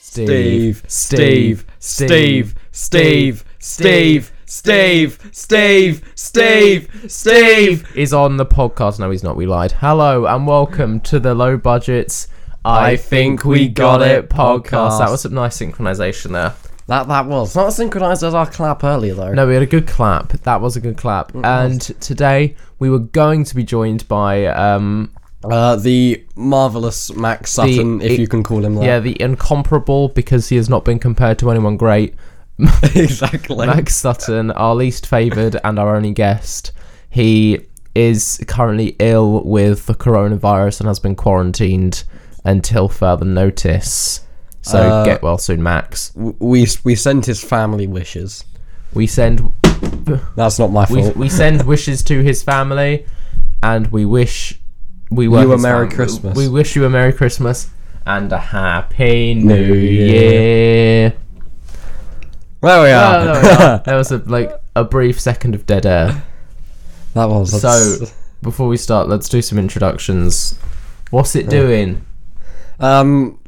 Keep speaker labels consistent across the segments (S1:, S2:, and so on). S1: Steve, Steve, Steve, Steve, Steve, Steve, Steve, Steve, Steve
S2: is on the podcast. No, he's not. We lied. Hello and welcome to the low budgets. I, think we got it podcast. That was some nice synchronization there.
S1: That that was not synchronized as our clap earlier though.
S2: No, we had a good clap. Mm, That was a good clap. And today we were going to be joined by um
S1: Uh, the marvelous Max Sutton, if
S2: it-
S1: you can call him that.
S2: yeah the incomparable because he has not been compared to anyone great.
S1: exactly.
S2: Max Sutton, our least favoured and our only guest. He is currently ill with the coronavirus and has been quarantined until further notice. So
S1: Uh,
S2: get well soon, Max.
S1: W- We we sent his family wishes.
S2: We send
S1: That's not my
S2: we,
S1: fault.
S2: we send wishes to his family, and we wish we were
S1: You a
S2: his
S1: Merry
S2: fam-
S1: Christmas.
S2: We wish you a Merry Christmas and a Happy New,
S1: New
S2: Year.
S1: there we are.
S2: Oh, there we are. there was a, like a brief second of dead air.
S1: that was
S2: So, before we start, let's do some introductions. What's it doing?
S1: Um,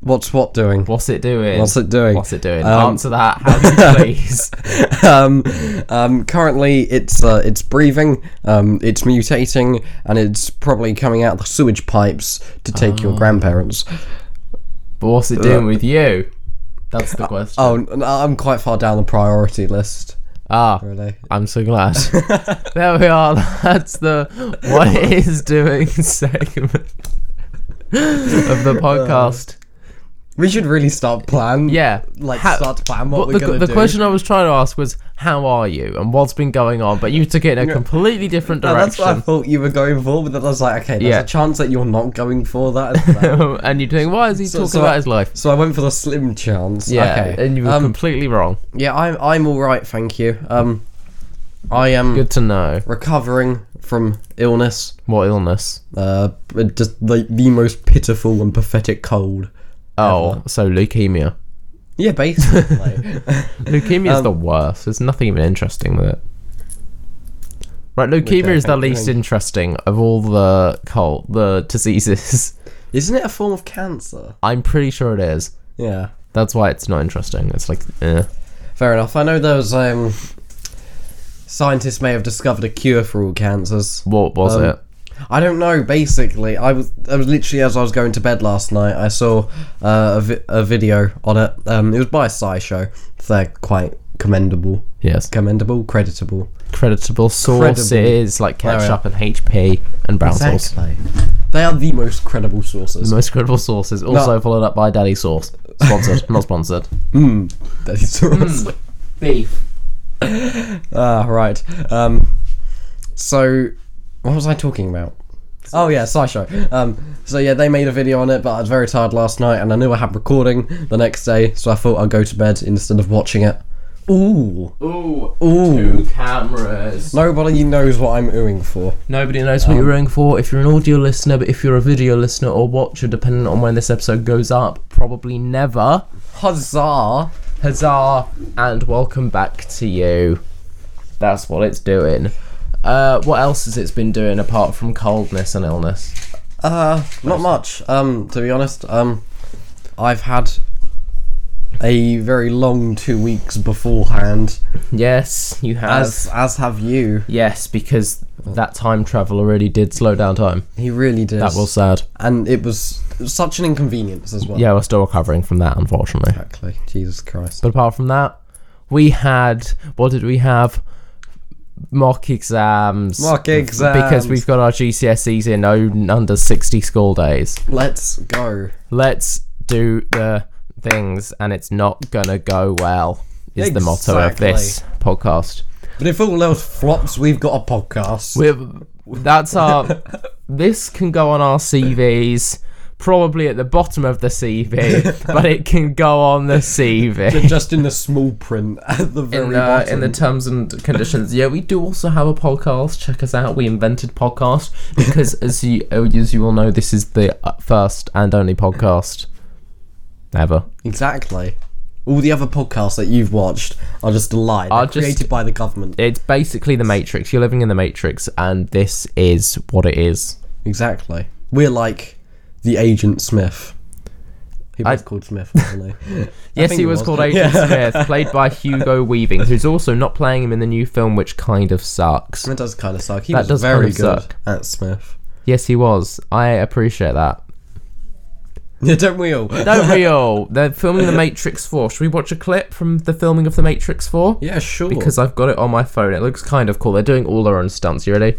S1: what's what doing?
S2: What's it doing?
S1: What's it doing?
S2: What's it doing?
S1: Um,
S2: Answer that, Harry, please.
S1: um, um, currently, it's uh, it's breathing, um, it's mutating, and it's probably coming out the sewage pipes to take
S2: Oh.
S1: your grandparents.
S2: but what's it doing with you? That's the question.
S1: Oh, n- I'm quite far down the priority list.
S2: ah,
S1: Really?
S2: I'm so glad. there we are. That's the what it is doing segment of
S1: Uh,
S2: the podcast.
S1: We should really start plan.
S2: Yeah,
S1: like
S2: Ha-
S1: start to plan what,
S2: But
S1: we're
S2: the,
S1: gonna
S2: the
S1: do.
S2: question I was trying to ask was, how are you, and what's been going on? But you took it in a completely different
S1: No, Oh, that's
S2: direction.
S1: what I thought you were going for, but then I was like, okay, there's
S2: Yeah.
S1: a chance that you're not going for that. isn't there?
S2: and you're doing, why is he talking
S1: so-
S2: about his life?
S1: so I went for the slim chance.
S2: Yeah,
S1: okay.
S2: and you were
S1: um,
S2: completely wrong.
S1: yeah, I'm I'm all right, thank you. Um, I am
S2: Good to know.
S1: recovering from illness.
S2: What illness?
S1: Uh, it just like the most pitiful and pathetic cold.
S2: Oh, so leukemia.
S1: Yeah, basically.
S2: Leukemia is the worst. There's nothing even interesting with it. Right, leukemia
S1: Okay,
S2: is the
S1: thank you.
S2: least interesting of all the cult, the diseases.
S1: Isn't it a form of cancer?
S2: I'm pretty sure it is.
S1: Yeah.
S2: That's why it's not interesting. It's like, eh.
S1: Fair enough. I know those um, scientists may have discovered a cure for all cancers.
S2: what was
S1: Um,
S2: it?
S1: I don't know. Basically, I was I was literally as I was going to bed last night, I saw uh, a, vi- a video on it. Um, it was by SciShow. So they're quite commendable,
S2: Yes,
S1: commendable, creditable.
S2: creditable sources like ketchup and HP and brown sauce.
S1: They are the most credible sources.
S2: The most credible sources. Also followed up by Daddy Sauce. Sponsored, not sponsored.
S1: That is source.
S2: Beef.
S1: Ah, right. Um, so, what was I talking about? Oh yeah, SciShow. Um, so yeah, they made a video on it, but I was very tired last night, and I knew I had recording the next day, so I thought I'd go to bed instead of watching it. Ooh,
S2: Ooh,
S1: ooh.
S2: cameras. Um,
S1: Nobody knows what I'm oohing for.
S2: Nobody knows what you're rowing for. If you're an audio listener, but if you're a video listener or watcher, depending on when this episode goes up, probably never.
S1: Huzzah!
S2: Huzzah! And welcome back to you. That's what it's doing. Uh, what else has it been doing apart from coldness and illness?
S1: Uh, not much. Um, to be honest, um, I've had a very long two weeks beforehand,
S2: Yes, you have.
S1: as as have you.
S2: yes, because that time travel really did slow down time.
S1: He really did.
S2: That was sad.
S1: and it was such an inconvenience as well.
S2: Yeah, we're still recovering from that, unfortunately.
S1: Exactly. Jesus Christ.
S2: But apart from that, we had what did we have? Mock exams.
S1: Mock
S2: Because
S1: exams.
S2: we've got our GCSEs in own under sixty school days.
S1: Let's go.
S2: Let's do the things, and it's not gonna go well. Is the motto of this podcast.
S1: But if all else flops, we've got a podcast.
S2: We're, that's our. this can go on our CVs. Probably at the bottom of the CV, but it can go on the CV.
S1: just in the small print at the very
S2: in the,
S1: bottom.
S2: in the terms and conditions. Yeah, we do also have a podcast. Check us out. We invented podcast because, as you oh, as you all know, this is the uh, first and only podcast ever.
S1: exactly. All the other podcasts that you've watched are just a lie. They're
S2: Are just-
S1: created by the government.
S2: It's basically the Matrix. You're living in the Matrix, and this is what it is.
S1: Exactly. We're like the Agent Smith. He was called Smith, wasn't he? I
S2: Yes,
S1: think
S2: he was, called Agent Smith, played by Hugo Weaving, who's also not playing him in the new film, which kind of sucks.
S1: It does kind of suck. He
S2: That
S1: was
S2: does
S1: very
S2: kinda
S1: good
S2: suck.
S1: at Smith.
S2: Yes, he was. I appreciate that.
S1: Yeah, don't we all?
S2: No, real. They're filming The Matrix 4. Should we watch a clip from the filming of The Matrix 4?
S1: Yeah, sure.
S2: Because I've got it on my phone. It looks kind of cool. They're doing all their own stunts. You ready?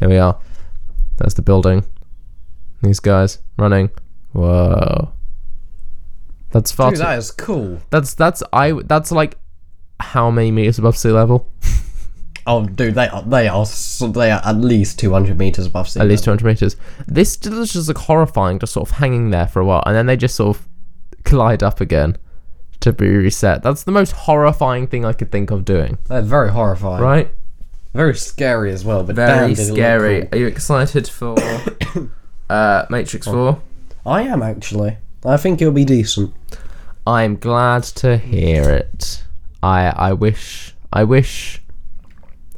S2: Here we are. That's the building. These guys running. Whoa. That's far
S1: Dude,
S2: too-
S1: that is cool.
S2: That's that's I that's like how many meters above sea level?
S1: Oh, dude, they are they are s- they are at least two hundred meters above sea.
S2: At least 200 meters. This was just like horrifying, just sort of hanging there for a while, and then they just sort of collide up again to be reset. That's the most horrifying thing I could think of doing.
S1: They're very horrifying.
S2: Right?
S1: Very scary as well. But damn,
S2: Very
S1: did it look
S2: scary.
S1: cool.
S2: Are you excited for uh, Matrix 4?
S1: I am actually. I think it'll be decent.
S2: I'm glad to hear it. I I wish I wish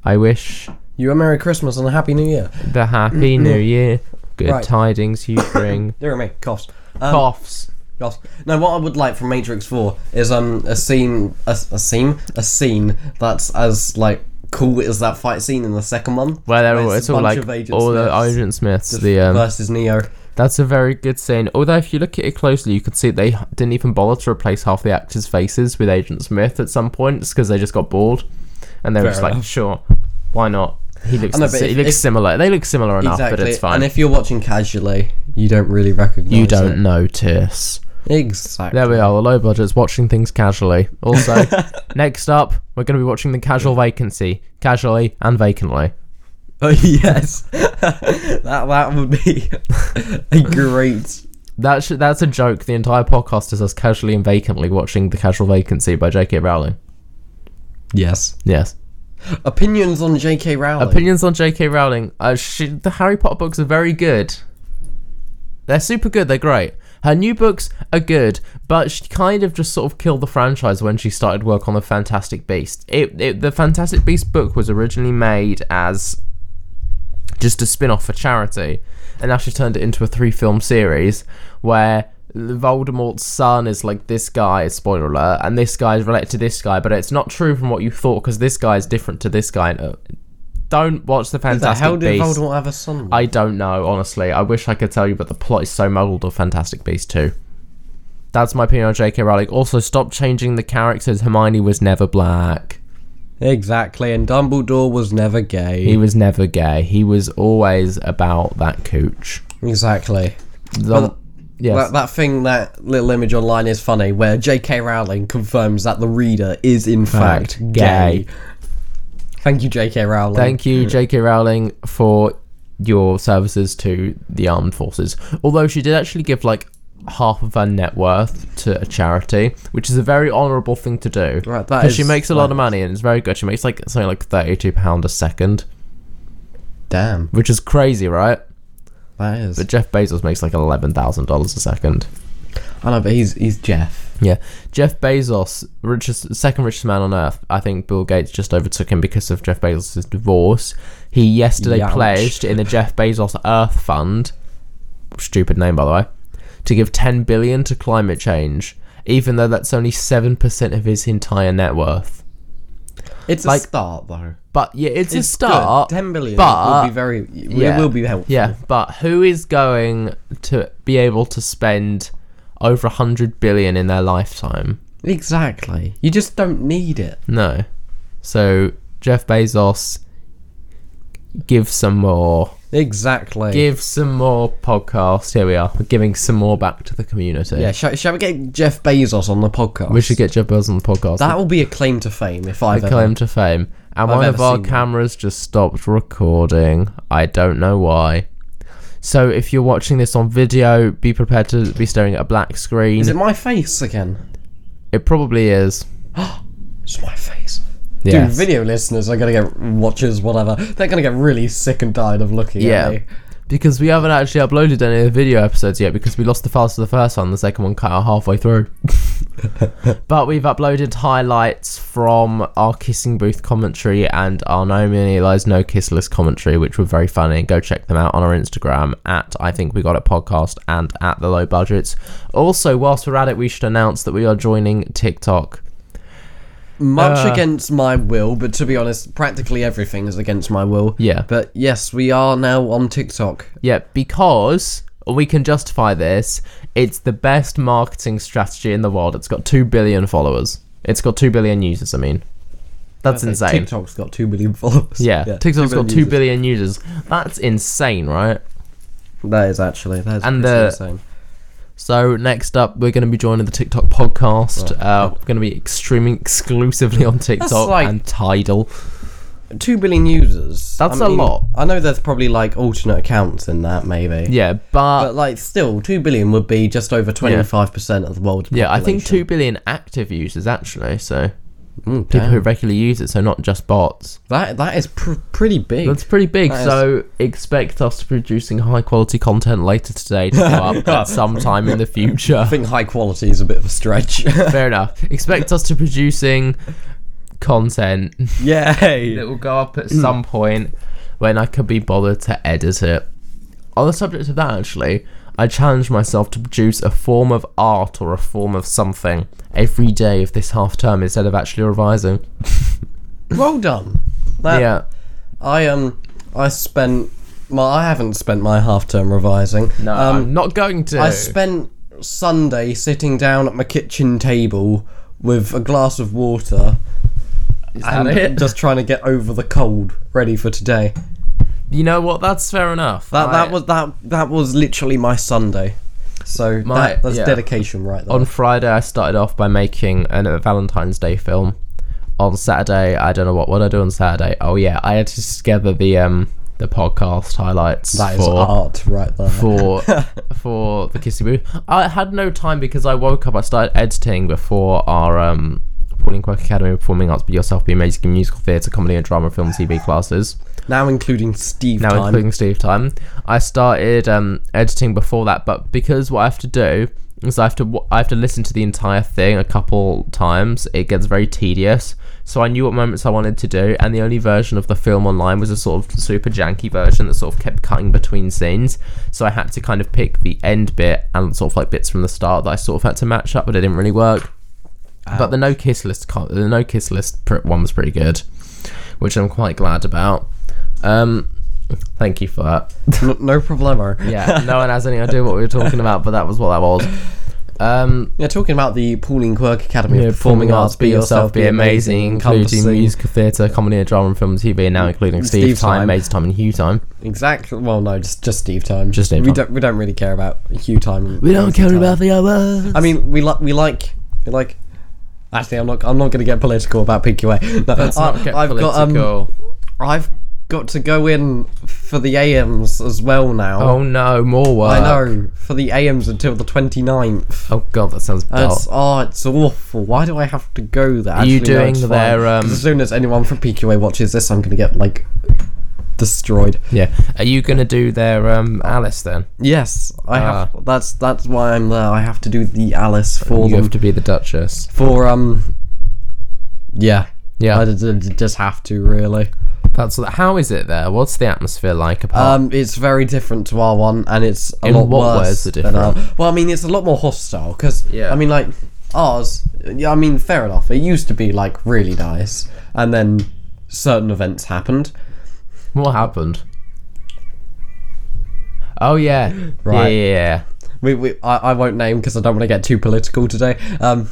S2: I wish
S1: You a Merry Christmas and a Happy New Year.
S2: the happy new year. Good
S1: Right.
S2: tidings you bring.
S1: Dear me, coughs. Um,
S2: Coughs.
S1: Gosh. No, what I would like from Matrix Four is um a scene, a, a scene, a scene that's as like cool as that fight scene in the second one,
S2: Where they're all,
S1: it's a
S2: it's all
S1: bunch
S2: like
S1: of Agent
S2: all the
S1: Smiths
S2: Agent Smiths. The um,
S1: versus Neo.
S2: that's a very good scene. Although if you look at it closely, you can see they h- didn't even bother to replace half the actors' faces with Agent Smith at some points because they just got bored, and they were
S1: Fair
S2: just like,
S1: enough.
S2: sure, why not? He looks
S1: know,
S2: the
S1: but
S2: si-
S1: if-
S2: he looks
S1: if-
S2: similar. They look similar enough,
S1: exactly.
S2: Ah, but it's fine.
S1: And if you're watching casually, you don't really recognize.
S2: you don't notice.
S1: It. Exactly.
S2: There we are, the low budget's watching things casually. Also, next up, we're going to be watching the casual vacancy, casually and vacantly.
S1: Oh yes, that that would be a great.
S2: That sh- that's a joke. The entire podcast is us casually and vacantly watching the casual vacancy by J.K. Rowling.
S1: Yes.
S2: Yes.
S1: Opinions on J.K. Rowling.
S2: Opinions on J.K. Rowling. Uh, she, the Harry Potter books are very good. They're super good. They're great. Her new books are good, but she kind of just sort of killed the franchise when she started work on the Fantastic Beast. It, it the Fantastic Beast book was originally made as just a spin-off for charity, and now she turned it into a three-film series where Voldemort's son is like this guy. Spoiler alert! And this guy is related to this guy, but it's not true from what you thought because this guy is different to this guy. Uh, Don't watch the
S1: How the
S2: Fantastic
S1: hell did
S2: Beast.
S1: Voldemort have a son?
S2: I don't know, honestly. I wish I could tell you, but the plot is so muddled of Fantastic Beasts 2. That's my opinion on J.K. Rowling. Also, stop changing the characters. Hermione was never black.
S1: exactly. And Dumbledore was never gay.
S2: He was never gay. He was always about that cooch.
S1: exactly.
S2: The-
S1: Well,
S2: yes.
S1: That, that thing, that little image online is funny, where J.K. Rowling confirms that the reader is in fact,
S2: Fact,
S1: gay.
S2: gay.
S1: Thank you, J.K. Rowling.
S2: Thank you, J.K. Rowling, for your services to the armed forces. Although she did actually give like half of her net worth to a charity, which is a very honourable thing to do.
S1: Right, that
S2: 'Cause she
S1: is-
S2: makes a lot of money and it's very good. She makes like something like thirty-two pound a second,
S1: Damn,
S2: which is crazy, right?
S1: that is.
S2: But Jeff Bezos makes like eleven thousand dollars a second.
S1: I know, but he's he's Jeff.
S2: Yeah, Jeff Bezos, richest second richest man on earth. I think Bill Gates just overtook him because of Jeff Bezos' divorce. He yesterday
S1: Youch.
S2: pledged in the Jeff Bezos Earth Fund, stupid name by the way, to give 10 billion to climate change, even though that's only 7% of his entire net worth.
S1: It's
S2: Like-
S1: a start, though.
S2: But yeah, it's, a
S1: It's
S2: start.
S1: good. Ten billion
S2: but-
S1: will be very.
S2: yeah.
S1: It will be helpful.
S2: Yeah, but who is going to be able to spend over 100 billion in their lifetime?
S1: Exactly. You just don't need it.
S2: No. So Jeff Bezos, give some more.
S1: Exactly.
S2: Give some more podcast. Here we are. We're giving some more back to the community.
S1: yeah. Shall, shall we get Jeff Bezos on the podcast?
S2: We should get Jeff Bezos on the podcast.
S1: That will be a claim to fame if I've
S2: a
S1: ever.
S2: claim to fame. And one
S1: ever
S2: of our
S1: seen one.
S2: cameras just stopped recording. I don't know why. So if you're watching this on video, be prepared to be staring at a black screen.
S1: Is
S2: It-,
S1: it my face again?
S2: probably is.
S1: It's my face.
S2: Yes.
S1: Dude, video listeners are gonna get watchers, whatever. They're gonna get really sick and tired of looking
S2: Yeah.
S1: at me.
S2: Because we haven't actually uploaded any of the video episodes yet because we lost the files to the first one. The second one cut out halfway through. but we've uploaded highlights from our kissing booth commentary and our Naomi and Eli's no kiss list commentary, which were very funny. Go check them out on our Instagram at I think we got it podcast and at the low budgets. Also, whilst we're at it, we should announce that we are joining TikTok.
S1: Much
S2: Uh.
S1: against my will, but to be honest, practically everything is against my will.
S2: Yeah.
S1: But yes, we are now on TikTok.
S2: Yeah, because we can justify this. It's the best marketing strategy in the world. It's got 2 billion followers. It's got 2 billion users, I mean. That's insane.
S1: TikTok's got 2 billion followers.
S2: yeah, TikTok's got 2
S1: users.
S2: billion users. That's insane, right?
S1: That is actually, that is
S2: And
S1: pretty
S2: the-
S1: insane.
S2: So, next up, we're going to be joining the TikTok podcast. uh, we're going to be streaming exclusively on TikTok
S1: like-
S2: and Tidal.
S1: Two billion users.
S2: That's a lot.
S1: I know there's probably like alternate accounts in that, maybe.
S2: Yeah,
S1: But like, still, two billion would be just over twenty-five percent of the world's
S2: Yeah, I think
S1: population.
S2: 2 billion active users, actually. So,
S1: Mm,
S2: people
S1: damn.
S2: who regularly use it, so not just bots.
S1: that that is pr- pretty big.
S2: That's pretty big.
S1: That is-
S2: so expect us to producing high quality content later today to go up at some time in the future.
S1: I think high quality is a bit of a stretch.
S2: Fair enough. Expect us to producing content Mm. that
S1: Yay!
S2: will go up at some point when I could be bothered to edit it. On the subject of that, actually, I challenged myself to produce a form of art or a form of something every day of this half term instead of actually revising.
S1: Well done. That,
S2: yeah.
S1: I um, I spent. Well, I haven't spent my half term revising.
S2: No,
S1: Um,
S2: I'm not going to.
S1: I spent Sunday sitting down at my kitchen table with a glass of water
S2: that
S1: and
S2: it?
S1: just trying to get over the cold, ready for today.
S2: you know what? That's fair enough.
S1: That
S2: I-
S1: that was that that was literally my Sunday. So
S2: My-
S1: that, that's
S2: yeah.
S1: dedication right there.
S2: on Friday, I started off by making an, a Valentine's Day film. On Saturday, I don't know what what I do on Saturday. Oh yeah, I edited together the um the podcast highlights
S1: that is
S2: for
S1: art right there.
S2: for for the Kissy Boo. I had no time because I woke up. I started editing before our um Pauline Quirk Academy of Performing Arts, Be Yourself, Be Amazing in musical theatre, comedy and drama, film, TV classes
S1: now including Steve
S2: now
S1: time.
S2: including Steve time. I started um, editing before that, but because what I have to do is I have to wa- I have to listen to the entire thing a couple times. It gets very tedious. So I knew what moments I wanted to do, and the only version of the film online was a sort of super janky version that sort of kept cutting between scenes. So I had to kind of pick the end bit and sort of like bits from the start that I sort of had to match up, but it didn't really work. But the no kiss list, con- the no kiss list pr- one was pretty good, which I'm quite glad about. Um, thank you for that.
S1: N- no problemo.
S2: Yeah, no one has any idea what we were talking about, but that was what that was. Um,
S1: Yeah, talking about the Pauline Quirk Academy of
S2: performing arts, be yourself, be amazing, including
S1: encompassing-
S2: musical theatre, comedy, and drama, and film, and TV, now including Steve,
S1: Steve
S2: Mm. time,
S1: time.
S2: Maze time, and Hugh time.
S1: Exactly. Well, no, just just Steve time.
S2: Just Steve
S1: we
S2: time.
S1: don't we don't really care about Hugh time. and
S2: We don't
S1: Steve
S2: care
S1: time.
S2: about the others.
S1: I mean, we like we like we like. Actually, I'm not. I'm not going to get political about PQA. No,
S2: Let's not get
S1: I've got. Um,
S2: political.
S1: I've got to go in for the AMs as well now.
S2: oh no, more work.
S1: I know for the AMs until the 29th.
S2: Oh god, that sounds dull.
S1: It's, oh, it's awful. Why do I have to go there? Are
S2: you doing their, um,
S1: As soon as anyone from PQA watches this, I'm going to get like destroyed.
S2: Yeah. Are you gonna do their um, Alice then?
S1: Yes, I have. That's that's why I'm there. I have to do the Alice for
S2: Ah. you
S1: them.
S2: have to be the Duchess.
S1: for um yeah
S2: Yeah.
S1: I d- d- d- just have to really
S2: That's what- how is it there? What's the atmosphere like apart?
S1: um it's very different to our one and it's a
S2: In
S1: lot
S2: what
S1: worse
S2: ways the
S1: than our- well I mean it's a lot more hostile because
S2: Yeah.
S1: I mean like ours yeah I mean fair enough it used to be like really nice and then certain events happened Uh,
S2: what happened? Oh yeah.
S1: Right.
S2: Yeah. yeah, yeah.
S1: we, we I, I won't name because I don't want to get too political today. Um,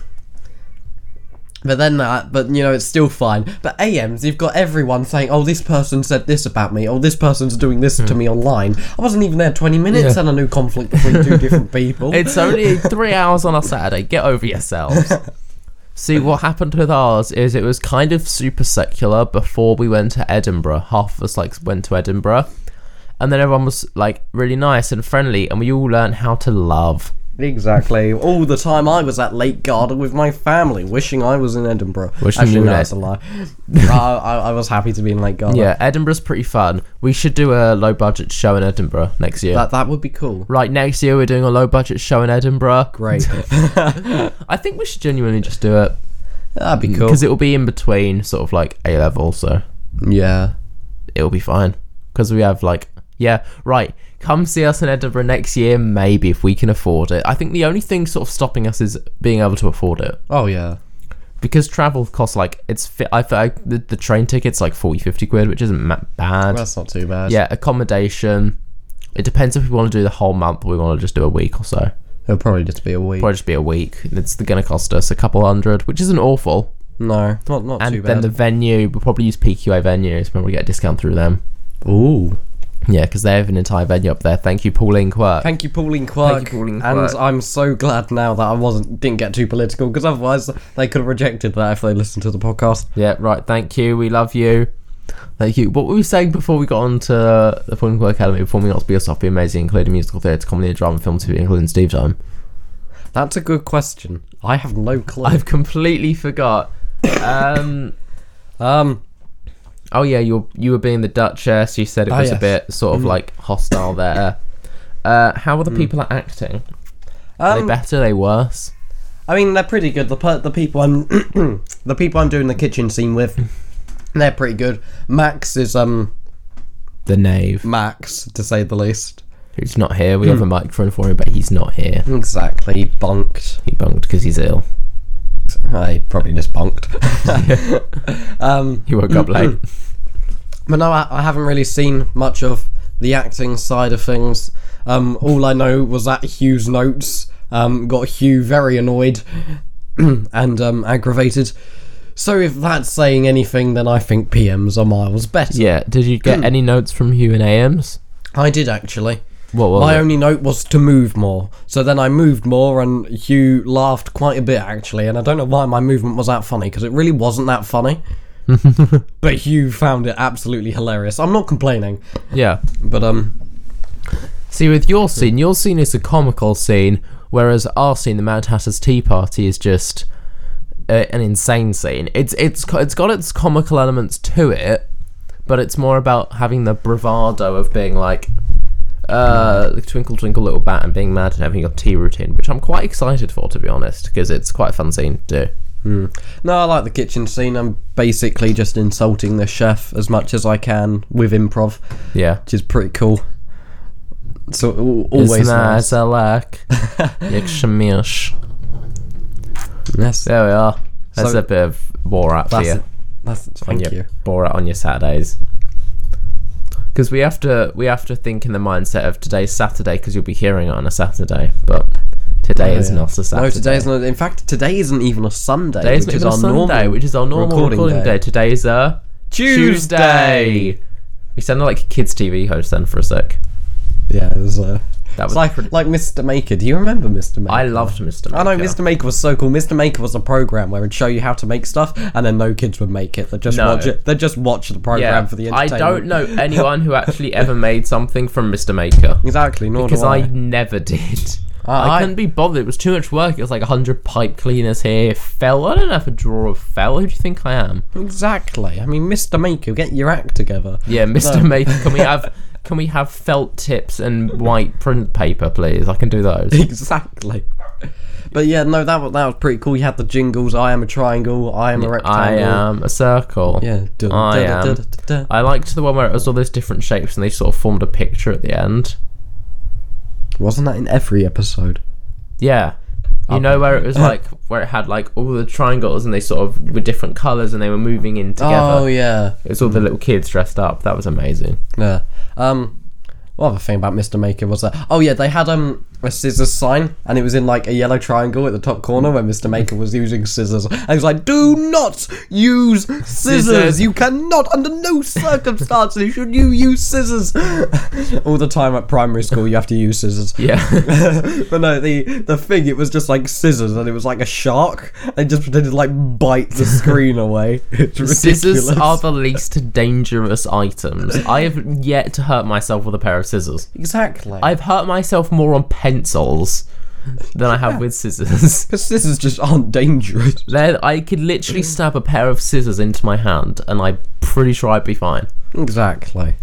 S1: but then that, but you know, it's still fine. But AMs, you've got everyone saying, "Oh, this person said this about me," "Oh, this person's doing this to me online." I wasn't even there twenty minutes,
S2: Hmm. Yeah.
S1: and a new conflict between two different people.
S2: It's only three hours on a Saturday. Get over yourselves. See, what happened with ours is it was kind of super secular before we went to Edinburgh. Half of us like went to Edinburgh, and then everyone was like really nice and friendly, and we all learned how to love.
S1: exactly all the time. I was at Lake Garda with my family, wishing I was in Edinburgh.
S2: Wishing
S1: Actually,
S2: you
S1: no,
S2: were-
S1: that's a lie. I, I, I was happy to be in Lake Garda.
S2: Yeah, Edinburgh's pretty fun. We should do a low budget show in Edinburgh next year.
S1: that that would be cool.
S2: right, next year we're doing a low budget show in Edinburgh.
S1: Great.
S2: I think we should genuinely just do it.
S1: That'd be cool.
S2: because it will be in between sort of like A level, so
S1: Yeah.
S2: it'll be fine. Because we have like, yeah, right. Come see us in Edinburgh next year, maybe if we can afford it. I think the only thing sort of stopping us is being able to afford it
S1: Oh yeah.
S2: because travel costs like it's. Fi- I feel like the, the train ticket's like 40, 50 quid, which isn't ma- bad.
S1: That's not too bad.
S2: yeah, accommodation. It depends if we want to do the whole month or we want to just do a week or so.
S1: It'll probably just be a week.
S2: Probably just be a week. It's going to cost us a couple hundred, which isn't awful.
S1: No, not not
S2: And
S1: too
S2: then
S1: bad.
S2: the venue, we'll probably use PQA venues, when we get a discount through them.
S1: Ooh.
S2: Yeah, because they have an entire venue up there. Thank you, Pauline Quirk.
S1: Thank you, Pauline Quirk.
S2: Thank you, Pauline
S1: And
S2: Quirk.
S1: I'm so glad now that I wasn't didn't get too political because otherwise they could have rejected that if they listened to the podcast.
S2: yeah, right. Thank you. We love you. Thank you. What were we saying before we got on to the Pauline Quirk Academy? Performing arts, be yourself, be amazing, including musical theatre, comedy, drama, film, TV, including Steve Time.
S1: That's a good question. I have no clue.
S2: I've completely forgot. um,
S1: um.
S2: oh yeah, you you were being the Duchess. You said it
S1: Ah,
S2: was a
S1: yes.
S2: bit sort of like hostile there. Uh, how were the people at acting? Are they
S1: Um,
S2: better? Are they worse?
S1: I mean, they're pretty good. The per- the people I'm the people I'm doing the kitchen scene with, they're pretty good. Max is um
S2: The knave.
S1: Max to say the least.
S2: Who's not here? We have a microphone for him, but he's not here.
S1: Exactly, bunked.
S2: He bunked because he's ill.
S1: I probably just bunked. um,
S2: He woke up late.
S1: but no, I, I haven't really seen much of the acting side of things. Um, all I know was that Hugh's notes um, got Hugh very annoyed and um, aggravated. So if that's saying anything, then I think PMs are miles better.
S2: Yeah. Did you get any notes from Hugh and AMs?
S1: I did actually.
S2: What was
S1: My
S2: it?
S1: only note was to move more. So then I moved more, and Hugh laughed quite a bit actually. And I don't know why my movement was that funny because it really wasn't that funny. but Hugh found it absolutely hilarious. I'm not complaining,
S2: Yeah.
S1: but um,
S2: See, with your scene, your scene is a comical scene, whereas our scene, the Mad Hatter's Tea Party, is just a, an insane scene. It's it's co- it's got its comical elements to it, but it's more about having the bravado of being like. Uh, twinkle twinkle little bat and being mad and having your tea routine, which I'm quite excited for to be honest, because it's quite a fun scene to do.
S1: no, I like the kitchen scene. I'm basically just insulting the chef as much as I can with improv,
S2: Yeah,
S1: which is pretty cool. So al- always nice.
S2: I like. Yakshamish.
S1: Yes,
S2: There we are. That's
S1: So-
S2: a bit of Borat for
S1: that's
S2: you.
S1: that's thank
S2: Yep,
S1: you.
S2: Borat on your Saturdays. Because we have to we have to think in the mindset of today's Saturday because you'll be hearing it on a Saturday, but today is
S1: Oh, yeah.
S2: not a Saturday.
S1: No, today's not. In fact, today isn't even a Sunday,
S2: Today
S1: which is our
S2: Sunday,
S1: normal
S2: which is our normal recording, day. Today's a Tuesday. We sounded like a kids' TV host then for a sec.
S1: Yeah, it was. Uh,
S2: That
S1: it's
S2: was
S1: like like Mr. Maker. Do you remember Mr. Maker?
S2: I loved Mr.
S1: I know
S2: Maker.
S1: Mr. Maker was so cool. Mr. Maker was a program where it'd show you how to make stuff, and then no kids would make it. They'd just
S2: No.
S1: watch it. They'd just watch the program
S2: Yeah,
S1: for the
S2: I don't
S1: entertainment.
S2: know anyone who actually ever made something from Mr. Maker.
S1: exactly. Nor
S2: because
S1: do I.
S2: I never did.
S1: Ah,
S2: I,
S1: I-
S2: couldn't be bothered. It was too much work. It was like hundred pipe cleaners here. Fell. I don't know if a drawer of fell. Who do you think I am?
S1: Exactly. I mean, Mr. Maker, get your act together.
S2: Yeah, Mister Maker. Can we have? Can we have felt tips and white print paper, please? I can do those.
S1: Exactly. But yeah, no, that was that was pretty cool. You had the jingles. I am a triangle. I am a
S2: I
S1: rectangle.
S2: am a circle.
S1: Yeah. dun-
S2: I
S1: dun- dun-
S2: am.
S1: dun- dun- dun.
S2: I liked the one where it was all those different shapes and they sort of formed a picture at the end.
S1: Wasn't that in every episode?
S2: Yeah. You know where it was like where it had like all the triangles and they sort of were different colours and they were moving in together.
S1: Oh yeah.
S2: It's all the little kids dressed up. That was amazing.
S1: Yeah. Um. What other thing about Mr. Maker was that? Oh yeah, they had um a scissors sign, and it was in like a yellow triangle at the top corner where Mr. Maker was using scissors, and he was like, "Do not use scissors.
S2: Scissors.
S1: You cannot, under no circumstances, should you use scissors." All the time at primary school, you have to use scissors.
S2: Yeah.
S1: but no, the the thing it was just like scissors, and it was like a shark. They just pretended to, like bite the screen away. It's ridiculous.
S2: Scissors are the least dangerous items. I have yet to hurt myself with a pair of scissors.
S1: exactly.
S2: I've hurt myself more on pencils than I have with scissors.
S1: Because scissors just aren't dangerous.
S2: Then I could literally stab a pair of scissors into my hand, and I'm pretty sure I'd be fine.
S1: Exactly.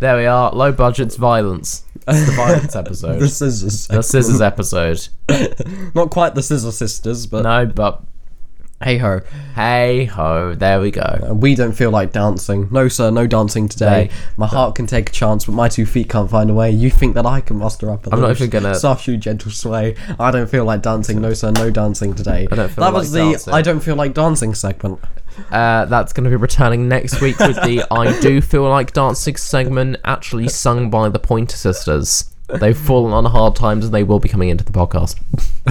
S2: There we are. Low budgets, violence. It's the violence episode.
S1: The scissors.
S2: the scissors episode.
S1: Not quite the scissor sisters, but
S2: No, but
S1: Hey ho.
S2: Hey ho, there we go.
S1: We don't feel like dancing. No, sir, no dancing today.
S2: No.
S1: My heart can take a chance, but my two feet can't find a way. You think that I can muster up a
S2: not
S1: loose,
S2: even gonna-
S1: soft shoe, gentle sway. I don't feel like dancing. No, sir, no dancing today.
S2: I don't feel like
S1: that was the
S2: dancing.
S1: I don't feel like dancing segment.
S2: Uh, that's going to be returning next week with the I Do Feel Like Dancing segment, actually sung by the Pointer Sisters. They've fallen on hard times and they will be coming into the podcast.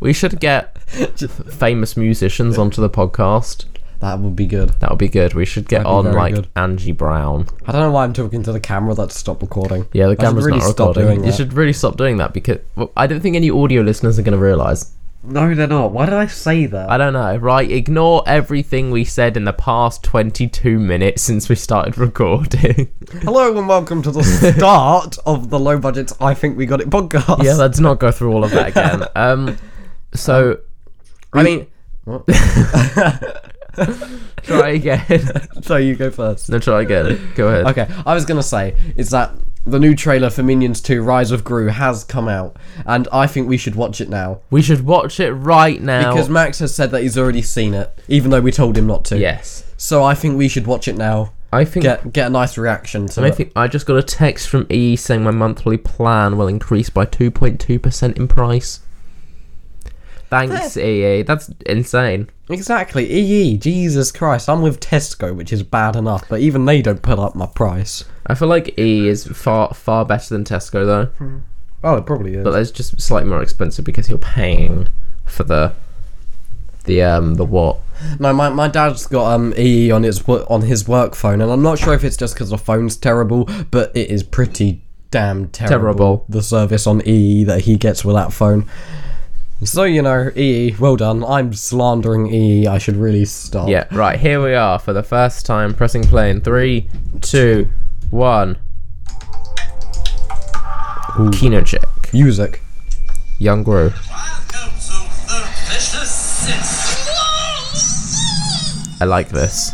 S2: we should get famous musicians onto the podcast.
S1: That would be good.
S2: That would be good. We should get
S1: be
S2: on
S1: very
S2: like
S1: good.
S2: Angie Brown.
S1: I don't know why I'm talking to the camera. That stopped recording.
S2: Yeah, the
S1: I should
S2: camera's
S1: really
S2: not
S1: stop
S2: recording.
S1: doing
S2: you
S1: that.
S2: should really stop doing that because well, I don't think any audio listeners are going to realise.
S1: No, they're not. Why did I say that?
S2: I don't know, right? Ignore everything we said in the past 22 minutes since we started recording.
S1: Hello and welcome to the start of the low budget. I think we got it podcast.
S2: yeah, let's not go through all of that again. Um, so, I mean, try again.
S1: so you go first.
S2: no, try again. Go ahead.
S1: Okay, I was gonna say is that the new trailer for Minions 2: Rise of Gru has come out, and I think we should watch it now
S2: We should watch it right now.
S1: because Max has said that he's already seen it, even though we told him not to.
S2: yes,
S1: So I think we should watch it now.
S2: I think.
S1: Get get a nice reaction to
S2: I
S1: it.
S2: think I just got a text from E saying my monthly plan will increase by 2.2% in price. Thanks, EE. That's insane.
S1: exactly. EE. Jesus Christ. I'm with Tesco, which is bad enough, but even they don't put up my price.
S2: I feel like E is far far better than Tesco though,
S1: Oh, it probably is.
S2: but it's just slightly more expensive because you're paying for the the um the what?
S1: No, my, my dad's got um EE on his wo- on his work phone, and I'm not sure if it's just because the phone's terrible, but it is pretty damn terrible,
S2: Terrible.
S1: The service on EE that he gets with that phone. So you know, EE, well done. I'm slandering EE. I should really stop.
S2: Yeah, right. Here we are for the first time pressing play in three, two, one. Kino check.
S1: Music.
S2: Young Gru.
S3: Welcome to the Vicious Six.
S2: I like this.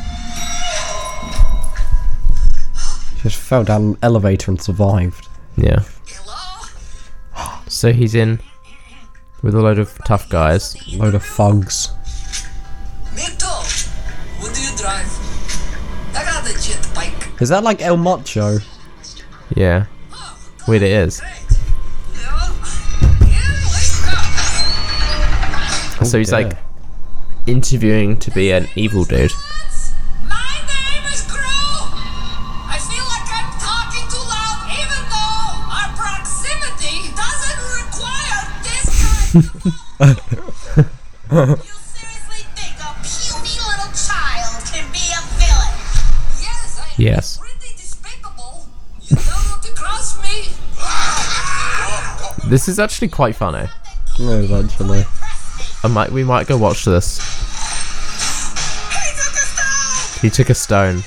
S1: Just fell down an elevator and survived.
S2: Yeah.
S3: Hello?
S2: So he's in with a load of tough guys.
S1: Load of thugs.
S3: Mito, what do you drive? I got a jet bike.
S1: Is that like El Macho?
S2: Yeah.
S3: Oh,
S2: Weird it is.
S3: great. Well, yeah, let's go.
S2: So he's like
S1: dear.
S2: interviewing to be an evil dude.
S3: My name is Gru. I feel like I'm talking too loud, even though our proximity doesn't require this kind of You seriously think a puny little child can be a villain? Yes, I am
S2: Yes.
S3: pretty despicable. You don't want to cross me.
S2: This is actually quite funny.
S1: No, eventually.
S2: I might we might go watch this.
S3: Hey, Dr. Stone!
S2: He took a stone.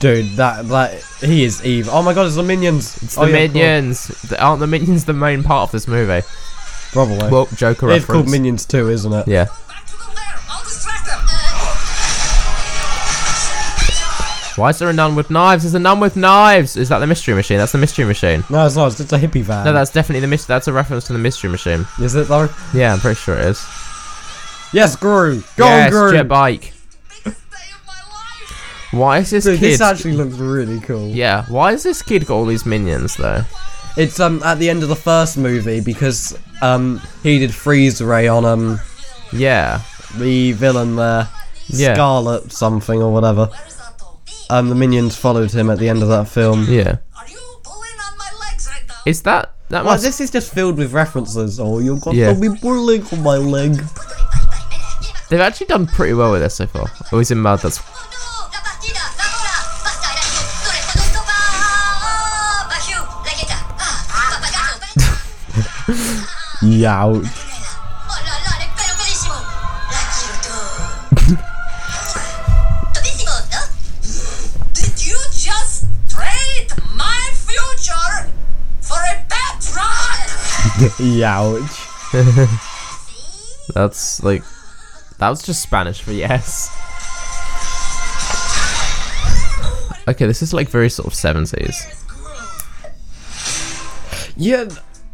S1: Dude, that that he is evil. Oh my god, it's the minions. It's
S2: The minions Th- aren't the minions the main part of this movie.
S1: Probably.
S2: Well, Joker
S1: it's called
S2: reference.
S1: Minions 2, isn't it?
S2: yeah.
S3: Back to the lair. I'll distract them. Uh,
S2: Why is there a nun with knives? There's a nun with knives. Is that the mystery machine? That's the mystery machine.
S1: No, it's not. It's just a hippie van.
S2: No, that's definitely the mystery. That's a reference to the mystery machine.
S1: Is it though?
S2: Yeah, I'm pretty sure it is.
S1: Yes, Gru. Go
S2: yes,
S1: on, Gru.
S2: jet bike.
S3: Biggest day of my life.
S2: Why is this
S1: Dude,
S2: kid?
S1: this actually looks really cool.
S2: yeah. Why is this kid got all these minions though?
S1: It's um at the end of the first movie because um he did freeze ray on um
S2: Yeah.
S1: the villain there,
S2: Yeah.
S1: Scarlet something or whatever.
S3: Where is Anto?
S1: Um, the minions followed him at the end of that film.
S2: Yeah.
S3: Are you pulling on my legs right now?
S2: Is that that
S1: Well,
S2: must?
S1: this is just filled with references. Oh, you've got
S2: Yeah.
S1: to be pulling on my leg.
S2: They've actually done pretty well with this so far. Oh, he's in mud. That's
S3: uh,
S1: Youch.
S3: uh, uh. Oh, Did you just trade my future for a bad truck?
S1: Youch.
S2: that's like that was just Spanish for yes.
S3: Oh,
S2: Okay, this is like very sort of seventies.
S1: Yeah,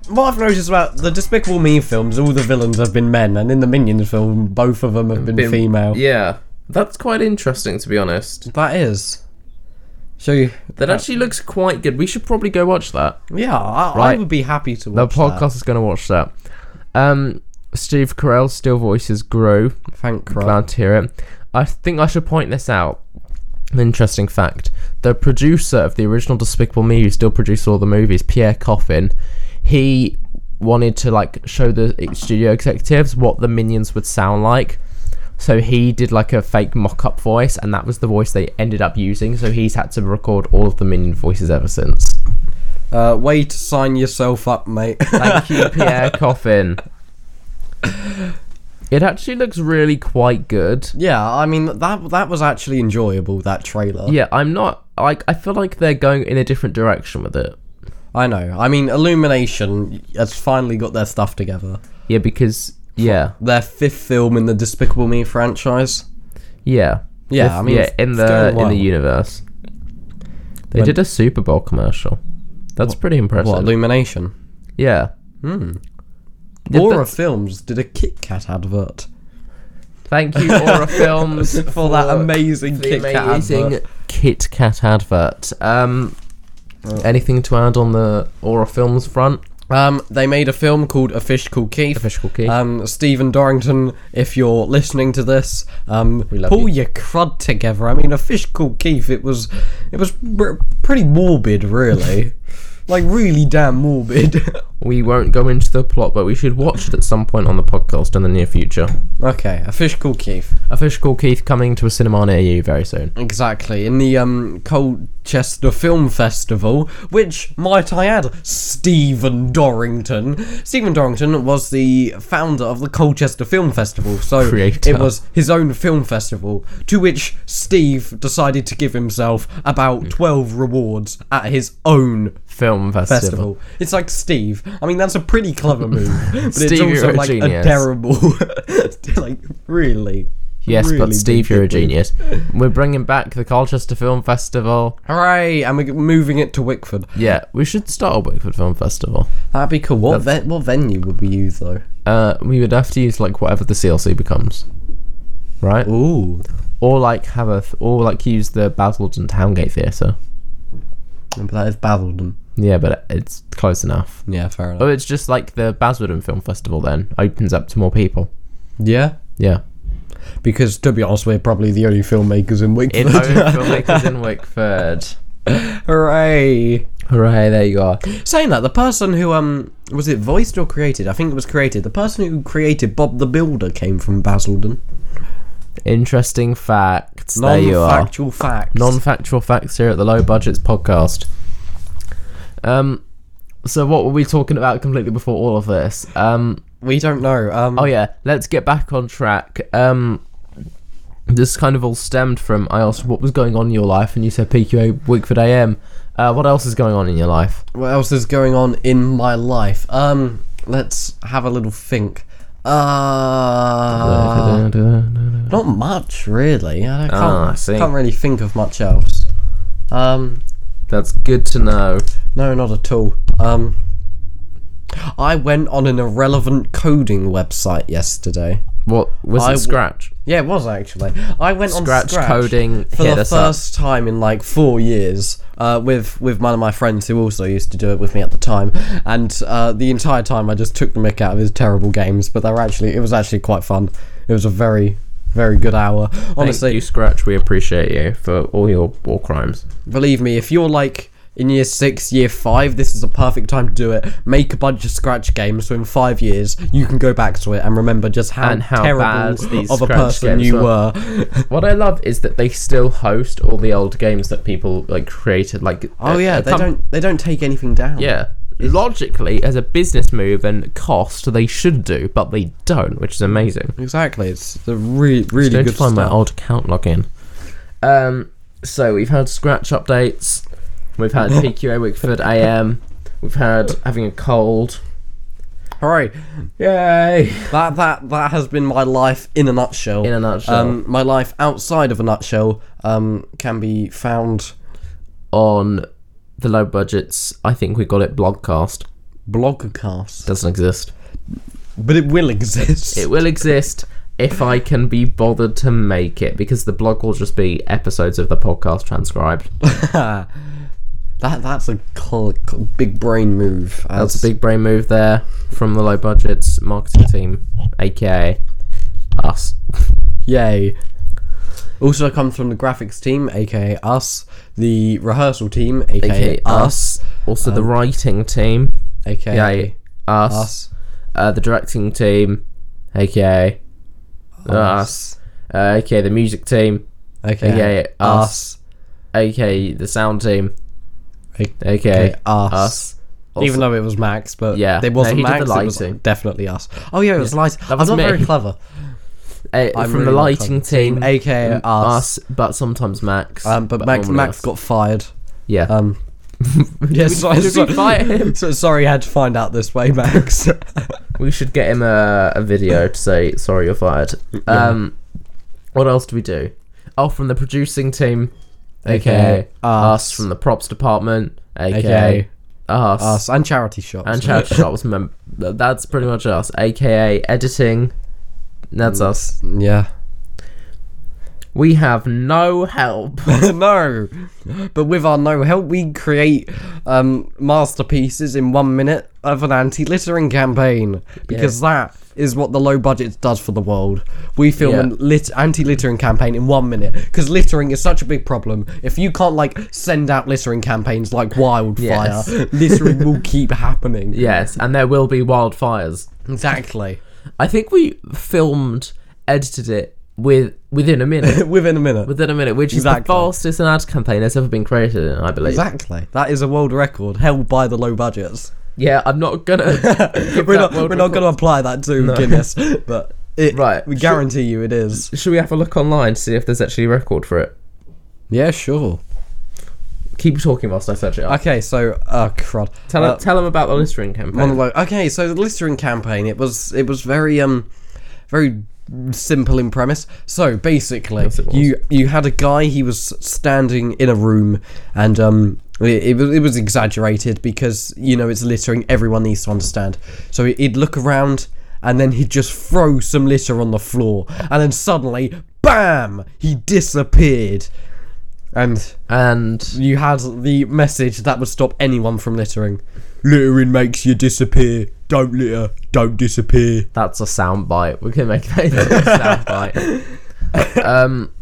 S1: what I've noticed about the Despicable Me films, all the villains have been men, and in the Minions film, both of them have been,
S2: Been-
S1: female.
S2: Yeah, that's quite interesting to be honest.
S1: That is. Show you.
S2: That actually looks quite good. We should probably go watch that.
S1: Yeah, I, I
S2: Right.
S1: would be happy to
S2: The
S1: watch
S2: podcast is going to watch that. Um, Steve Carell still voices Grow.
S1: that. Thank
S2: Glad to hear it. I think I should point this out. An interesting fact: the producer of the original Despicable Me, who still produced all the movies, Pierre Coffin, he wanted to like show the studio executives what the minions would sound like. So he did like a fake mock-up voice, and that was the voice they ended up using. So he's had to record all of the minion voices ever since.
S1: Uh, way to sign yourself up, mate.
S2: Thank you, Pierre Coffin. It actually looks really quite good.
S1: yeah, I mean that that was actually enjoyable. That trailer.
S2: Yeah, I'm not like I feel like they're going in a different direction with it.
S1: I know. I mean, Illumination has finally got their stuff together.
S2: Yeah, because yeah,
S1: Their fifth film in the Despicable Me franchise.
S2: yeah,
S1: Yeah, I mean,
S2: yeah,
S1: it's-
S2: in
S1: it's
S2: the
S1: going
S2: in
S1: well.
S2: the universe, they
S1: When-
S2: did a Super Bowl commercial. That's pretty impressive.
S1: What Illumination?
S2: yeah, Yeah,
S1: Aura
S2: that's-
S1: Films did a Kit Kat advert
S2: thank you, Aura Films,
S1: for, that amazing
S2: the
S1: Kit Kat
S2: amazing
S1: advert.
S2: Kit Kat advert. Um,
S1: Oh.
S2: anything to add on the Aura Films front?
S1: Um, they made a film called A Fish Called Keith.
S2: A Fish Called Keith.
S1: Um, Stephen Dorrington, if you're listening to this, um,
S2: love
S1: pull your crud together. I mean, A Fish Called Keith. It was, it was pr- pretty morbid, really. like really damn morbid.
S2: We won't go into the plot, but we should watch it at some point on the podcast in the near future.
S1: okay, A Fish Called Keith.
S2: A Fish Called Keith coming to a cinema near you very soon.
S1: Exactly. In the um, Colchester Film Festival, which, might I add, Stephen Dorrington. Stephen Dorrington was the founder of the Colchester Film Festival, so
S2: Creator.
S1: it was his own film festival, to which Steve decided to give himself
S2: Hmm.
S1: about 12 rewards at his own
S2: Film festival.
S1: festival. It's like Steve. I mean, that's a pretty clever move, but it's
S2: Steve, you're a
S1: also like a
S2: genius.
S1: terrible. like, really.
S2: Yes,
S1: really
S2: but Steve, you're a
S1: wicked move.
S2: genius. We're bringing back the Colchester Film Festival.
S1: Hooray! And we're moving it to Wickford.
S2: Yeah, we should start a Wickford Film Festival.
S1: That'd be cool. What ve- what venue would we use though?
S2: Uh, we would have to use like whatever the CLC becomes, right?
S1: Ooh,
S2: Or like have a th- or like use the Basildon Towngate Theatre.
S1: but that is Basildon.
S2: Yeah, but it's close enough.
S1: Yeah, fair enough.
S2: Oh, it's just like the Basildon Film Festival then opens up to more people.
S1: yeah,
S2: Yeah,
S1: because to be honest, we're probably the only filmmakers in
S2: in
S1: Wickford.
S2: filmmakers in Wickford.
S1: Hooray!
S2: Hooray! There you are.
S1: Saying that, the person who um was it voiced or created? I think it was created. The person who created Bob the Builder came from Basildon.
S2: Interesting facts. there you are.
S1: Non-factual facts.
S2: non-factual facts here at the Low Budgets podcast. Um, so what were we talking about completely before all of this? Um,
S1: we don't know. Um,
S2: oh yeah, let's get back on track. Um, this kind of all stemmed from I asked what was going on in your life, and you said PQA Wickford AM. Uh, what else is going on in your life?
S1: what else is going on in my life? Um, let's have a little think. Uh, Not much, really. I don't- can't,
S2: Ah, I see.
S1: can't really think of much else. Um,
S2: That's good to know.
S1: no, not at all. Um, I went on an irrelevant coding website yesterday.
S2: What was
S1: I
S2: it?
S1: w-
S2: Scratch.
S1: Yeah, it was actually. I went on
S2: Scratch
S1: Scratch
S2: coding,
S1: for
S2: hit
S1: the
S2: us up.
S1: first time in like four years uh, with with one of my friends who also used to do it with me at the time. And uh, the entire time, I just took the mick out of his terrible games, but they were actually it was actually quite fun. It was a very very good hour. Honestly,
S2: Thank you, Scratch. We appreciate you for all your war crimes.
S1: believe me, if you're like in year six, year five, this is a perfect time to do it. Make a bunch of scratch games so in five years you can go back to it and remember just how,
S2: And how bad
S1: terrible
S2: these
S1: of a
S2: scratch
S1: person
S2: games
S1: you
S2: were.
S1: were.
S2: What I love is that they still host all the old games that people like created. Like
S1: Oh
S2: a-
S1: yeah,
S2: a
S1: they
S2: com-
S1: don't they don't take anything down.
S2: Yeah, logically, as a business move and cost, they should do, but they don't, which is amazing.
S1: exactly. It's the really really
S2: Don't
S1: good
S2: find
S1: stuff.
S2: my old account login. Um, so we've had scratch updates. We've had PQA Wickford AM. We've had having a cold.
S1: Hooray!
S2: Yay!
S1: That that that has been my life in a nutshell.
S2: In a nutshell.
S1: Um, my life outside of a nutshell um can be found.
S2: On the low budgets, I think we got it blogcast.
S1: Blogcast.
S2: Doesn't exist.
S1: But it will exist.
S2: It will exist if I can be bothered to make it, because the blog will just be episodes of the podcast transcribed.
S1: that that's a col- col- big brain move.
S2: That's a big brain move there from the low budgets marketing team, aka us.
S1: Yay. Also comes from the graphics team, aka us, the rehearsal team, aka,
S2: aka us. Also
S1: Um,
S2: the writing team,
S1: aka
S2: aka us.
S1: us,
S2: Uh, the directing team, aka us. Uh, aka the music team,
S1: aka,
S2: aka
S1: us,
S2: us. aka the sound team,
S1: aka,
S2: aka
S1: us.
S2: us.
S1: Even though it was Max, but
S2: Yeah.
S1: it wasn't
S2: No, he did
S1: Max.
S2: the
S1: It was
S2: lighting.
S1: definitely us. Oh yeah, it was lights. I'm
S2: was
S1: not
S2: me.
S1: very clever.
S2: Uh,
S1: I'm
S2: from
S1: really
S2: the
S1: not
S2: lighting
S1: clever. Team,
S2: team,
S1: aka
S2: and
S1: us.
S2: but sometimes Max.
S1: Um, but Max,
S2: Mm, normally
S1: Max
S2: us.
S1: got fired.
S2: yeah.
S1: Um, yeah, so,
S2: did we fire him?
S1: so sorry, I had to find out this way, Max.
S2: we should get him a, a video to say sorry you're fired. Um, what else do we do? Oh, from the producing team, aka
S1: AKA
S2: us.
S1: us.
S2: From the props department, aka,
S1: AKA
S2: us.
S1: us and charity shops.
S2: And charity shops. Mem- that's pretty much us. Aka editing. That's
S1: Mm.
S2: us.
S1: yeah.
S2: We have no help.
S1: no. But with our no help, we create um, masterpieces in one minute of an anti littering campaign. Because that is what the low budget does for the world. We film
S2: Yeah.
S1: an lit- anti littering campaign in one minute. Because littering is such a big problem. If you can't, like, send out littering campaigns like wildfire,
S2: Yes.
S1: littering will keep happening.
S2: yes, and there will be wildfires.
S1: Exactly.
S2: I think we filmed, edited it with within a minute.
S1: Within a minute.
S2: within a minute, which is
S1: Exactly.
S2: the fastest an ad campaign that's ever been created, I believe.
S1: Exactly. That is a world record held by the low budgets.
S2: Yeah, I'm not gonna. give
S1: We're
S2: that
S1: not,
S2: world
S1: we're not
S2: record.
S1: going to apply that to Guinness, but it,
S2: Right.
S1: we guarantee you it is.
S2: Should we have a look online to see if there's actually a record for it?
S1: Yeah, sure.
S2: Keep talking whilst I search it up.
S1: Okay, so uh, crud.
S2: tell,
S1: uh,
S2: tell them about the littering
S1: on the
S2: campaign.
S1: low. Okay, so the littering campaign. It was it was very um very simple in premise. So basically,
S2: Yes, it was.
S1: you you had a guy. He was standing in a room, and um. It, it, was, it was exaggerated because you know it's littering everyone needs to understand so he- he'd look around and then he'd just throw some litter on the floor and then suddenly bam he disappeared and
S2: And
S1: you had the message that would stop anyone from littering. Littering makes you disappear. Don't litter. Don't disappear.
S2: that's a soundbite. We can make that into a soundbite. um,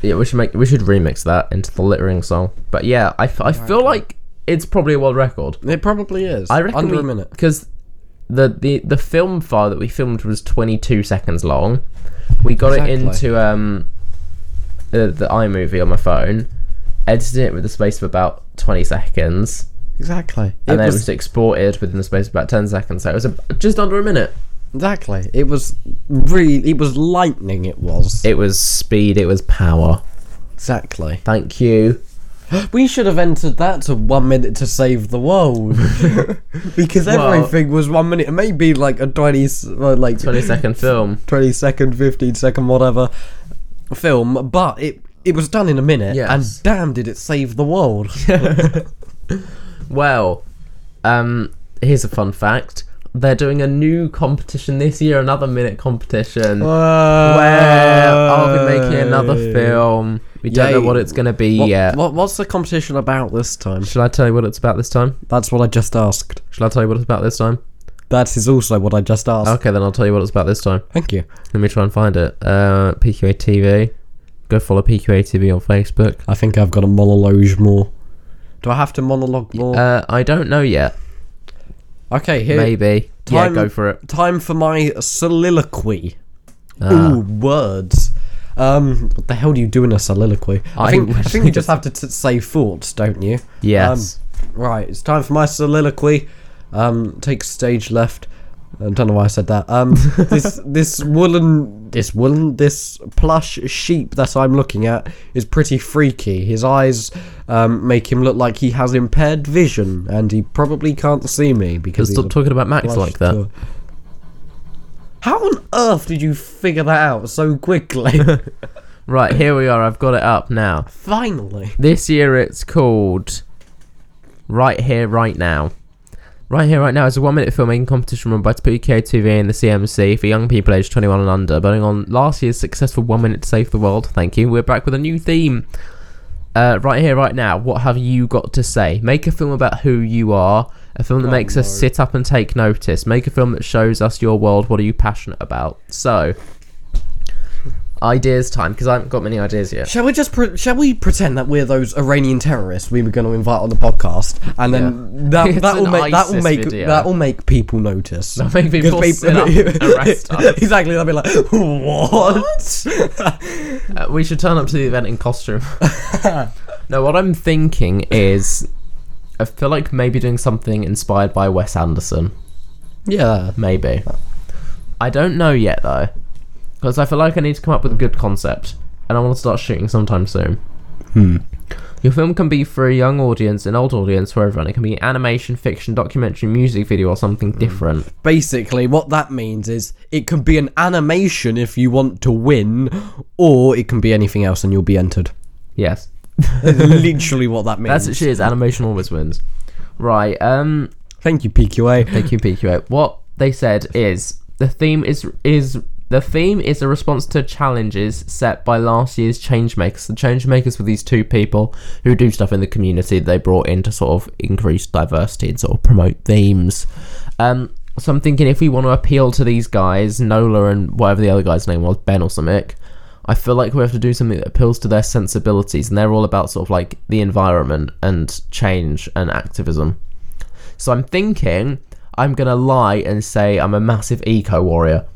S2: yeah, we should make we should remix that into the littering song. But yeah, I, f- I feel like it's probably a world record.
S1: It probably is.
S2: I reckon
S1: under
S2: we,
S1: a minute.
S2: because the, the the film file that we filmed was 22 seconds long. We got it
S1: Exactly.
S2: into um the, the iMovie on my phone, edited it with the space of about 20 seconds,
S1: Exactly. It
S2: and then
S1: was,
S2: it was exported within the space of about 10 seconds. So it was a, just under a minute.
S1: exactly. It was really. It was lightning. It was
S2: It was speed. It was power.
S1: exactly.
S2: Thank you.
S1: We should have entered that to one minute to save the world, because
S2: Well-
S1: everything was one minute. Maybe like a twenty, s- well, like
S2: 20 second film.
S1: 20 second, 15 second, whatever film, but it it was done in a minute,
S2: Yes.
S1: and damn, did it save the world.
S2: Well, um, here's a fun fact. They're doing a new competition this year, another minute competition.
S1: Oh.
S2: where I'll be making another film. We don't know
S1: Yay.
S2: what it's going to be
S1: What,
S2: yet.
S1: what, what's the competition about this time?
S2: Shall I tell you what it's about this time?
S1: That's what I just asked.
S2: Shall I tell you what it's about this time?
S1: That is also what I just asked.
S2: Okay, then I'll tell you what it's about this time.
S1: Thank you.
S2: Let me try and find it. Uh, PQA TV. Go follow PQA TV on Facebook.
S1: I think I've got a monologue more. Do I have to monologue more?
S2: Uh, I don't know yet.
S1: okay, here.
S2: Maybe.
S1: Time-
S2: yeah, go for it.
S1: Time for my soliloquy.
S2: Ah.
S1: Ooh, words. Um, what the hell do you do in a soliloquy? I,
S2: I
S1: think, I
S2: wish
S1: think
S2: we
S1: you just have to t- say thoughts, don't you?
S2: Yes.
S1: Um, right, it's time for my soliloquy. Um, take stage left. I don't know why I said that. Um, this this woolen this woolen this plush sheep that I'm looking at is pretty freaky. His eyes um, make him look like he has impaired vision, and he probably can't see me because he's
S2: Stop
S1: a
S2: talking about Max
S1: plush
S2: like that.
S1: toy. How on earth did you figure that out so quickly?
S2: Right, here we are. I've got it up now.
S1: Finally.
S2: This year it's called Right Here, Right Now. Right here, right now, is a one-minute filmmaking competition run by Topeka TV and the CMC for young people aged 21 and under, building on last year's successful One Minute to Save the World. Thank you. We're back with a new theme. Uh, right here, right now, what have you got to say? Make a film about who you are, a film that makes us sit up and take notice. Make a film that shows us your world. What are you passionate about? So, ideas time, because I haven't got many ideas yet.
S1: Shall we just pre- shall we pretend that we're those Iranian terrorists we were going to invite on the podcast, and then
S2: It's
S1: that that will
S2: an
S1: make that will
S2: ISIS
S1: make
S2: video.
S1: that will make people notice. That
S2: make people sit up and arrest us.
S1: exactly, they'll be like, what?
S2: Uh, we should turn up to the event in costume. no, what I'm thinking is, I feel like maybe doing something inspired by Wes Anderson.
S1: yeah,
S2: Maybe. I don't know yet though, because I feel like I need to come up with a good concept, and I want to start shooting sometime soon. Hmm. Your film can be for a young audience, an old audience, for everyone. It can be animation, fiction, documentary, music video, or something different.
S1: basically, what that means is it can be an animation if you want to win, or it can be anything else, and you'll be entered.
S2: Yes.
S1: That's literally what that means.
S2: That's it, she is. Animation always wins. Right, um,
S1: Thank you, PQA.
S2: Thank you, PQA. What they said is the theme is is the theme is a response to challenges set by last year's changemakers. The changemakers were these two people who do stuff in the community that they brought in to sort of increase diversity and sort of promote themes. Um, so I'm thinking if we want to appeal to these guys, Nola and whatever the other guy's name was, Ben or something, I feel like we have to do something that appeals to their sensibilities, and they're all about sort of like the environment and change and activism. So I'm thinking I'm gonna lie and say I'm a massive eco warrior.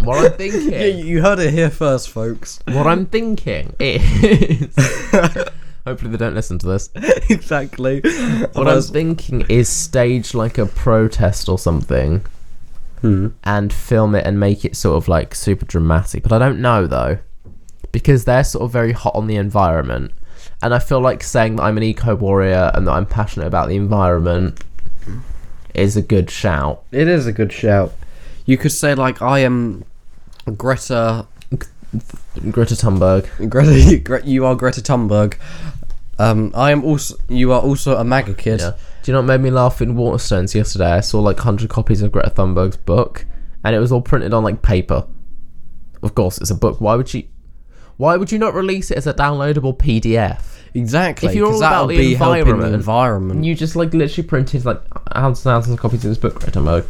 S2: what I'm thinking,
S1: You heard it here first, folks.
S2: what I'm thinking is, hopefully they don't listen to this.
S1: exactly.
S2: What I'm thinking is stage like a protest or something, and film it and make it sort of like super dramatic. But I don't know though, because they're sort of very hot on the environment, and I feel like saying that I'm an eco warrior and that I'm passionate about the environment is a good shout.
S1: It is a good shout. You could say like I am Greta.
S2: Greta Thunberg.
S1: Greta, Gre- you are Greta Thunberg. Um, I am also. You are also a MAGA kid.
S2: Do you know what made me laugh in Waterstones yesterday? I saw like 100 copies of Greta Thunberg's book, and it was all printed on like paper. Of course, it's a book. Why would she? Why would you not release it as a downloadable PDF?
S1: Exactly.
S2: If you're
S1: 'cause
S2: all
S1: that'll
S2: about the
S1: be helping
S2: environment-
S1: the environment.
S2: You just like literally printed like thousands and thousands of copies of this book, Greta Thunberg.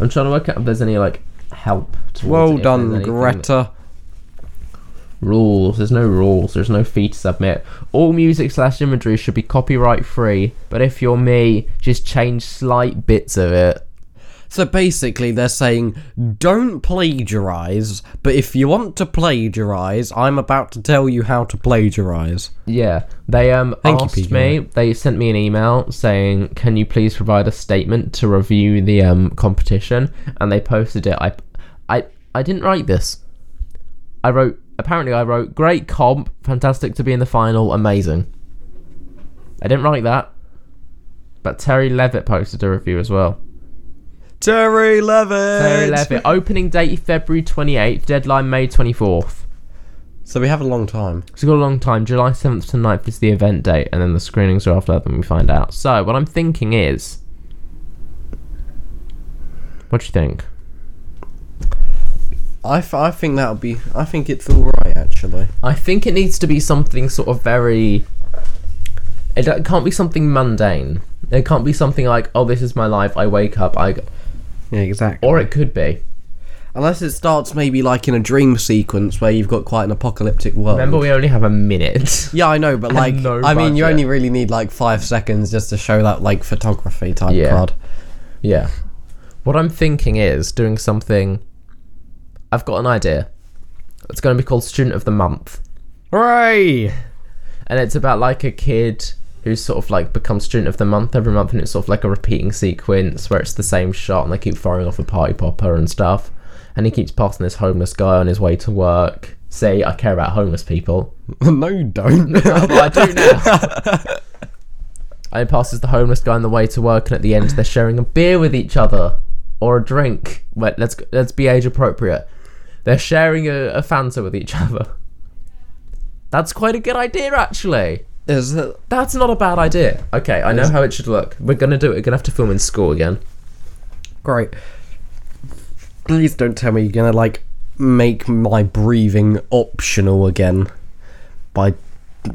S2: I'm trying to work out if there's any like help. towards it,
S1: well
S2: if there's
S1: done,
S2: anything
S1: Greta.
S2: rules. There's no rules. There's no fee to submit. All music slash imagery should be copyright free. But if you're me, just change slight bits of it.
S1: So basically, they're saying don't plagiarize, but if you want to plagiarize, I'm about to tell you how to plagiarize.
S2: Yeah, they um
S1: Thank you,
S2: asked
S1: PJ.
S2: me. They sent me an email saying, "Can you please provide a statement to review the um competition?" And they posted it. I, I, I didn't write this. I wrote. Apparently, I wrote great comp, fantastic to be in the final, amazing. I didn't write that, but Terry Levitt posted a review as well.
S1: Terry Levitt.
S2: Terry Levitt, opening date February twenty eighth, deadline May twenty fourth.
S1: So we have a long time.
S2: It's got a long time. July 7th to 9th is the event date, and then the screenings are after that, then we find out. So, what I'm thinking is. What do you think?
S1: I, f- I think that'll be. I think it's all right actually.
S2: I think it needs to be something sort of very. It don't- can't be something mundane. It can't be something like, oh, this is my life, I wake up, I. go-"
S1: Yeah, exactly.
S2: Or it could be.
S1: Unless it starts maybe like in a dream sequence where you've got quite an apocalyptic world.
S2: Remember, we only have a minute.
S1: yeah, I know, but like,
S2: no
S1: I mean, you
S2: budget.
S1: only really need like five seconds just to show that like photography type
S2: Yeah.
S1: card.
S2: Yeah. What I'm thinking is doing something. I've got an idea. It's going to be called Student of the Month.
S1: Hooray!
S2: and it's about like a kid who's sort of like becomes student of the month every month and it's sort of like a repeating sequence where it's the same shot and they keep firing off a party popper and stuff and he keeps passing this homeless guy on his way to work say i care about homeless people
S1: no, you don't.
S2: Oh, well, i do now and he passes the homeless guy on the way to work and at the end they're sharing a beer with each other or a drink Wait, let's let's be age appropriate they're sharing a, a fanta with each other that's quite a good idea actually
S1: is that
S2: That's not a bad idea. Okay, I know how it should look. We're gonna do it. We're gonna have to film in school again.
S1: great? Please don't tell me you're gonna like make my breathing optional again by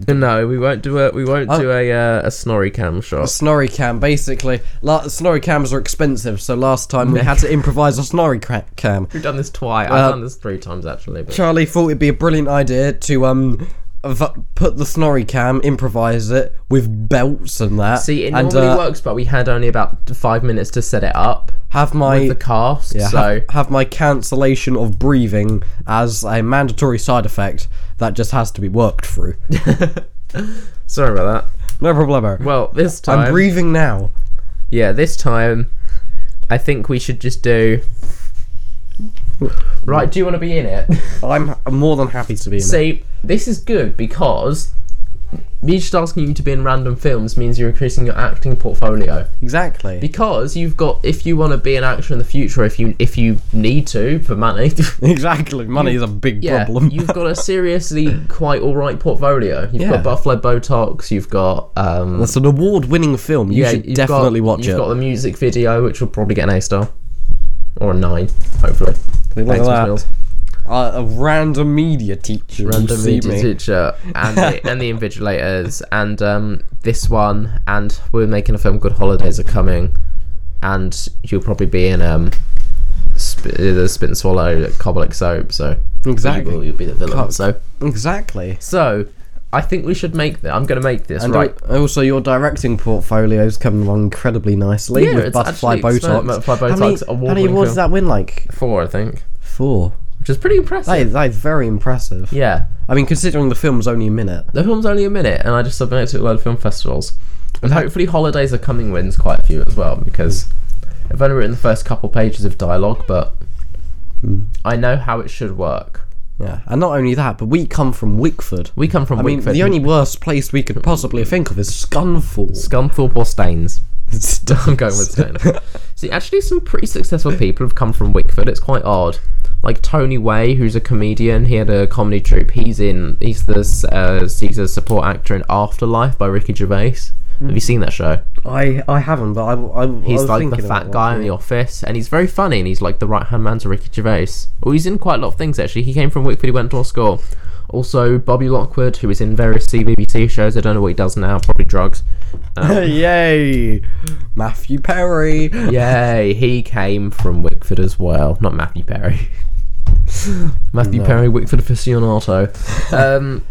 S2: No, we won't do a we won't do a uh, a snorri cam shot.
S1: snorri cam. Basically, la- snorri cams are expensive, so last time we had to improvise a snorri cra- cam.
S2: We've done this twice. I've done this three times actually. But
S1: Charlie thought it'd be a brilliant idea to um v- put the snorri cam, improvise it with belts and that.
S2: see, it
S1: and
S2: normally
S1: uh,
S2: works, but we had only about five minutes to set it up.
S1: have my
S2: The cast.
S1: yeah,
S2: so
S1: have, have my cancellation of breathing as a mandatory side effect that just has to be worked through.
S2: sorry about that.
S1: No problemo.
S2: Well, this time.
S1: I'm breathing now.
S2: yeah, this time. I think we should just do. Right, do you want to be in it?
S1: I'm I'm more than happy to be in. it.
S2: See, this is good because me just asking you to be in random films means you're increasing your acting portfolio.
S1: Exactly.
S2: Because you've got, if you want to be an actor in the future, if you if you need to for money,
S1: exactly. Money is a big
S2: yeah,
S1: problem.
S2: you've got a seriously quite all right portfolio. You've
S1: Yeah.
S2: got Buffalo Botox. You've got um,
S1: That's an award-winning film. You
S2: yeah,
S1: should
S2: you've
S1: definitely
S2: got,
S1: watch
S2: You've
S1: it.
S2: got the music video, which will probably get an A star or a nine, hopefully.
S1: Look at
S2: Thanks, Miss
S1: that.
S2: Mills.
S1: Uh, a random media teacher. will
S2: random
S1: see
S2: media
S1: me.
S2: teacher and the, and the invigilators and um, this one and we're making a film called holidays are coming and you'll probably be in um sp- uh, the spit and swallow cobblick soap so
S1: Exactly.
S2: you will, you'll be the villain
S1: Cob-
S2: so
S1: Exactly.
S2: so i think we should make that i'm gonna make this
S1: And
S2: right
S1: al- also, your directing portfolio's coming along incredibly nicely
S2: Yeah,
S1: with
S2: it's
S1: Butterfly
S2: actually- it's not
S1: Botox.
S2: Butterfly
S1: how many,
S2: Botox,
S1: how many
S2: award-winning
S1: awards
S2: film.
S1: did that win? Like
S2: four i think
S1: four.
S2: which is pretty impressive
S1: That is, that is very impressive.
S2: yeah
S1: I mean, considering the film's only a minute.
S2: the film's only a minute and i just submitted to a lot of film festivals and hopefully holidays are coming wins quite a few as well because i've only written the first couple pages of dialogue but
S1: Hmm.
S2: i know how it should work
S1: Yeah, and not only that, but we come from Wickford.
S2: we come from
S1: I mean,
S2: Wickford,
S1: the only worst place we could possibly think of is Scunthorpe.
S2: scunthorpe or staines i'm going with staines see actually some pretty successful people have come from wickford it's quite odd like tony way who's a comedian he had a comedy troupe he's in he's the uh, caesar support actor in afterlife by ricky gervais have
S1: Hmm.
S2: you seen that show
S1: I I haven't, but I, I,
S2: He's
S1: I was
S2: like the
S1: thinking
S2: fat
S1: about
S2: guy in
S1: watching
S2: the office, and he's very funny, and he's like the right hand man to Ricky Gervais. Well, he's in quite a lot of things actually. He came from Wickford, he went to our school. Also, Bobby Lockwood, who is in various CBBC shows. I don't know what he does now, probably drugs. Um,
S1: it. Yay, Matthew Perry.
S2: Yay, he came from Wickford as well, not Matthew Perry. Matthew Perry, Wickford aficionado. Um,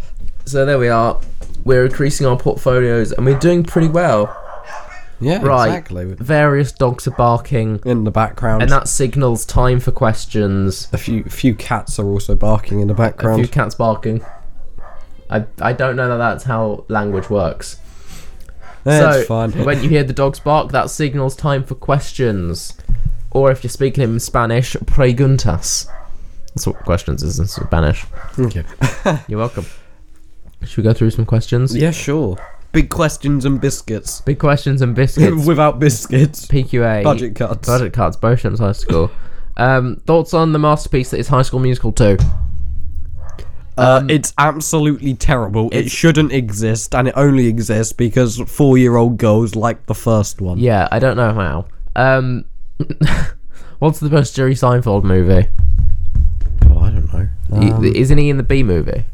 S2: so there we are. We're increasing our portfolios, and we're doing pretty well.
S1: Yeah,
S2: Right.
S1: exactly.
S2: Various dogs are barking,
S1: In the background,
S2: and that signals time for questions.
S1: a few few cats are also barking in the background.
S2: few cats barking. I, I don't know that that's how language works.
S1: That's
S2: so
S1: fine.
S2: when you hear the dogs bark, that signals time for questions. Or if you're speaking in Spanish, preguntas. That's what questions is in Spanish.
S1: Okay.
S2: You're welcome. Should we go through some questions?
S1: yeah, sure. Big questions and biscuits.
S2: Big questions and biscuits.
S1: Without biscuits.
S2: PQA.
S1: Budget cuts.
S2: Budget cuts. Beauchamp's High School. Um, thoughts on the masterpiece that is High School Musical 2?
S1: Uh, it's absolutely terrible. It shouldn't exist, and it only exists because four-year-old girls like the first one.
S2: Yeah, I don't know how. Um, what's the best Jerry Seinfeld movie?
S1: Oh, I don't know.
S2: He- Isn't he in the B movie?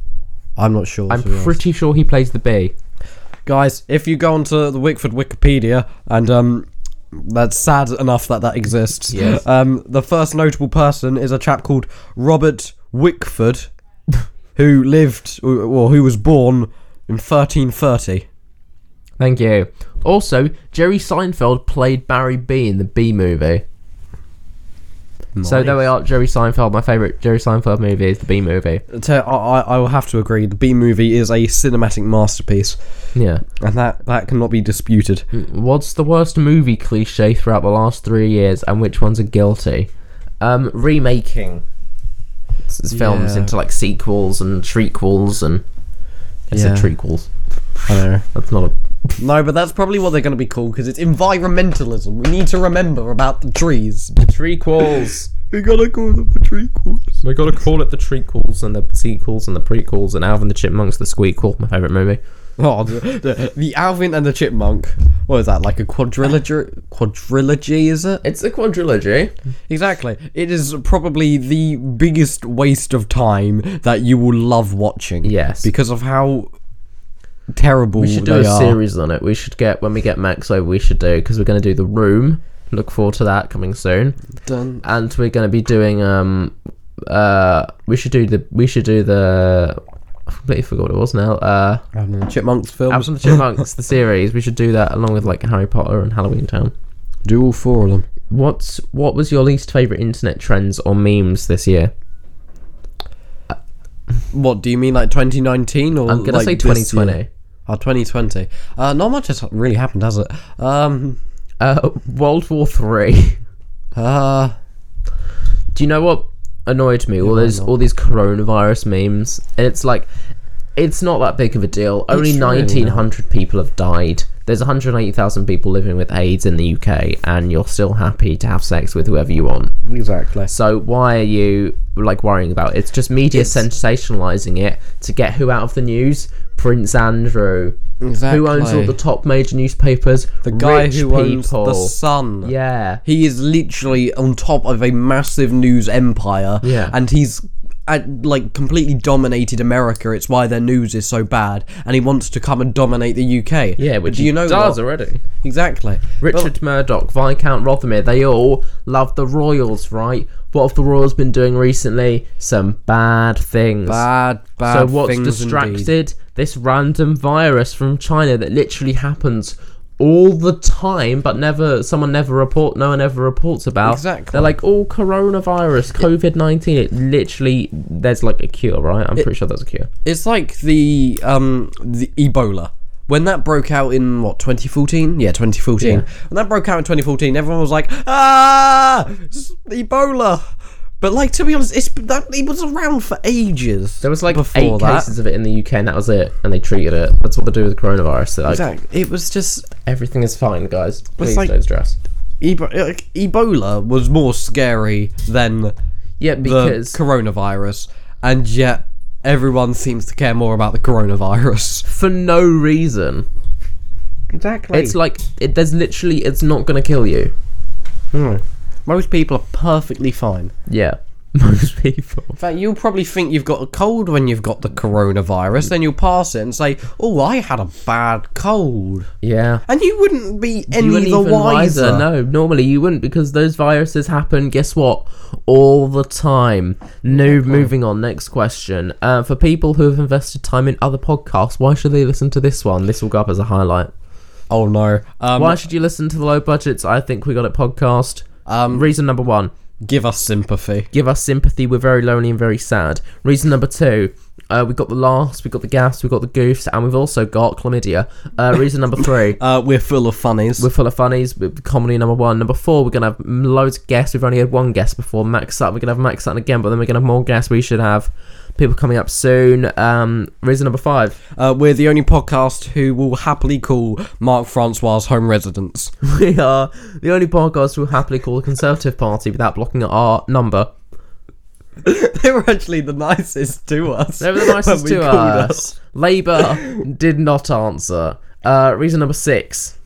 S1: I'm not sure.
S2: Um, I'm
S1: to be honest.
S2: pretty sure he plays the B.
S1: Guys, if you go onto the Wickford Wikipedia, and um, that's sad enough that that exists.
S2: Yes.
S1: Um, the first notable person is a chap called Robert Wickford, who lived or who was born in 1330.
S2: Thank you. Also, Jerry Seinfeld played Barry B in the B movie. So there we are, Jerry Seinfeld. My favorite Jerry Seinfeld movie is the B movie.
S1: Te- I, I I will have to agree. The B movie is a cinematic masterpiece,
S2: Yeah.
S1: and that that cannot be disputed.
S2: What's the worst movie cliche throughout the last three years, and which ones are guilty? Um, remaking s- s- films
S1: Yeah.
S2: into like sequels and trequels and. I said
S1: Yeah.
S2: trequels.
S1: I know.
S2: That's not a
S1: No, but that's probably what they're going to be called because it's environmentalism. We need to remember about the trees.
S2: trequels.
S1: We gotta call them the tree quarters.
S2: We gotta call it the trequels and the sequels and the prequels and Alvin the Chipmunks, the squeakquel, my favourite movie.
S1: Oh, the, the, the Alvin and the Chipmunk. What is that? Like a quadrilogy? Quadrilogy, is it?
S2: It's a quadrilogy.
S1: Exactly. It is probably the biggest waste of time that you will love watching.
S2: Yes.
S1: Because of how terrible
S2: We should do
S1: they
S2: a
S1: are.
S2: series on it. We should get when we get Max over. We should do because we're going to do the room. Look forward to that coming soon.
S1: Dun-
S2: and we're going to be doing um uh we should do the we should do the I completely forgot what it was now uh
S1: Alvin and the Chipmunks films.
S2: Alvin and the Chipmunks the series we should do that along with like Harry Potter and Halloween Town.
S1: Do all four of them.
S2: What's what was your least favorite internet trends or memes this year?
S1: What do you mean, like 2019 or
S2: I'm gonna
S1: like
S2: say
S1: this
S2: 2020.
S1: year? Oh, 2020. Uh, not much has really happened, has it? Um,
S2: Uh, World War Three.
S1: uh,
S2: do you know what annoyed me? All those
S1: not?
S2: all these coronavirus memes. It's like it's not that big of a deal. Only
S1: really not.
S2: 1900 people have died. There's 180,000 people living with AIDS in the UK and you're still happy to have sex with whoever you want.
S1: exactly.
S2: So why are you like worrying about it? It's just media sensationalizing it to get who out of the news? Prince Andrew. Who owns all
S1: Exactly.
S2: the top major newspapers?
S1: The guy
S2: Rich
S1: who owns
S2: people.
S1: the Sun.
S2: Yeah.
S1: He is literally on top of a massive news empire.
S2: Yeah.
S1: And he's at, like completely dominated America. It's why their news is so bad. And he wants to come and dominate the UK.
S2: Yeah,
S1: But
S2: which
S1: do
S2: he
S1: you know
S2: does
S1: what?
S2: already.
S1: Exactly.
S2: Richard Murdoch, Viscount Rothermere, they all love the Royals, right? What have the Royals been doing recently? Some bad things.
S1: Bad, bad
S2: so what's
S1: things
S2: distracted?
S1: indeed.
S2: This random virus from China that literally happens all the time, but never someone never report, no one ever reports about.
S1: Exactly.
S2: They're like, oh, coronavirus, COVID nineteen. It literally, there's like a cure, right? I'm pretty sure there's a cure.
S1: It's like the um the Ebola. When that broke out in what 2014? Yeah, 2014.
S2: Yeah.
S1: When that broke out in 2014, everyone was like, "Ah, s- Ebola." But like to be honest, it's that it was around for ages.
S2: There was like
S1: before
S2: eight
S1: that.
S2: cases of it in the UK, and that was it. And they treated it. That's what they do with coronavirus. They're like,
S1: Exactly. It was just
S2: Everything is fine, guys. Please
S1: like-
S2: don't stress.
S1: Ebo- like, Ebola was more scary than
S2: Yeah,
S1: the
S2: because
S1: coronavirus, and yet everyone seems to care more about the coronavirus.
S2: for no reason,
S1: Exactly.
S2: it's like it, there's literally it's not gonna kill you.
S1: most people are perfectly fine.
S2: Yeah, most people.
S1: In fact, you'll probably think you've got a cold when you've got the coronavirus, then you'll pass it and say, "Oh, I had a bad cold,"
S2: Yeah,
S1: and you wouldn't be any
S2: you
S1: the
S2: wouldn't even
S1: wiser.
S2: No, normally you wouldn't because those viruses happen. Guess what? All the time. No, moving on. Next question. Uh, for people who have invested time in other podcasts, why should they listen to this one? This will go up as a highlight.
S1: Oh no! Um,
S2: Why should you listen to the low budgets? I think we got it podcast. Um, Reason number one.
S1: give us sympathy.
S2: give us sympathy. We're very lonely and very sad. Reason number two, uh, we got the laughs, we got the gas, we got the goofs, and we've also got chlamydia. Uh, reason number three.
S1: Uh, we're full of funnies.
S2: We're full of funnies. with Comedy number one. Number four, we're gonna have mm, loads of guests. We've only had one guest before. Max Sutton. We're gonna have Max Sutton again, but then we're gonna have more guests. We should have people coming up soon. Um, reason number five.
S1: Uh, we're the only podcast who will happily call Mark Francois's home residence.
S2: We are the only podcast who will happily call the Conservative Party without blocking our number.
S1: they were actually the nicest to us.
S2: They were the nicest
S1: when we
S2: to
S1: called
S2: us. Labour did not answer. Uh, reason number six.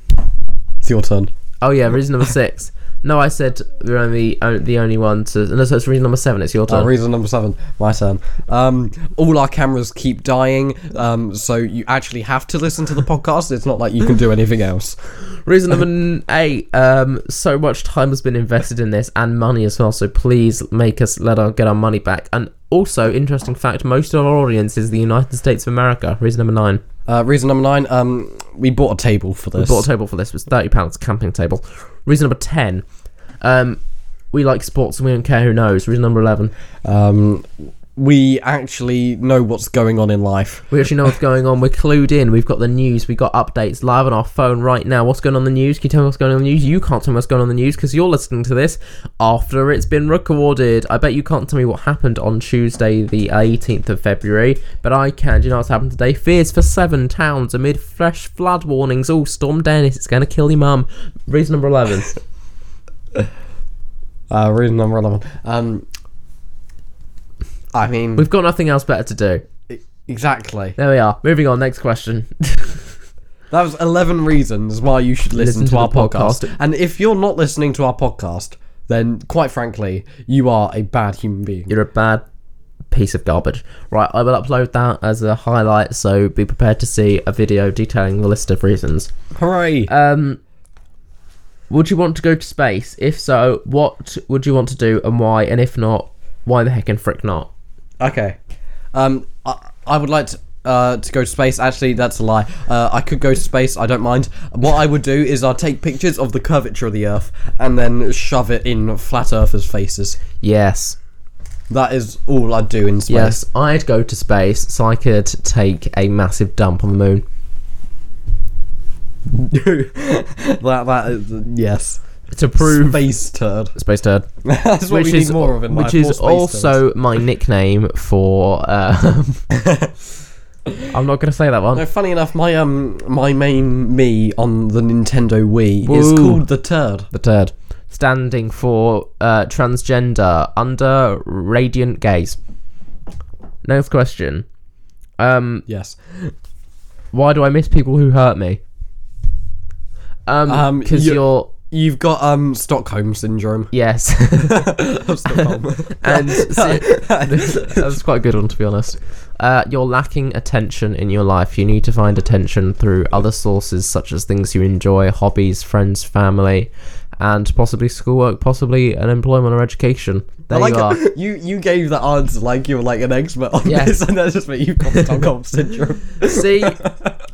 S1: It's your turn.
S2: Oh yeah, reason number six. No, I said we're only on- the only one to. No, so it's reason number seven. It's your
S1: Uh,
S2: turn.
S1: reason number seven, my turn. Um, all our cameras keep dying, um, so you actually have to listen to the podcast. It's not like you can do anything else.
S2: reason number n- eight. Um, so much time has been invested in this and money as well. So please make us let our get our money back. And also, interesting fact: most of our audience is the United States of America. Reason number nine.
S1: Uh, reason number nine, um, we bought a table for this.
S2: bought a table for this. It was thirty pounds camping table. Reason number ten. Um, we like sports and we don't care who knows. Reason number eleven.
S1: um, we actually know what's going on in life.
S2: We actually know what's going on. We're clued in. We've got the news. We've got updates live on our phone right now. What's going on in the news? Can you tell me what's going on in the news? You can't tell me what's going on in the news because you're listening to this after it's been recorded. I bet you can't tell me what happened on Tuesday, the 18th of February, but I can. Do you know what's happened today? Fears for seven towns amid fresh flood warnings. Oh, Storm Dennis, it's going to kill your mum. Reason number 11.
S1: Uh, reason number eleven. Um, I mean,
S2: We've got nothing else better to do.
S1: Exactly.
S2: There we are. Moving on. Next question.
S1: That was 11 reasons why you should listen,
S2: Listen
S1: to,
S2: to
S1: our
S2: the
S1: podcast.
S2: podcast.
S1: And if you're not listening to our podcast, then quite frankly, you are a bad human being.
S2: You're a bad piece of garbage. Right. I will upload that as a highlight, so be prepared to see a video detailing the list of reasons.
S1: Hooray!
S2: Um, would you want to go to space? If so, what would you want to do and why? And if not, why the heck and frick not?
S1: okay. Um, I, I would like to. Uh, to go to space. Actually, that's a lie. Uh, I could go to space. I don't mind. What I would do is I'd take pictures of the curvature of the Earth and then shove it in flat Earthers' faces.
S2: Yes.
S1: That is all I'd do in space.
S2: Yes, I'd go to space so I could take a massive dump on the moon.
S1: that that is, yes.
S2: To prove
S1: Space turd.
S2: space turd.
S1: That's what
S2: which
S1: we
S2: is
S1: need more of in life.
S2: which
S1: more
S2: is
S1: space turds.
S2: also my nickname for. Uh, I'm not going to say that one.
S1: No, funny enough, my um my main me on the Nintendo Wii is
S2: Woo.
S1: called the turd.
S2: The turd, standing for uh, transgender under radiant gaze. Next question. Um,
S1: Yes.
S2: why do I miss people who hurt me? Um,
S1: Um,
S2: because
S1: you-
S2: you're
S1: You've got um Stockholm syndrome.
S2: yes.
S1: Of Stockholm.
S2: and si- that was quite a good one to be honest. Uh, you're lacking attention in your life. You need to find attention through other sources such as things you enjoy, hobbies, friends, family, and possibly schoolwork, possibly an employment or education. There
S1: I like
S2: you are.
S1: how you you gave the answer like you were like an expert on
S2: Yeah.
S1: this, and that's just what you've got Stockholm syndrome.
S2: See,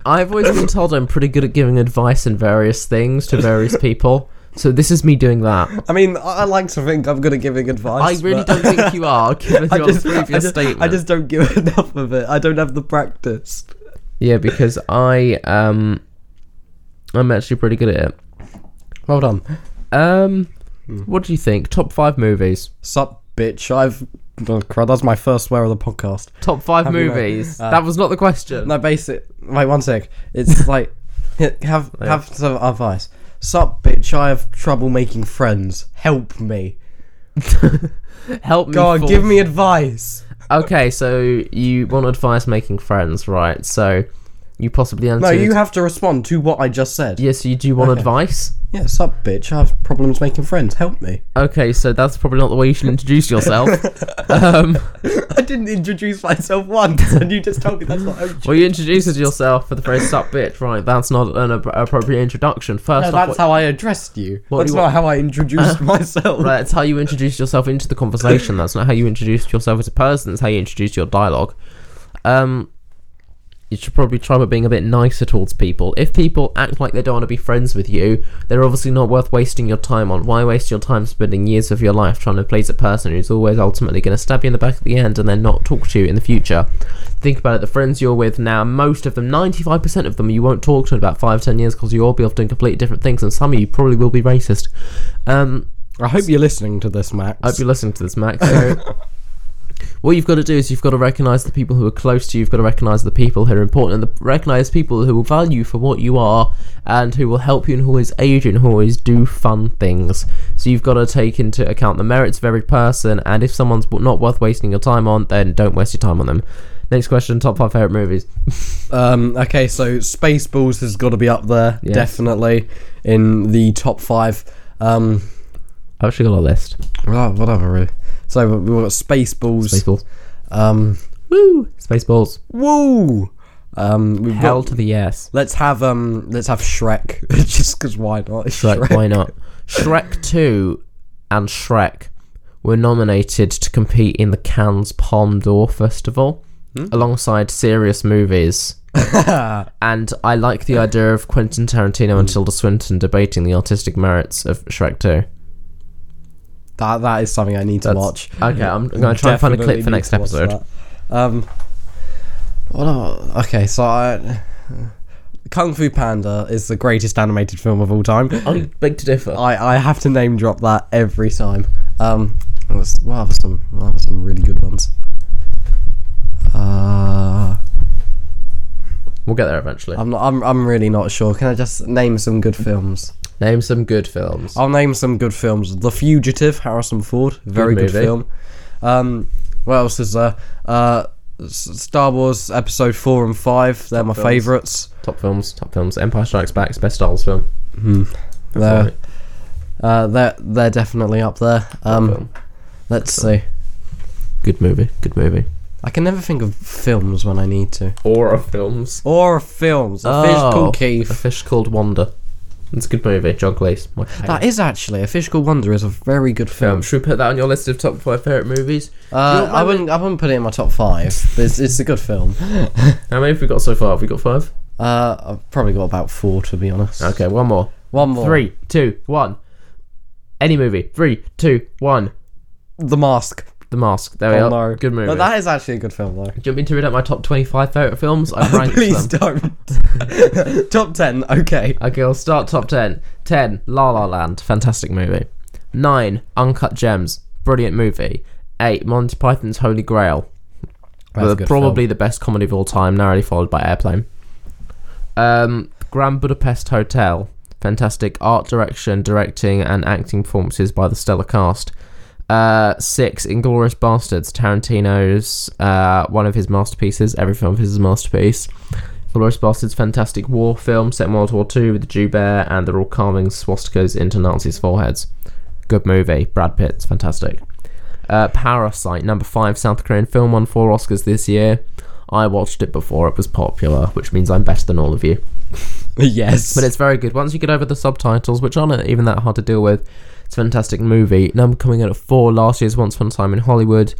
S2: I've always been told I'm pretty good at giving advice and various things to various people. So this is me doing that.
S1: I mean, I, I like to think I'm good at giving
S2: I
S1: advice.
S2: really
S1: but
S2: don't think you are, given
S1: I
S2: your
S1: just, I,
S2: previous
S1: just,
S2: statement.
S1: I just don't give enough of it. I don't have the practice.
S2: Yeah, because I um, I'm actually pretty good at it.
S1: Well done.
S2: Um,
S1: Hmm.
S2: what do you think? Top five movies.
S1: Sup, bitch. I've. Oh, crud, that's my first swear of the podcast.
S2: Top five
S1: you read-
S2: movies. that was not the question.
S1: No, basic. Wait one sec. It's like h- have have some advice. Sup, bitch. I have trouble making friends. Help me.
S2: Help me.
S1: God,
S2: for-
S1: give me advice.
S2: Okay, so you want advice making friends, right? So you possibly answered.
S1: No, you have to respond to what I just said. Yeah,
S2: Yes, you do want advice.
S1: sup, bitch. I have problems making friends. Help me.
S2: Okay, so that's probably not the way you should introduce yourself. um,
S1: I didn't introduce myself once, and you just told me that's not. How-
S2: well, you introduced yourself for the phrase "sup bitch," right? That's not an ap- appropriate introduction. First
S1: No,
S2: off,
S1: that's how I addressed you.
S2: What
S1: that's
S2: do you
S1: not how I introduced myself.
S2: Right, that's how you introduce yourself into the conversation. That's not how you introduce yourself as a person. That's how you introduce your dialogue. Um, you should probably try by being a bit nicer towards people. If people act like they don't want to be friends with you, they're obviously not worth wasting your time on. Why waste your time spending years of your life trying to please a person who's always ultimately going to stab you in the back at the end and then not talk to you in the future? Think about it. The friends you're with now, most of them, 95% of them, you won't talk to in about five, ten years because you'll all be off doing completely different things, and some of you probably will be racist. Um,
S1: I hope you're listening to this, Max.
S2: I hope you're listening to this, Max. So, what you've got to do is you've got to recognise the people who are close to you. You've got to recognise the people who are important, and the, recognise people who will value you for what you are, and who will help you, and who always aid you, and who always do fun things. So you've got to take into account the merits of every person, and if someone's not worth wasting your time on, then don't waste your time on them. Next question: Top five favorite movies.
S1: Um, okay, so Spaceballs has got to be up there,
S2: Yes.
S1: definitely in the top five. Um,
S2: I've actually got a list.
S1: well, whatever. Really. So we've got Spaceballs.
S2: Spaceballs.
S1: Um,
S2: Woo! Spaceballs.
S1: woo. Um, we've
S2: Hell
S1: got.
S2: to the yes.
S1: Let's have um, let's have Shrek, just because why not?
S2: Shrek, why not? Shrek 2 and Shrek were nominated to compete in the Cannes Palme d'Or Festival alongside serious movies. and I like the idea of Quentin Tarantino and Tilda Swinton debating the artistic merits of Shrek 2.
S1: That that is something I need to watch.
S2: Okay, I'm going to try and find a
S1: Definitely
S2: clip for
S1: need
S2: next
S1: to watch
S2: episode.
S1: that. Um, what? Are, okay, so I, Kung Fu Panda is the greatest animated film of all time.
S2: I beg to differ.
S1: I, I have to name drop that every time. Um, what was- what other some what other some really good ones? Uh,
S2: We'll get there eventually.
S1: I'm not, I'm I'm really not sure. Can I just name some good films?
S2: Name some good films.
S1: I'll name some good films. The Fugitive, Harrison Ford, very good,
S2: movie.
S1: film. Um, what else is there? Uh, S- Star Wars Episode Four and Five. They're my
S2: films.
S1: favourites.
S2: Top films, top films. Empire Strikes Back's best Star Wars film.
S1: They're
S2: Right.
S1: uh, they're they're definitely up there. Um,
S2: film.
S1: let's see.
S2: Good movie. Good movie.
S1: I can never think of films when I need to.
S2: Aura films.
S1: Or films. A fish
S2: Oh,
S1: called
S2: A
S1: Keith.
S2: Fish Called Wanda. It's a good movie. John Cleese. My favourite.
S1: That is actually a fish called Wonder is a very good film.
S2: Um, should we put that on your list of top five favorite movies?
S1: Uh, I wouldn't. I wouldn't put it in my top five. But it's, it's a good film.
S2: How many have we got so far? Have we got five?
S1: Uh, I've probably got about four to be honest.
S2: Okay, one more.
S1: One more.
S2: Three, two, one. Any movie. Three, two, one.
S1: The Mask.
S2: The Mask. There we
S1: Oh,
S2: are.
S1: no.
S2: Good movie.
S1: No, that is actually a good film though.
S2: Do you want me to read out my top twenty-five favorite films? I've ranked
S1: Please
S2: them.
S1: don't. top ten. Okay.
S2: Okay, I'll start top 10. 10, La La Land, fantastic movie. 9, Uncut Gems, brilliant movie. 8, Monty Python's Holy Grail,
S1: That's a
S2: the-
S1: good
S2: probably
S1: film.
S2: the best comedy of all time, narrowly followed by Airplane. Um, Grand Budapest Hotel, fantastic art direction, directing, and acting performances by the stellar cast. Uh, six, Inglorious Bastards, Tarantino's uh, one of his masterpieces. Every film of his is a masterpiece. Glorious Bastards, fantastic war film set in World War II with the Jew Bear and they're all carving swastikas into Nazis' foreheads. Good movie. Brad Pitt's fantastic. Uh, Parasite, number five South Korean film, won four Oscars this year. I watched it before it was popular, which means I'm better than all of you.
S1: yes.
S2: But it's very good. Once you get over the subtitles, which aren't even that hard to deal with, it's a fantastic movie. Number coming in at four last year's Once Upon a Time in Hollywood.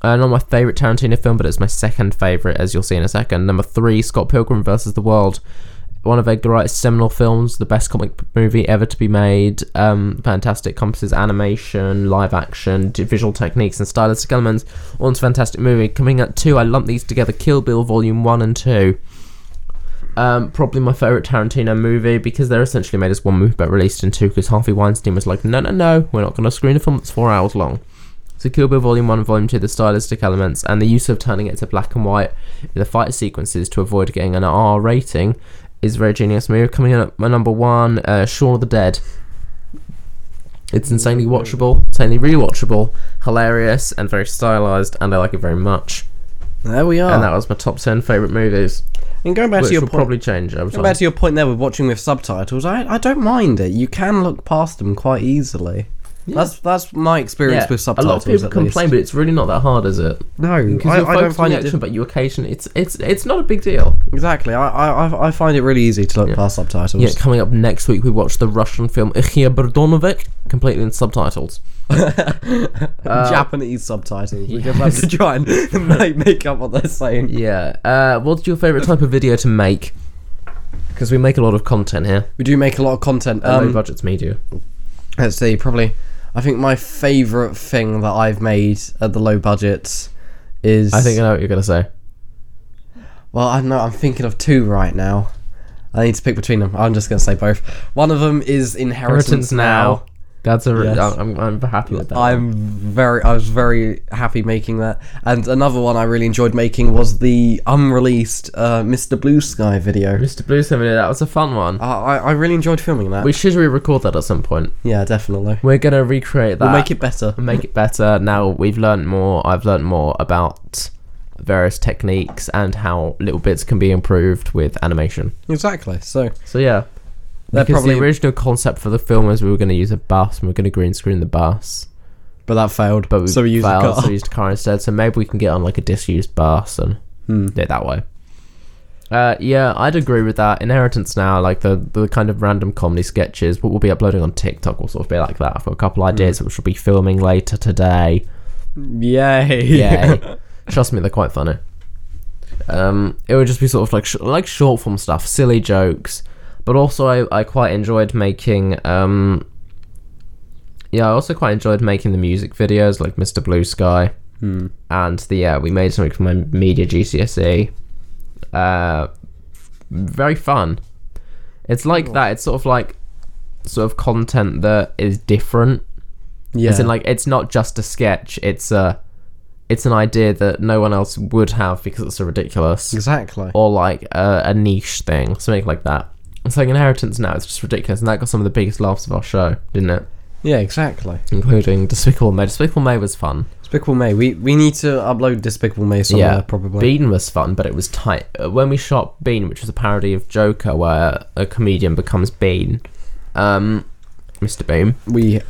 S2: Uh, not my favourite Tarantino film, but it's my second favourite, as you'll see in a second. Number three, Scott Pilgrim versus the World. One of Edgar Wright's seminal films, the best comic book movie ever to be made. Um, fantastic compasses animation, live action, d- visual techniques, and stylistic elements. All into a fantastic movie. Coming at two, I lump these together Kill Bill Volume 1 and 2 um, probably my favorite Tarantino movie because they're essentially made as one movie but released in two because Harvey Weinstein was like, no, no, no, we're not going to screen a film that's four hours long. So Kill Bill Volume 1 and Volume 2, the stylistic elements and the use of turning it to black and white in the fight sequences to avoid getting an R rating is a very genius move. Coming in at my number one, uh, Shaun of the Dead. It's insanely watchable, insanely rewatchable, hilarious, and very stylized, and I like it very much.
S1: there we are.
S2: And that was my top 10 favourite movies,
S1: and going Oh. back
S2: which
S1: to your
S2: will
S1: point,
S2: probably change over
S1: going
S2: time.
S1: back to your point there with watching with subtitles, I, I don't mind it. You can look past them quite easily. That's that's my experience with
S2: a
S1: subtitles.
S2: lot of people
S1: at
S2: complain,
S1: least.
S2: but it's really not that hard, is it?
S1: No,
S2: Because
S1: I,
S2: you're
S1: I
S2: focused
S1: don't find
S2: on the
S1: it
S2: action, but you occasionally it's it's it's not a big deal.
S1: exactly. I, I I- I find it really easy to look past subtitles.
S2: Yeah, coming up next week, we watch the Russian film Ichia Berdonovic, completely in subtitles. Uh,
S1: Japanese subtitles. We just have to try and make, make up what they're saying.
S2: Yeah. Uh, what's your favorite type of video to make? Because we make a lot of content here.
S1: We do make a lot of content.
S2: Low
S1: Um,
S2: budgets media.
S1: let's see, probably. I think my favourite thing that I've made at the low budget is.
S2: I think I know what you're gonna say.
S1: Well, I know. I'm thinking of two right now. I need to pick between them. I'm just going to say both. One of them is Inheritance,
S2: Inheritance
S1: Now.
S2: now. That's a.
S1: Yes.
S2: am I'm happy with that.
S1: I'm very. I was very happy making that. And another one I really enjoyed making was the unreleased uh, Mr. Blue Sky video.
S2: Mr. Blue Seven. That was a fun one.
S1: I, I I really enjoyed filming that.
S2: we should re-record that at some point.
S1: yeah, definitely.
S2: We're gonna recreate that.
S1: We'll make it better.
S2: and make it better. Now we've learned more. I've learned more about various techniques and how little bits can be improved with animation.
S1: Exactly. So
S2: So yeah,
S1: they're
S2: because
S1: probably.
S2: the original concept for the film was we were going to use a bus and we are going to green screen the bus,
S1: but that failed.
S2: but we
S1: so we used
S2: failed,
S1: a car.
S2: so we used a car instead. So maybe we can get on like a disused bus and
S1: Hmm.
S2: do it that way. Uh, yeah, I'd agree with that. Inheritance now, like the the kind of random comedy sketches, what we'll be uploading on TikTok will sort of be like that. I've got a couple
S1: Hmm.
S2: ideas which we'll be filming later today.
S1: Yay.
S2: Yeah. Trust me, they're quite funny. Um, it would just be sort of like sh- like short form stuff, silly jokes, but also I, I quite enjoyed making um. Yeah, I also quite enjoyed making the music videos like Mr. Blue Sky, and the yeah we made something for my media GCSE. E. Uh, very fun. It's like that. It's sort of like sort of content that is different
S1: yeah.
S2: as in, like, it's not just a sketch. It's a, it's an idea that no one else would have because it's so ridiculous,
S1: exactly.
S2: or like a, a niche thing, something like that. It's like inheritance now. It's just ridiculous, and that got some of the biggest laughs of our show, didn't it?
S1: Yeah, exactly.
S2: including Despicable May. Despicable May was fun.
S1: Despicable May. We we need to upload Despicable May somewhere probably.
S2: Bean was fun, but it was tight. Uh, When we shot Bean, which was a parody of Joker, where a comedian becomes Bean, um, Mr. Bean.
S1: we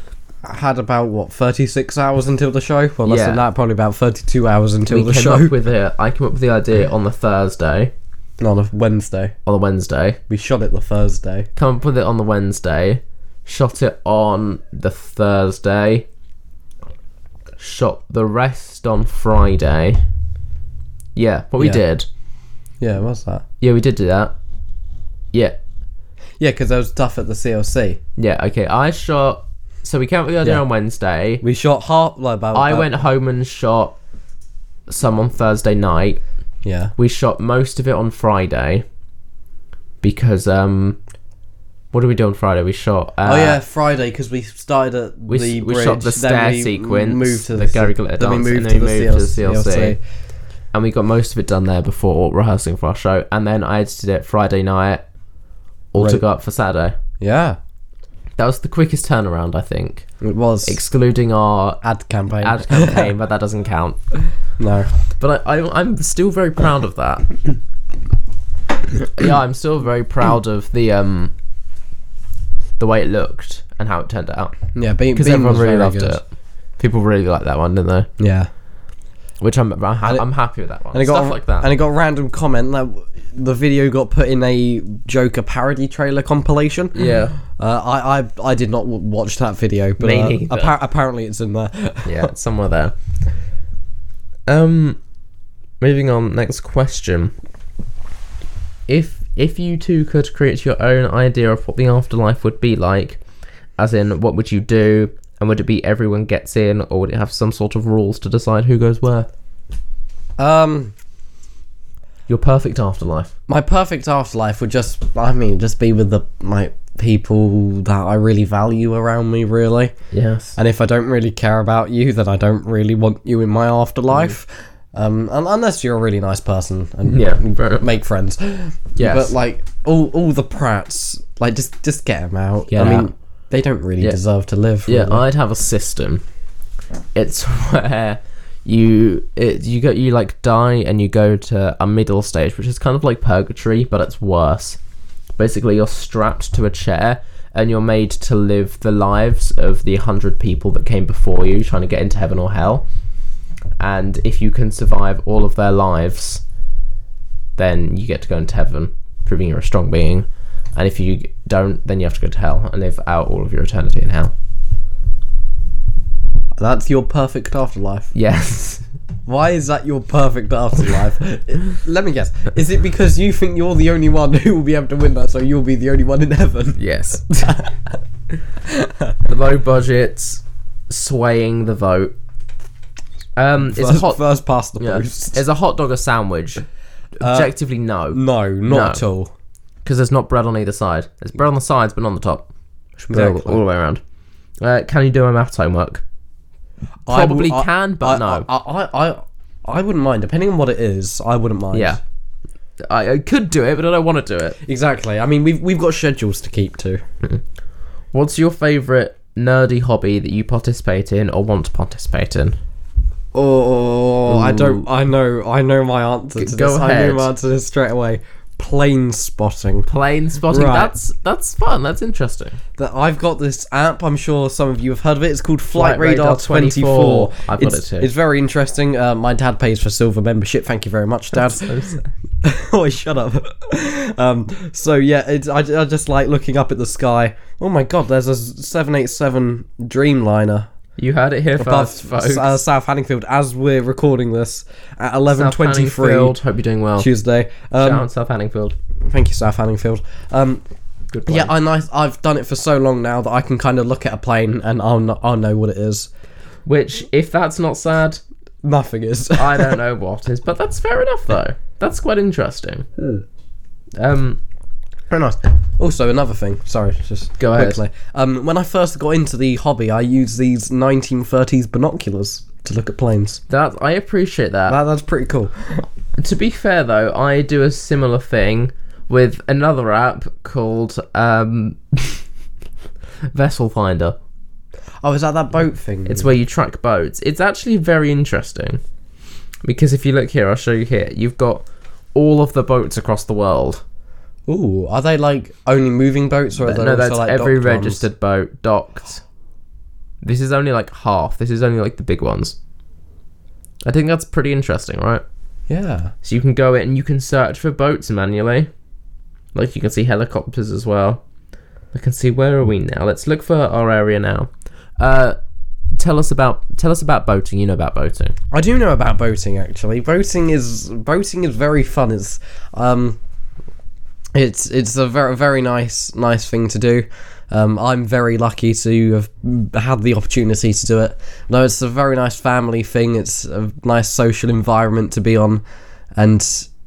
S1: had about what 36 hours until the show. Well, less
S2: Yeah.
S1: than that, probably about 32 hours until
S2: We
S1: the
S2: came
S1: show.
S2: up with it. I came up with the idea on the Thursday,
S1: on a Wednesday.
S2: on the Wednesday.
S1: We shot it the Thursday.
S2: Come up with it on the Wednesday. Shot it on the Thursday. Shot the rest on Friday. Yeah, what we
S1: Yeah.
S2: did.
S1: Yeah, what's that?
S2: Yeah, we did do that. Yeah,
S1: Yeah, because there was stuff at the CLC.
S2: yeah. Okay, I shot. So we came up with the idea
S1: Yeah.
S2: on Wednesday.
S1: We uh, shot half. Like, about,
S2: I
S1: about-
S2: went home and shot some on Thursday night.
S1: Yeah,
S2: We shot most of it on Friday because um, what did we do on Friday? We shot. Uh,
S1: Oh yeah, Friday because we started at
S2: we,
S1: the
S2: s- we
S1: bridge,
S2: shot the
S1: then
S2: stair
S1: we
S2: sequence,
S1: moved to
S2: the, Gary Glitter
S1: then we
S2: dance,
S1: moved
S2: and then
S1: to
S2: we
S1: the
S2: moved to the
S1: CLC.
S2: CLC, and we got most of it done there before rehearsing for our show, and then I edited it Friday night, all to
S1: Right.
S2: go up for Saturday.
S1: Yeah,
S2: That was the quickest turnaround, I think,
S1: it was
S2: excluding our
S1: ad campaign.
S2: ad campaign, but that doesn't count.
S1: no,
S2: But I, I, I'm still very proud of that. yeah, I'm still very proud of the um the way it looked and how it turned out
S1: yeah, Beam,
S2: because
S1: Beam
S2: everyone
S1: was
S2: really
S1: very
S2: loved
S1: good.
S2: it. People really liked that one, didn't they?
S1: Yeah,
S2: Which I'm I'm, ha-
S1: And it-
S2: I'm happy with that one.
S1: and it got
S2: Stuff
S1: a-
S2: like that.
S1: and it got a random comment that the video got put in a Joker parody trailer compilation.
S2: Yeah.
S1: uh, I, I I did not w- watch that video, but
S2: Me
S1: uh,
S2: neither.
S1: appa- apparently it's in there.
S2: yeah, it's somewhere there. Um, moving on. Next question. If if you two could create your own idea of what the afterlife would be like, as in what would you do, and would it be everyone gets in, or would it have some sort of rules to decide who goes where?
S1: Um,
S2: Your perfect afterlife.
S1: my perfect afterlife would just I mean just be with the like people that I really value around me really.
S2: Yes.
S1: And if I don't really care about you, then I don't really want you in my afterlife. Um, un- unless you're a really nice person and
S2: Mm-hmm. Yeah, very-
S1: make friends.
S2: Yes.
S1: But like all all the prats, like just just get them out.
S2: Get
S1: I
S2: out.
S1: mean, they don't really deserve to live.
S2: Yeah,
S1: really.
S2: I'd have a system. It's where you it, you go you like die and you go to a middle stage, which is kind of like purgatory, but it's worse. Basically, you're strapped to a chair and you're made to live the lives of the hundred people that came before you, trying to get into heaven or hell. And if you can survive all of their lives, then you get to go into heaven, proving you're a strong being. And if you don't, then you have to go to hell and live out all of your eternity in hell.
S1: That's your perfect afterlife.
S2: Yes.
S1: Why is that your perfect afterlife? Let me guess. Is it because you think you're the only one who will be able to win that, so you'll be the only one in heaven?
S2: Yes. the low budgets, swaying the vote. Um, is a
S1: First,
S2: hot
S1: first past the
S2: yeah.
S1: post.
S2: is a hot dog a
S1: Uh,
S2: sandwich? Objectively, no. 'Cause no,
S1: No, not
S2: No.
S1: at all.
S2: because there's not bread on either side. There's bread on the sides, but not on the top. It's bread all-
S1: Exactly.
S2: all, the way around. Uh, can you do my maths homework?
S1: I will-
S2: Probably
S1: I-
S2: can, but
S1: I-
S2: no.
S1: I, I, I, I wouldn't mind. Depending on what it is, I wouldn't mind.
S2: Yeah, I, I could do it, but I don't want to do it.
S1: exactly. I mean, we've we've got schedules to keep to.
S2: What's your favourite nerdy hobby that you participate in or want to participate in?
S1: Oh, I don't. I know. I know my answer to
S2: go
S1: this. I
S2: ahead.
S1: know my answer to this straight away. Plane spotting.
S2: Plane spotting.
S1: Right.
S2: That's that's fun. That's interesting.
S1: that I've got this app. I'm sure some of you have heard of it. It's called Flight,
S2: Flight
S1: Radar,
S2: Radar
S1: 24.
S2: 24. I've got
S1: it's,
S2: it too.
S1: It's very interesting. Uh, my dad pays for silver membership. Thank you very much, Dad. oh, shut up. um, so yeah, it's, I, I just like looking up at the sky. Oh my God, there's a 787 Dreamliner
S2: You heard it here
S1: above
S2: first, folks.
S1: S- uh, South Hanningfield as we're recording this at
S2: South
S1: 11:23
S2: Hanningfield. Hope you're doing well.
S1: Tuesday. Um,
S2: Shout out South Hanningfield.
S1: Thank you, South Hanningfield. Um,
S2: Good plane.
S1: yeah, I know, I've done it for so long now that I can kind of look at a plane and I'll know, I'll know what it is.
S2: Which, if that's not sad,
S1: Nothing is.
S2: I don't know what is. But that's fair enough, though. That's quite interesting. Um,
S1: Very nice. Also, another thing. Sorry, just
S2: Go ahead.
S1: Quickly. Um, when I first got into the hobby, I used these 1930s binoculars to look at planes.
S2: that I appreciate that.
S1: That, that's pretty cool.
S2: to be fair though, I do a similar thing with another app called um, Vessel Finder.
S1: Oh, is that that boat thing?
S2: It's where you track boats. It's actually very interesting because if you look here, I'll show you here. You've got all of the boats across the world.
S1: Ooh, are they like only moving boats, or are they
S2: no,
S1: also
S2: that's
S1: like
S2: every
S1: docked ones?
S2: registered boat docked. This is only like half. This is only like the big ones. I think that's pretty interesting, right?
S1: Yeah.
S2: So you can go in and you can search for boats manually. Like you can see helicopters as well. I can see where are we now? Let's look for our area now. Uh, tell us about tell us about boating. You know about boating.
S1: I do know about boating actually. Boating is boating is very fun. It's um, it's it's a very very nice nice thing to do. Um, I'm very lucky to have had the opportunity to do it. No, it's a very nice family thing. It's a nice social environment to be on, and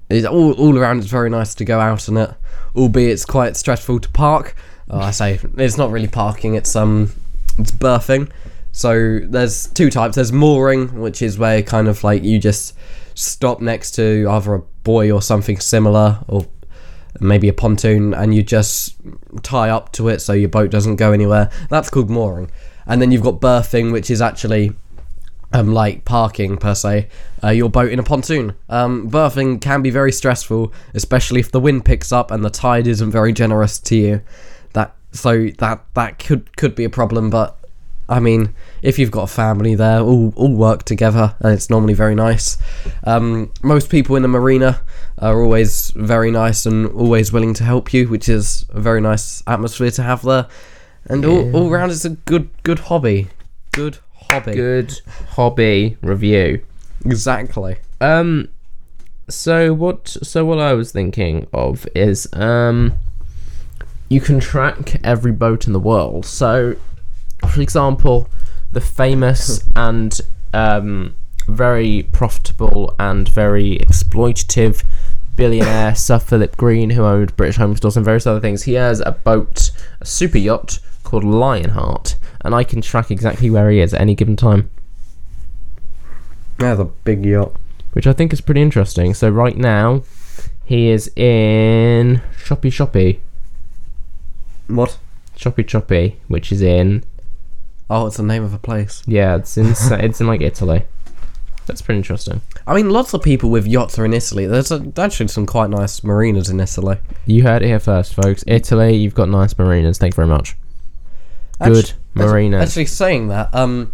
S1: it, all all around it's very nice to go out on it. Albeit it's quite stressful to park. Oh, I say it's not really parking. It's um, it's berthing. So there's two types. There's mooring, which is where kind of like you just stop next to either a buoy or something similar, or maybe a pontoon, and you just tie up to it so your boat doesn't go anywhere. That's called mooring. And then you've got berthing, which is actually um, like parking per se, uh, your boat in a pontoon. Um, berthing can be very stressful, especially if the wind picks up and the tide isn't very generous to you. That so that that could could be a problem, but I mean, if you've got a family there, all all work together, and it's normally very nice. Um, most people in the marina are always very nice and always willing to help you, which is a very nice atmosphere to have there. And all, all round, it's a good good hobby. Good hobby.
S2: Good hobby review.
S1: Exactly.
S2: Um, so what? So what I was thinking of is um, you can track every boat in the world. So, for example, the famous and um, very profitable and very exploitative billionaire Sir Philip Green, who owned British Home Stores and various other things, he has a boat, a super yacht called Lionheart, and I can track exactly where he is at any given time.
S1: Yeah, the big yacht.
S2: which I think is pretty interesting. So right now, he is in Shoppy Shoppy,
S1: What?
S2: Choppy Choppy, which is in
S1: Oh, it's the name of a place.
S2: yeah, it's in Sa- it's in like Italy. That's pretty interesting.
S1: I mean, lots of people with yachts are in Italy. There's a, actually some quite nice marinas in Italy.
S2: You heard it here first, folks. Italy, you've got nice marinas. Thank you very much.
S1: Actu-
S2: Good marinas.
S1: Actually, saying that, um,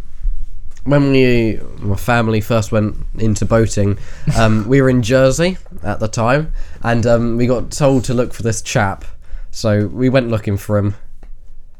S1: when we my family first went into boating, um, we were in Jersey at the time, and um, we got told to look for this chap. So we went looking for him.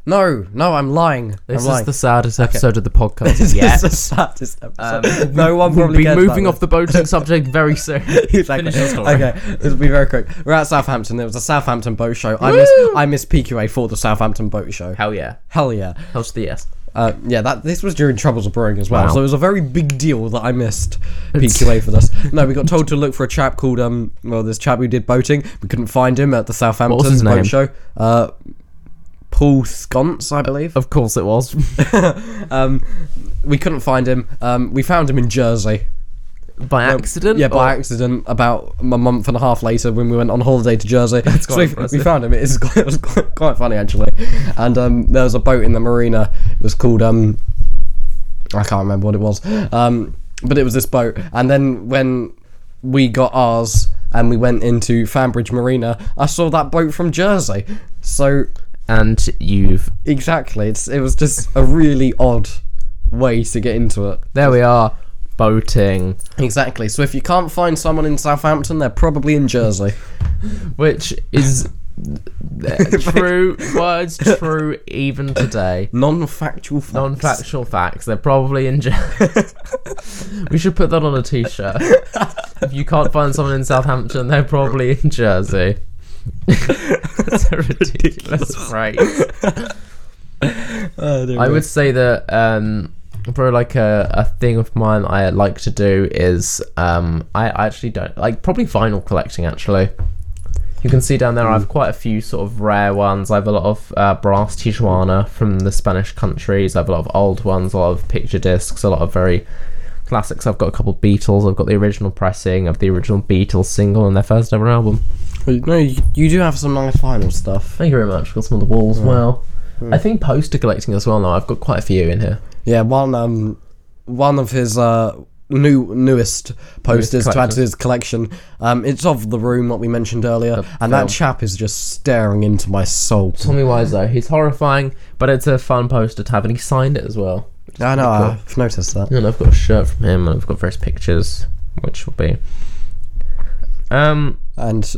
S1: No, no, I'm lying.
S2: this
S1: I'm
S2: is
S1: lying.
S2: the saddest episode of the podcast
S1: This
S2: yet.
S1: is the saddest episode. no one
S2: We'll
S1: probably
S2: be
S1: cares about
S2: moving
S1: this.
S2: off the boating subject very soon.
S1: Exactly.
S2: Finish your story.
S1: Okay, this will be very quick. We're at Southampton. There was a Southampton boat show. I missed, I missed PQA for the Southampton boat show.
S2: Hell yeah.
S1: Hell yeah.
S2: Hell's the yes.
S1: Uh, yeah, that this was during Troubles of Brewing as well,
S2: Wow.
S1: so it was a very big deal that I missed PQA for this. No, we got told to look for a chap called um, well, this chap who did boating. We couldn't find him at the Southampton
S2: was his
S1: boat
S2: name?
S1: show. Uh, Paul Sconce, I believe.
S2: Of course it was.
S1: Um, we couldn't find him. Um, we found him in Jersey.
S2: by accident?
S1: Yeah, by
S2: or-
S1: accident. About a month and a half later, when we went on holiday to Jersey,
S2: quite
S1: so we- we,
S2: impressive.
S1: found him. It's quite, it was quite, quite funny actually. And um, there was a boat in the marina. It was called um, I can't remember what it was. Um, but it was this boat. And then when we got ours and we went into Fanbridge Marina, I saw that boat from Jersey. So
S2: And you've
S1: exactly, it's it was just a really odd way to get into it.
S2: there we are. Boating.
S1: Exactly. So if you can't find someone in Southampton, they're probably in Jersey.
S2: which is true words true even today
S1: Non-factual facts.
S2: non-factual facts they're probably in jail we should put that on a t-shirt if you can't find someone in southampton they're probably in jersey that's a ridiculous phrase I would say that um, probably like a, a thing of mine I like to do is um, I I actually don't like probably vinyl collecting actually. You can see down there I have quite a few sort of rare ones. I have a lot of uh, brass Tijuana from the Spanish countries. I have a lot of old ones, a lot of picture discs, a lot of very classics. I've got a couple Beatles. I've got the original pressing of the original Beatles single and their first ever album.
S1: No, you, you do have some nice final stuff.
S2: Hmm. Thank you very much. Got some on the wall as well. I think poster collecting as well now. I've got quite a few in here.
S1: Yeah, one um, one of his uh new newest posters to add to
S2: collection.
S1: his collection. Um, it's of the room that we mentioned earlier, and
S2: film.
S1: that chap is just staring into my soul.
S2: Tommy Wise though, he's horrifying, but it's a fun poster to have, and he signed it as well.
S1: I know, I've noticed that.
S2: And I've got a shirt from him, and I've got various pictures, which will be. Um,
S1: And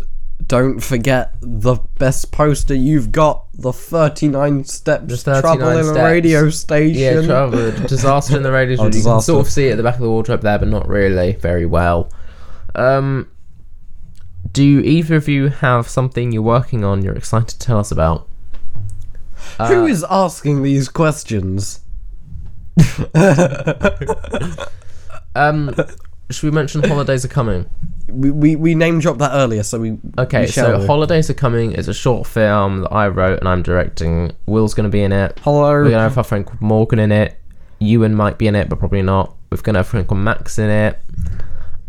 S1: don't forget the best poster you've got: the thirty-nine steps,
S2: Just 39
S1: trouble in a
S2: steps.
S1: radio
S2: yeah,
S1: station.
S2: travel disaster in the radio.
S1: Oh,
S2: you can
S1: disaster.
S2: sort of see it at the back of the wardrobe there, but not really very well. Um, do either of you have something you're working on? You're excited to tell us about? Uh,
S1: Who is asking these questions?
S2: Um, should we mention holidays are coming?
S1: We, we, we name dropped that earlier, so we
S2: Okay,
S1: we
S2: so
S1: shall.
S2: Holidays Are Coming is a short film that I wrote and I'm directing. Will's going to be in it. We're
S1: Hello.
S2: going to have our friend called Morgan in it. Ewan might be in it, but probably not. We're going to have a friend called Max in it.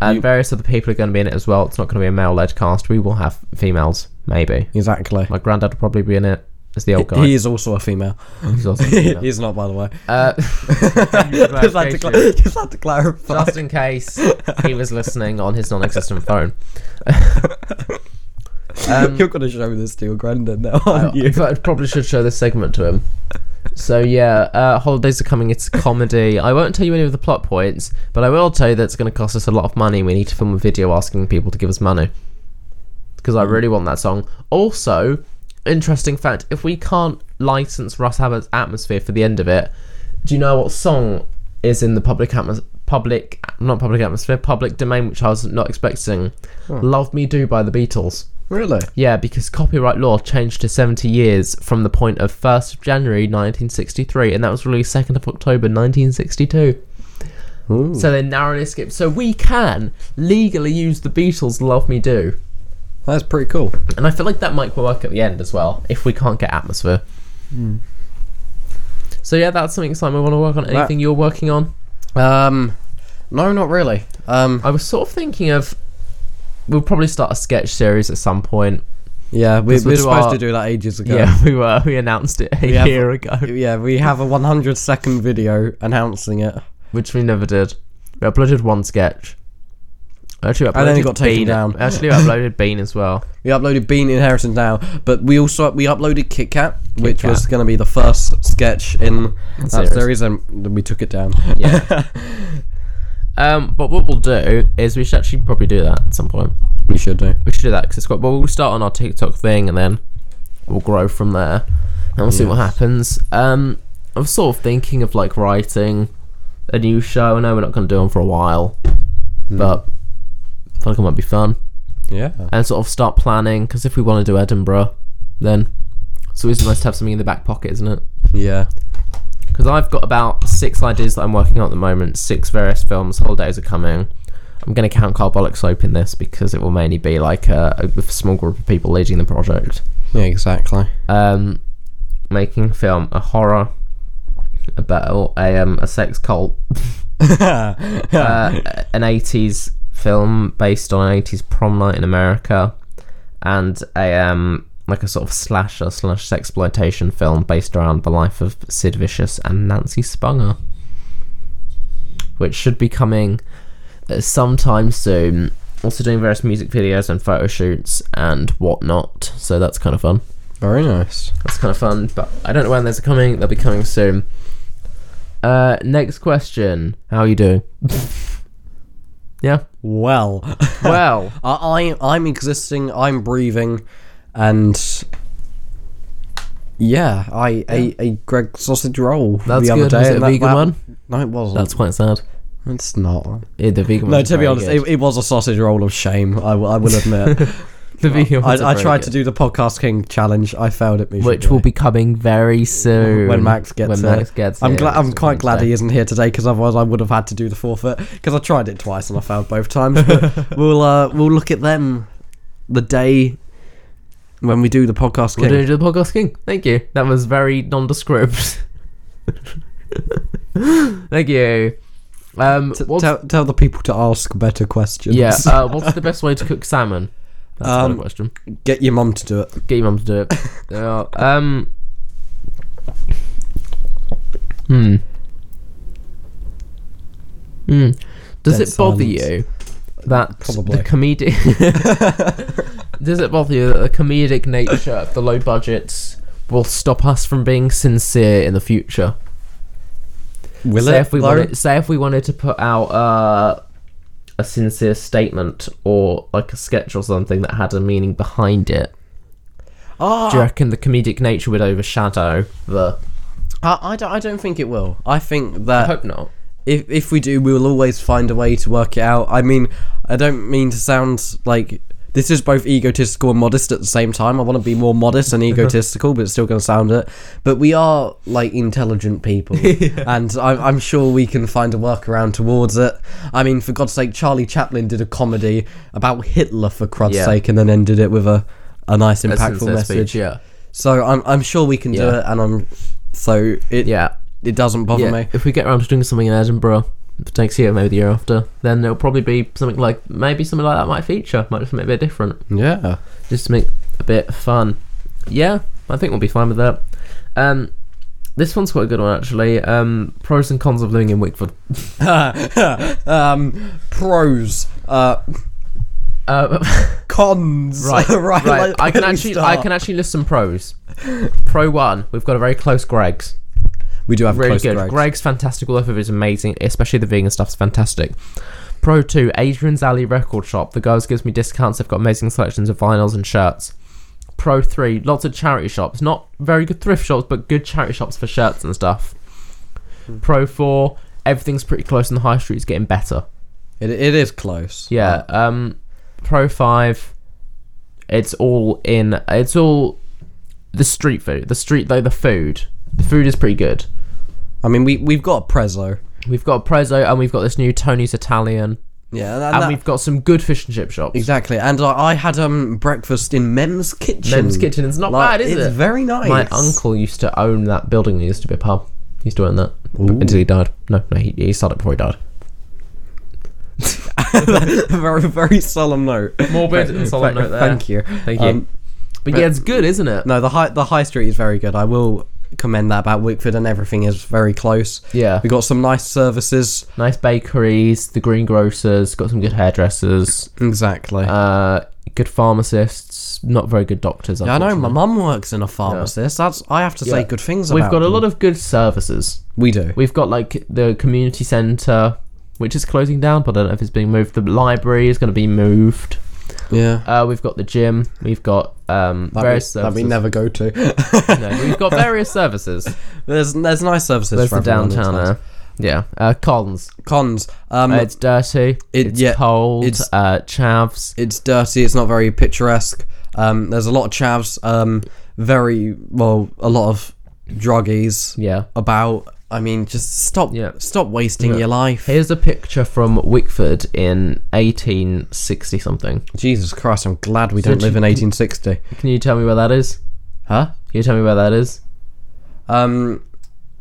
S2: And various other people are going to be in it as well. It's not going to be a male led cast. We will have females, maybe.
S1: Exactly.
S2: Oh My granddad will probably be in it. It's the old guy.
S1: He is also a female.
S2: He's also
S1: He's not, by the way.
S2: uh, thank you for
S1: just, had to
S2: clarification.
S1: cla- just had to clarify.
S2: just in case he was listening on his non existent phone. um,
S1: You're going to show this to your granddad now, aren't you?
S2: But I probably should show this segment to him. So yeah, uh, holidays are coming. It's a comedy. I won't tell you any of the plot points, but I will tell you that it's going to cost us a lot of money. We need to film a video asking people to give us money because I really want that song. Also, interesting fact: if we can't license Russ Abbott's atmosphere for the end of it, do you know what song is in the public atmos- public not public atmosphere, public domain, which I was not expecting? "Love Me Do" by the Beatles.
S1: Really?
S2: Yeah, because copyright law changed to 70 years from the point of 1st of January 1963, and that was released 2nd of October 1962. So they narrowly skipped. So we can legally use the Beatles' Love Me Do.
S1: That's pretty cool.
S2: And I feel like that might work at the end as well, if we can't get atmosphere. Hmm. So yeah, that's something exciting we want to work on. Anything you're working on?
S1: Um, no, not really. Um,
S2: I was sort of thinking of. We'll probably start a sketch series at some point.
S1: yeah, we,
S2: we'll
S1: we're
S2: do
S1: supposed
S2: our-
S1: to do that ages ago.
S2: Yeah, we were. We announced it a
S1: have-
S2: year ago.
S1: Yeah, we have a 100 second video announcing it.
S2: which we never did. We uploaded one sketch. Actually, we uploaded
S1: And then it got taken
S2: Bean.
S1: down.
S2: Actually, we uploaded Bean as well.
S1: We uploaded Bean Inheritance now, but we also we uploaded Kit Kat, which
S2: Kat.
S1: was going to be the first sketch in that
S2: Series.
S1: series. and we took it down.
S2: Yeah. um, but what we'll do is we should actually probably do that at some point.
S1: we should do.
S2: We should do that because it's quite. Well, we'll start on our TikTok thing and then we'll grow from there, and we'll see what happens. Um, I was sort of thinking of like writing a new show. I know we're not going to do one for a while,
S1: Hmm.
S2: but I feel like it might be fun.
S1: Yeah.
S2: and sort of start planning because if we want to do Edinburgh, then it's always nice to have something in the back pocket, isn't it?
S1: Yeah.
S2: Because I've got about six ideas that I'm working on at the moment, six various films, holidays are coming. I'm going to count Carbolic Soap in this because it will mainly be like uh, a, a small group of people leading the project.
S1: Yeah, exactly.
S2: Um, making a film, a horror, a battle, a, um, a sex cult, uh, an 80s film based on an 80s prom night in America and a um like a sort of slasher slash sexploitation film based around the life of Sid Vicious and Nancy Spunger which should be coming uh, sometime soon also doing various music videos and photo shoots and whatnot so that's kind of fun
S1: Very nice.
S2: that's kind of fun, but I don't know when those are coming. They'll be coming soon. Uh, next question. How are you doing? yeah.
S1: Well,
S2: Well,
S1: I, I I'm existing. I'm breathing, and yeah, I ate a Greg sausage roll
S2: That's
S1: the other
S2: good.
S1: day.
S2: Was it
S1: and
S2: a vegan one?
S1: No, it wasn't.
S2: that's quite sad.
S1: it's not.
S2: Yeah, the vegan
S1: No,
S2: ones
S1: to
S2: are
S1: be
S2: very
S1: honest,
S2: good.
S1: it, it was a sausage roll of shame. I, will- I will admit.
S2: the vegan ones are
S1: I, I
S2: very
S1: tried
S2: good.
S1: to do the podcast king challenge. I failed at miserably.
S2: which will be coming very soon
S1: when Max gets
S2: when
S1: it.
S2: Max gets
S1: I'm
S2: here,
S1: glad. I'm
S2: it's
S1: quite glad he
S2: Wednesday.
S1: isn't here today because otherwise I would have had to do the forfeit because I tried it twice and I failed both times. But we'll uh, we'll look at them the day when we do the podcast
S2: We're
S1: king.
S2: doing the podcast king. Thank you. That was very nondescript. Thank you. Um,
S1: T-
S2: what's,
S1: tell, tell the people to ask better questions.
S2: yeah. Uh, what's the best way to cook salmon? That's a better
S1: Um,
S2: question.
S1: Get your mum to do it.
S2: Get your mum to do it. Yeah, um, Hmm. Hmm. Does
S1: Dead
S2: it bother
S1: silence.
S2: you that
S1: Probably.
S2: the comedic? Does it bother you that the comedic nature of the low budgets will stop us from being sincere in the future?
S1: Will
S2: say
S1: it?
S2: if we
S1: though?
S2: wanted, say if we wanted to put out uh, a sincere statement or like a sketch or something that had a meaning behind it.
S1: Ah,
S2: Do you reckon the comedic nature would overshadow the?
S1: I, I, don't, I don't think it will. I think that
S2: I hope not.
S1: if if we do, we will always find a way to work it out. I mean, I don't mean to sound like this is both egotistical and modest at the same time. I want to be more modest and egotistical, but it's still going to sound it. But we are like intelligent people, and I'm, I'm sure we can find a workaround towards it. I mean, for God's sake, Charlie Chaplin did a comedy about Hitler for crud's
S2: Yeah.
S1: sake, and then ended it with a a nice impactful
S2: sincere
S1: message.
S2: speech, yeah.
S1: So I'm I'm sure we can do
S2: Yeah.
S1: it, and I'm so it
S2: Yeah.
S1: it doesn't bother me.
S2: If we get around to doing something in Edinburgh for next year, maybe the year after, then it'll probably be something like maybe something like that might feature, might just make it a bit different,
S1: Yeah.
S2: just to make a bit fun. Yeah, I think we'll be fine with that. Um, this one's quite a good one actually. Um, pros and cons of living in Wickford.
S1: um, pros, uh,
S2: Uh,
S1: cons.
S2: right, right.
S1: like,
S2: I can
S1: where do we
S2: actually,
S1: start?
S2: I can actually list some pros. Pro one, we've got a very close Greg's.
S1: We do have
S2: really
S1: close
S2: good.
S1: Greg's.
S2: Greg's fantastic. All of it is amazing, especially the vegan stuff's fantastic. Pro 2, Adrian's Alley Record Shop. The guys gives me discounts. They've got amazing selections of vinyls and shirts. Pro 3, lots of charity shops. Not very good thrift shops, but good charity shops for shirts and stuff. Pro 4, everything's pretty close and the high street's getting better.
S1: It, it is close.
S2: Yeah. Um, Pro five. It's all in. It's all the street food. The street though. The food. The food is pretty good.
S1: I mean, we we've got a prezzo.
S2: We've got Prezzo and we've got this new Tony's Italian,
S1: Yeah, and,
S2: and
S1: that-
S2: we've got some good fish and chip shops.
S1: exactly. And I, I had um breakfast in Mem's kitchen.
S2: Mem's Kitchen is not
S1: Like,
S2: bad, is
S1: it's
S2: it?
S1: very nice.
S2: My uncle used to own that building. It used to be a pub. He used to own that b- until he died. No, no, he, he sold it before he died.
S1: very very solemn note.
S2: Morbid and solemn note there.
S1: Thank you.
S2: Thank you.
S1: Um,
S2: but, yeah, it's good, isn't it?
S1: No, the high the high street is very good. I will commend that about Wickford, and everything is very close.
S2: Yeah.
S1: we got some nice services.
S2: Nice bakeries, the greengrocers, got some good hairdressers.
S1: Exactly.
S2: uh, good pharmacists, not very good doctors.
S1: I know my
S2: unfortunately.
S1: mum works in a pharmacist. That's I have to say
S2: Yeah.
S1: good things
S2: We've
S1: about.
S2: got a
S1: them.
S2: lot of good services.
S1: We do.
S2: We've got like the community centre, which is closing down, but I don't know if it's being moved. The library is going to be moved.
S1: yeah.
S2: Uh, we've got the gym. We've got um,
S1: That we,
S2: various
S1: that we
S2: services.
S1: never go to.
S2: No, we've got various services.
S1: there's there's nice services.
S2: There's
S1: for
S2: the
S1: everyone, it's
S2: downtown.
S1: nice.
S2: area. Yeah. Uh, cons.
S1: Cons. Um,
S2: Uh,
S1: it's,
S2: it's dirty.
S1: it-
S2: it's
S1: yeah,
S2: cold.
S1: it's-
S2: uh, chavs.
S1: dirty. It's not very picturesque. Um, there's a lot of chavs. Um, very well, a lot of druggies.
S2: Yeah.
S1: About. I mean, just stop.
S2: Yeah.
S1: Stop wasting your life.
S2: Here's a picture from Wickford in 1860 something.
S1: Jesus Christ! I'm glad we don't live in 1860.
S2: Can you tell me where that is?
S1: Huh?
S2: Can you tell me where that is?
S1: Um,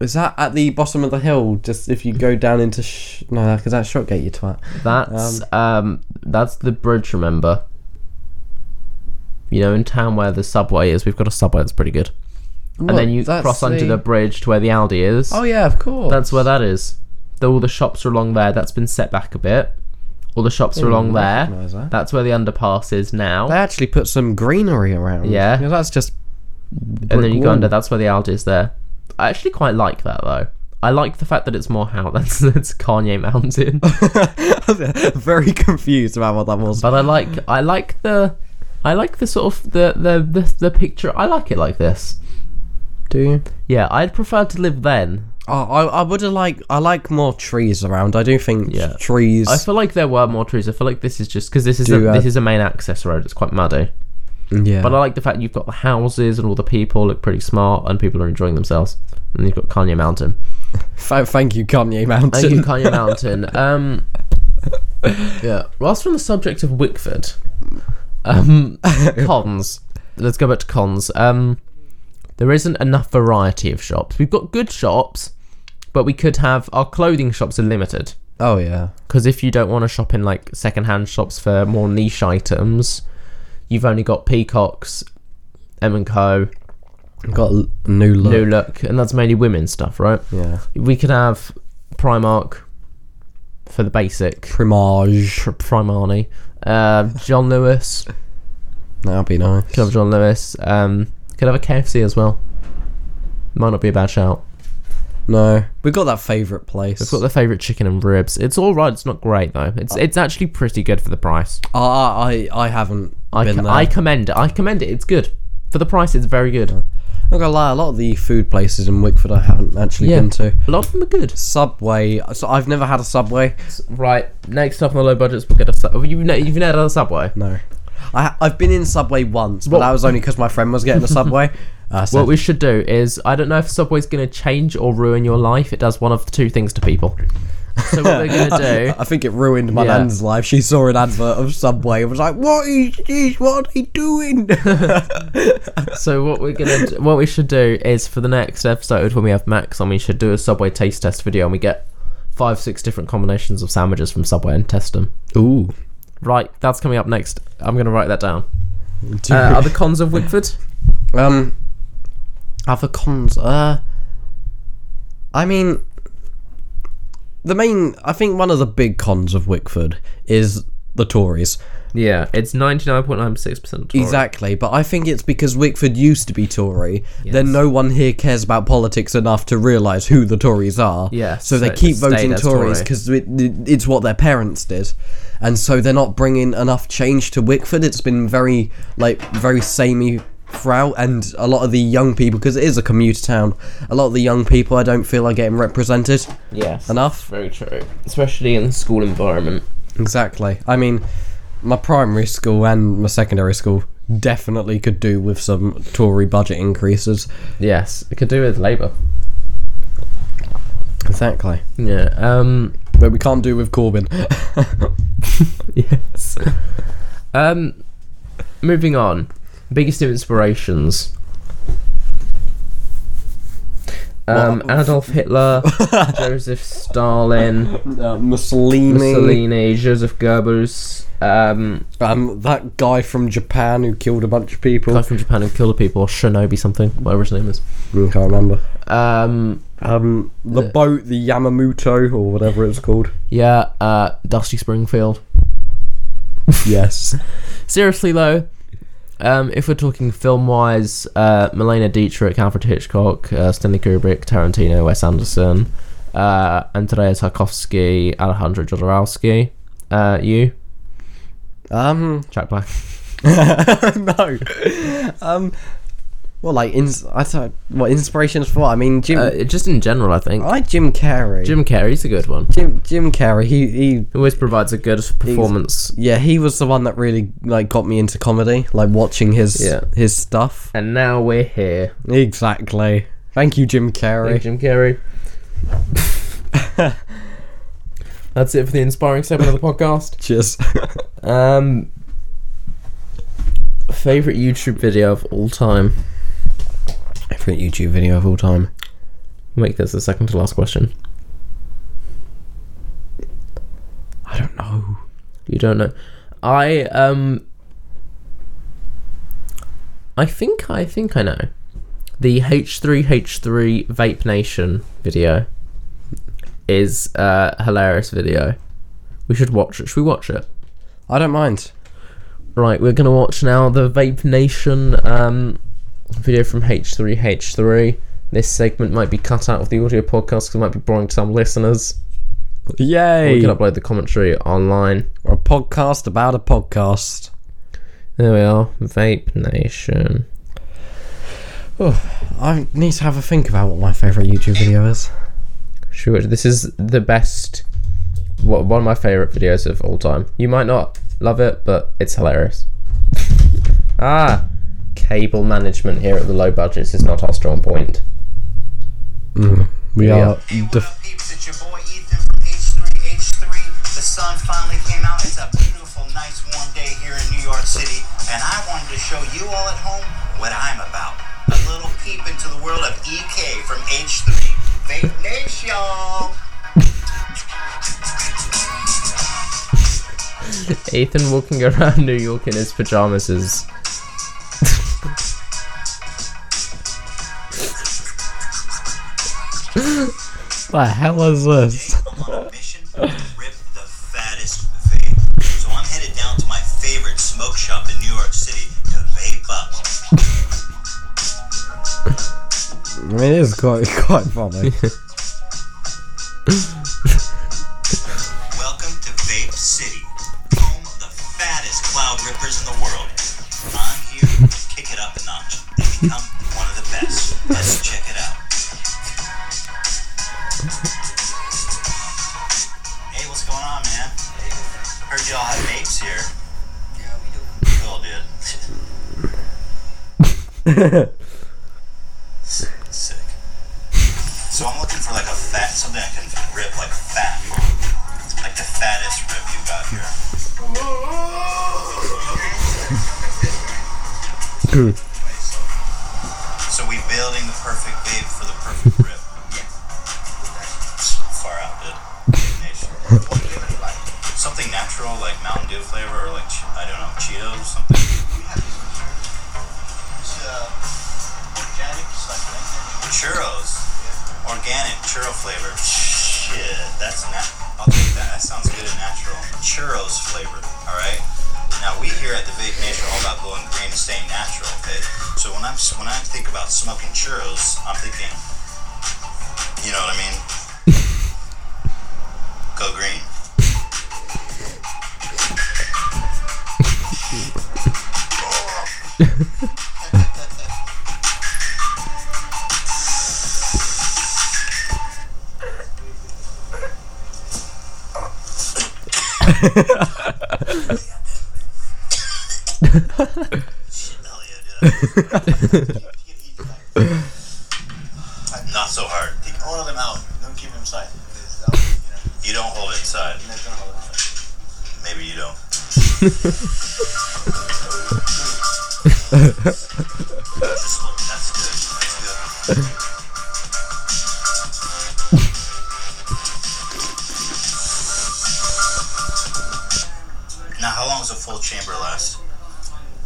S1: is that at the bottom of the hill? Just if you go down into sh- no, because that's Shotgate, you twat.
S2: That's um, that's the bridge. Remember, you know, in town where the subway is, we've got a subway that's pretty good.
S1: What?
S2: and then you
S1: That's
S2: cross under the bridge to where the Aldi is.
S1: Oh yeah, of course.
S2: That's where that is. The- all the shops are along there. That's been set back a bit. All the shops are along there.
S1: recognise Mm, that.
S2: That's where the underpass is now.
S1: they actually put some greenery around.
S2: Yeah.
S1: You know, that's just
S2: and then you go
S1: wall.
S2: under. That's where the Aldi is there. I actually quite like that though. I like the fact that it's more how that's it's Kanye Mountain.
S1: very confused about what that was.
S2: But I like I like the I like the sort of the the the, the picture. I like it like this.
S1: Do you?
S2: Yeah, I'd prefer to live then.
S1: Oh, I I would have like I like more trees around. I do think
S2: Yeah.
S1: trees.
S2: I feel like there were more trees. I feel like this is just because this is
S1: Do,
S2: a,
S1: uh,
S2: this is a main access road. It's quite muddy.
S1: yeah.
S2: But I like the fact you've got the houses and all the people look pretty smart and people are enjoying themselves. And you've got Kanye Mountain.
S1: Fa- thank you, Kanye Mountain.
S2: Thank you, Kanye Mountain. Um, yeah. Whilst we're on the subject of Wickford, um, cons. Let's go back to cons. Um, there isn't enough variety of shops. We've got good shops, but we could have our clothing shops are limited.
S1: Oh yeah.
S2: Because if you don't want to shop in like secondhand shops for more niche items, you've only got Peacocks, M and Co,
S1: Got a l- new look.
S2: New look, and that's mainly women's stuff, right?
S1: Yeah.
S2: We could have Primark for the basic,
S1: Primage.
S2: Pr- Primani, uh, John Lewis,
S1: That'd be nice.
S2: could have John Lewis, um, could have a KFC as well. Might not be a bad shout.
S1: No, we got that favorite place.
S2: We've got the favourite chicken and ribs. It's all right. It's not great though. It's it's actually pretty good for the price.
S1: I I I haven't
S2: I,
S1: been
S2: c-
S1: there.
S2: I commend it. I commend it. It's good for the price. It's very good.
S1: I'm not gonna lie, a lot of the food places in Wickford I haven't actually
S2: Yeah,
S1: been to.
S2: a lot of them are good.
S1: Subway. So I've never had a Subway.
S2: Right, next up on the low budgets, we'll get a sub. You've, ne- you've never had a subway.
S1: No, I I've been in Subway once, but
S2: What-
S1: that was only because my friend was getting a Subway. Uh, so
S2: What we should do is, I don't know if Subway's going to change or ruin your life. It does one of the two things to people. So what we're going to
S1: I think it ruined my
S2: Yeah.
S1: nan's life. She saw an advert of Subway and was like, "What is this? What are they doing?"
S2: do, so what we're going to, what we should do is for the next episode when we have Max on, we should do a Subway taste test video and we get five, six different combinations of sandwiches from Subway and test them.
S1: Ooh.
S2: Right, that's coming up next. I'm going to write that down. Uh, are the cons of Wickford?
S1: Um, other cons. Uh, I mean, the main. I think one of the big cons of Wickford is the Tories.
S2: Yeah, it's 99.96% Tory.
S1: Exactly, but I think it's because Wickford used to be Tory. Then no one here cares about politics enough to realise who the Tories are.
S2: Yeah,
S1: So,
S2: so
S1: they
S2: it
S1: keep
S2: stayed
S1: voting
S2: as
S1: Tories
S2: Tory.
S1: because it, it- it's what their parents did, and so they're not bringing enough change to Wickford. It's been very like very samey throughout, and a lot of the young people because it is a commuter town. A lot of the young people I don't feel are getting represented
S2: Yes.
S1: enough.
S2: Very true. Especially in the school environment.
S1: Exactly. I mean, my primary school and my secondary school definitely could do with some Tory budget increases.
S2: Yes, it could do with Labour.
S1: Exactly.
S2: Yeah. Um.
S1: But we can't do with Corbyn.
S2: Yes. um. Moving on. Biggest inspirations. Um, Adolf Hitler, Joseph Stalin,
S1: uh, Mussolini.
S2: Mussolini, Joseph Goebbels, um,
S1: Um, that guy from Japan who killed a bunch of people.
S2: guy from Japan who killed people, Shinobi something, whatever his name is.
S1: Mm, can't remember.
S2: Um,
S1: Um, the boat, the Yamamoto or whatever it's called.
S2: yeah, uh, Dusty Springfield.
S1: yes.
S2: Seriously though, um, if we're talking film wise, uh, Milena Dietrich, Alfred Hitchcock, uh, Stanley Kubrick, Tarantino, Wes Anderson, uh, Andrei Tarkovsky, Alejandro Jodorowsky, uh, you,
S1: Um,
S2: Jack Black.
S1: no. Um, well, like, ins- I don't, what inspirations for? I mean, Jim.
S2: Uh, just in general, I think
S1: I like Jim Carrey.
S2: Jim Carrey's a good one.
S1: Jim Jim Carrey, he he
S2: He always provides a good performance.
S1: yeah, he was the one that really like got me into comedy, like watching his
S2: Yeah.
S1: his stuff.
S2: And now we're here.
S1: Exactly. Thank you, Jim Carrey.
S2: Jim Carrey. That's it for the inspiring segment of the podcast.
S1: Cheers.
S2: Um, favorite YouTube video of all time.
S1: Favorite YouTube video of all time.
S2: Make this the second to last question.
S1: I don't know.
S2: You don't know. I um. I think I think I know. The H3H3 Vape Nation video is a hilarious video. We should watch it. Should we watch it?
S1: I don't mind.
S2: Right, we're gonna watch now the Vape Nation um, video from H3H3. This segment might be cut out of the audio podcast because it might be boring to some listeners. We
S1: Yay!
S2: can
S1: A
S2: upload the commentary online.
S1: podcast about a podcast.
S2: There we are, Vape Nation.
S1: I need to have a think about what my favorite YouTube video is.
S2: Sure, this is the best, what one of my favorite videos of all time. You might not love it, but it's hilarious. ah, cable management here at the low budgets is not our strong point.
S1: We
S2: Yeah.
S1: are def-
S4: peeps, it's your boy Ethan from H3H3. The sun finally came out. It's a beautiful, nice, warm day here in New York City, and I wanted to show you all at home what I'm about. A little peep into the world of EK from H3. Vape Nation!
S2: Ethan walking around New York in his pajamas is The hell is this?
S4: Today, I'm on a mission to rip the fattest vape. So I'm headed down to my favorite smoke shop in New York City to vape up.
S1: I mean, it is quite quite funny.
S4: Welcome to Vape City, home of the fattest cloud rippers in the world. I'm here to kick it up a notch and become one of the best. Let's check it out. Hey, what's going on, man? Heard y'all have vapes here. Yeah, we do. Cool, dude. Sick. sick. So I'm looking for like a fat, something I can rip like fat. Like the fattest rip you got here. So we building the perfect vape for the perfect rip. Far out, dude. Nation. Something natural like Mountain Dew flavor or like, che- I don't know, Cheetos, something. Churros. Organic churro flavor. Shit, that's nat. I'll take that. That sounds good and natural. Churros flavor. All right. Now we here at the Vape Nation are all about going green and staying natural. Okay. So when I'm when I think about smoking churros, I'm thinking, you know what I mean? Go green. Hell yeah, dude. Not so hard. Take all of them out. Don't keep them inside. You don't hold it inside. Maybe you don't. Just look, that's good. That's good. Now, how long does a full chamber last?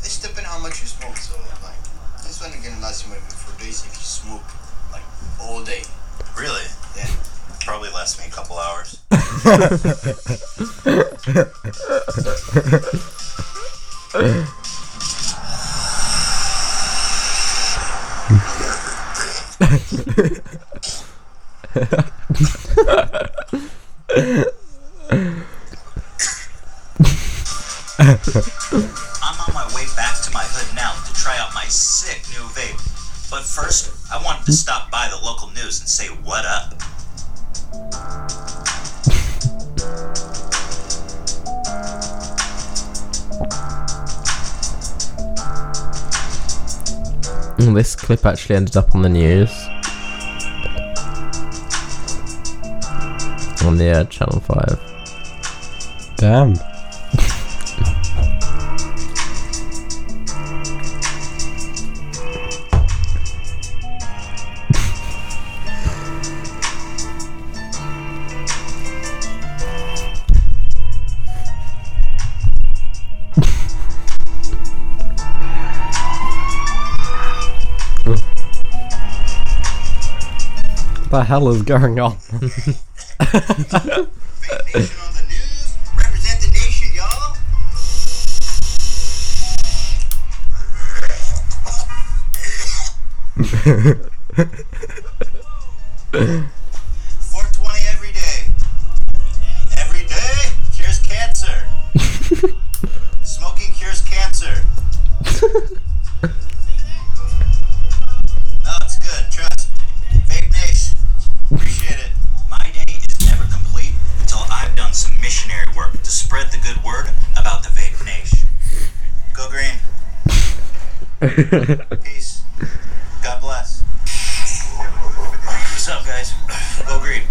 S5: It's depending how much you smoke. So like, this one again lasts you maybe four days if you smoke like all day.
S4: Really?
S5: Yeah.
S4: Probably lasts me a couple hours. I'm on my way back to my hood now to try out my sick new vape. But first, I wanted to stop by the local news and say what up.
S2: Mm, This clip actually ended up on the news. On the uh, Channel 5.
S1: Damn. The hell is going on?
S5: Vape Nation on the news. Represent the nation, y'all.
S4: Four twenty every day. Every day cures cancer. Smoking cures cancer. no, it's good. Trust me. Vape Nation. Appreciate it. My day is never complete until I've done some missionary work to spread the good word about the Vape Nation. Go green. Peace. God bless. What's up, guys? Go green.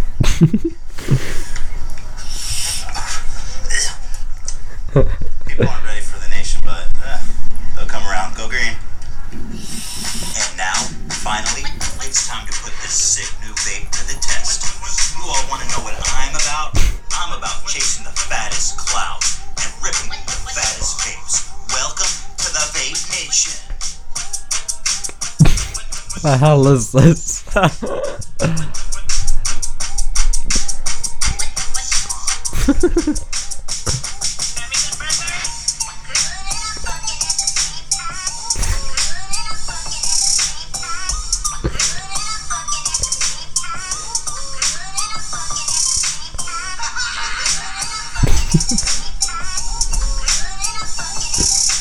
S4: People aren't ready for the nation, but uh, they'll come around. Go green. And now, finally, it's time to put this sick new vape to the test. You all want to know what I'm about? I'm about chasing the fattest clouds and ripping the fattest vapes. Welcome to the Vape Nation.
S1: The hell is this?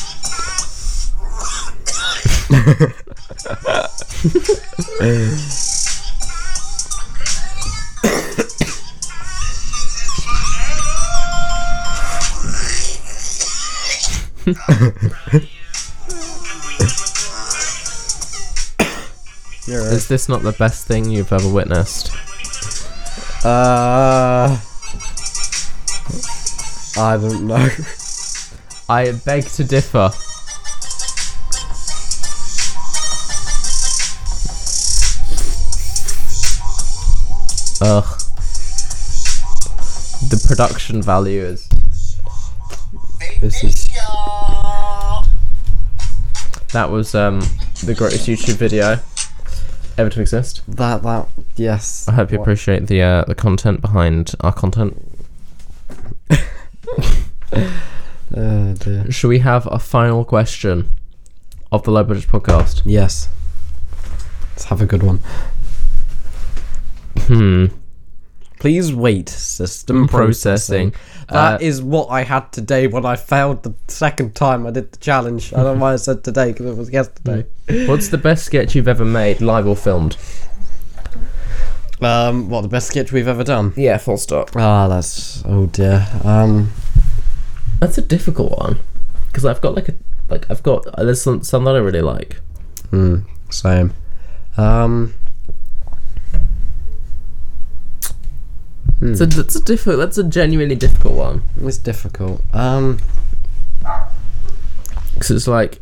S3: 네.
S1: You're
S2: Is this not the best thing you've ever witnessed?
S1: right. Uh, I don't know.
S2: I beg to differ. Ugh. The production value is.
S1: This is
S2: That was um the greatest YouTube video ever to exist.
S1: that that yes.
S2: I hope you
S1: What-
S2: appreciate the uh, the content behind our content.
S1: Oh, dear.
S2: Should we have a final question of the low budget podcast?
S1: Yes. Let's have a good one.
S2: Hmm.
S1: Please wait, system
S2: Mm, Processing.
S1: processing. That
S2: Uh,
S1: is what I had today when I failed the second time I did the challenge. I don't know why I said today because it was yesterday.
S2: What's the best sketch you've ever made, live or filmed?
S1: Um, what the best sketch we've ever done?
S2: Yeah, full stop.
S1: Ah, that's oh dear. Um,
S2: That's a difficult one because I've got like a like I've got uh, there's some, some that I really like.
S1: hmm, same. Um,
S2: It's a, that's a difficult. That's a genuinely difficult one
S1: it's difficult. Um,
S2: because it's like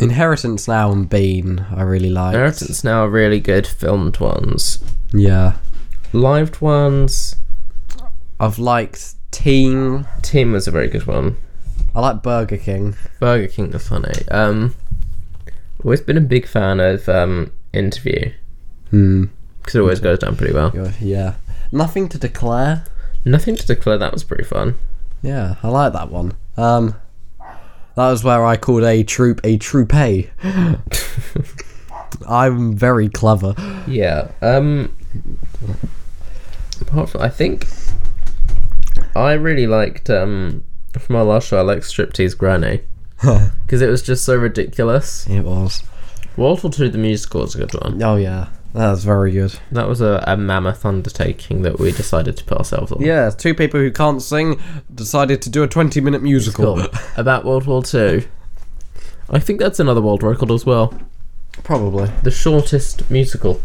S1: Inheritance now and Bean, I really like.
S2: Inheritance now are really good filmed ones,
S1: Yeah,
S2: lived ones.
S1: I've liked Team.
S2: Tim was a very good one.
S1: I like Burger King.
S2: Burger King are funny. Um, always been a big fan of um interview
S1: Hmm.
S2: because it always goes down pretty well.
S1: Good, Yeah. Nothing to declare.
S2: Nothing to declare. That was pretty fun.
S1: Yeah, I like that one. Um, that was where I called a troop a troupe. I'm very clever.
S2: Yeah. Um. Apart from, I think I really liked um from our last show. I liked Striptease Granny because it was just so ridiculous.
S1: It was.
S2: Walter to the musical is a good one.
S1: Oh yeah, that was very good.
S2: That was a, a mammoth undertaking that we decided to put ourselves on.
S1: Yeah, two people who can't sing decided to do a 20 minute musical.
S2: Cool. About World War Two. I think that's another world record as well.
S1: Probably.
S2: The shortest musical,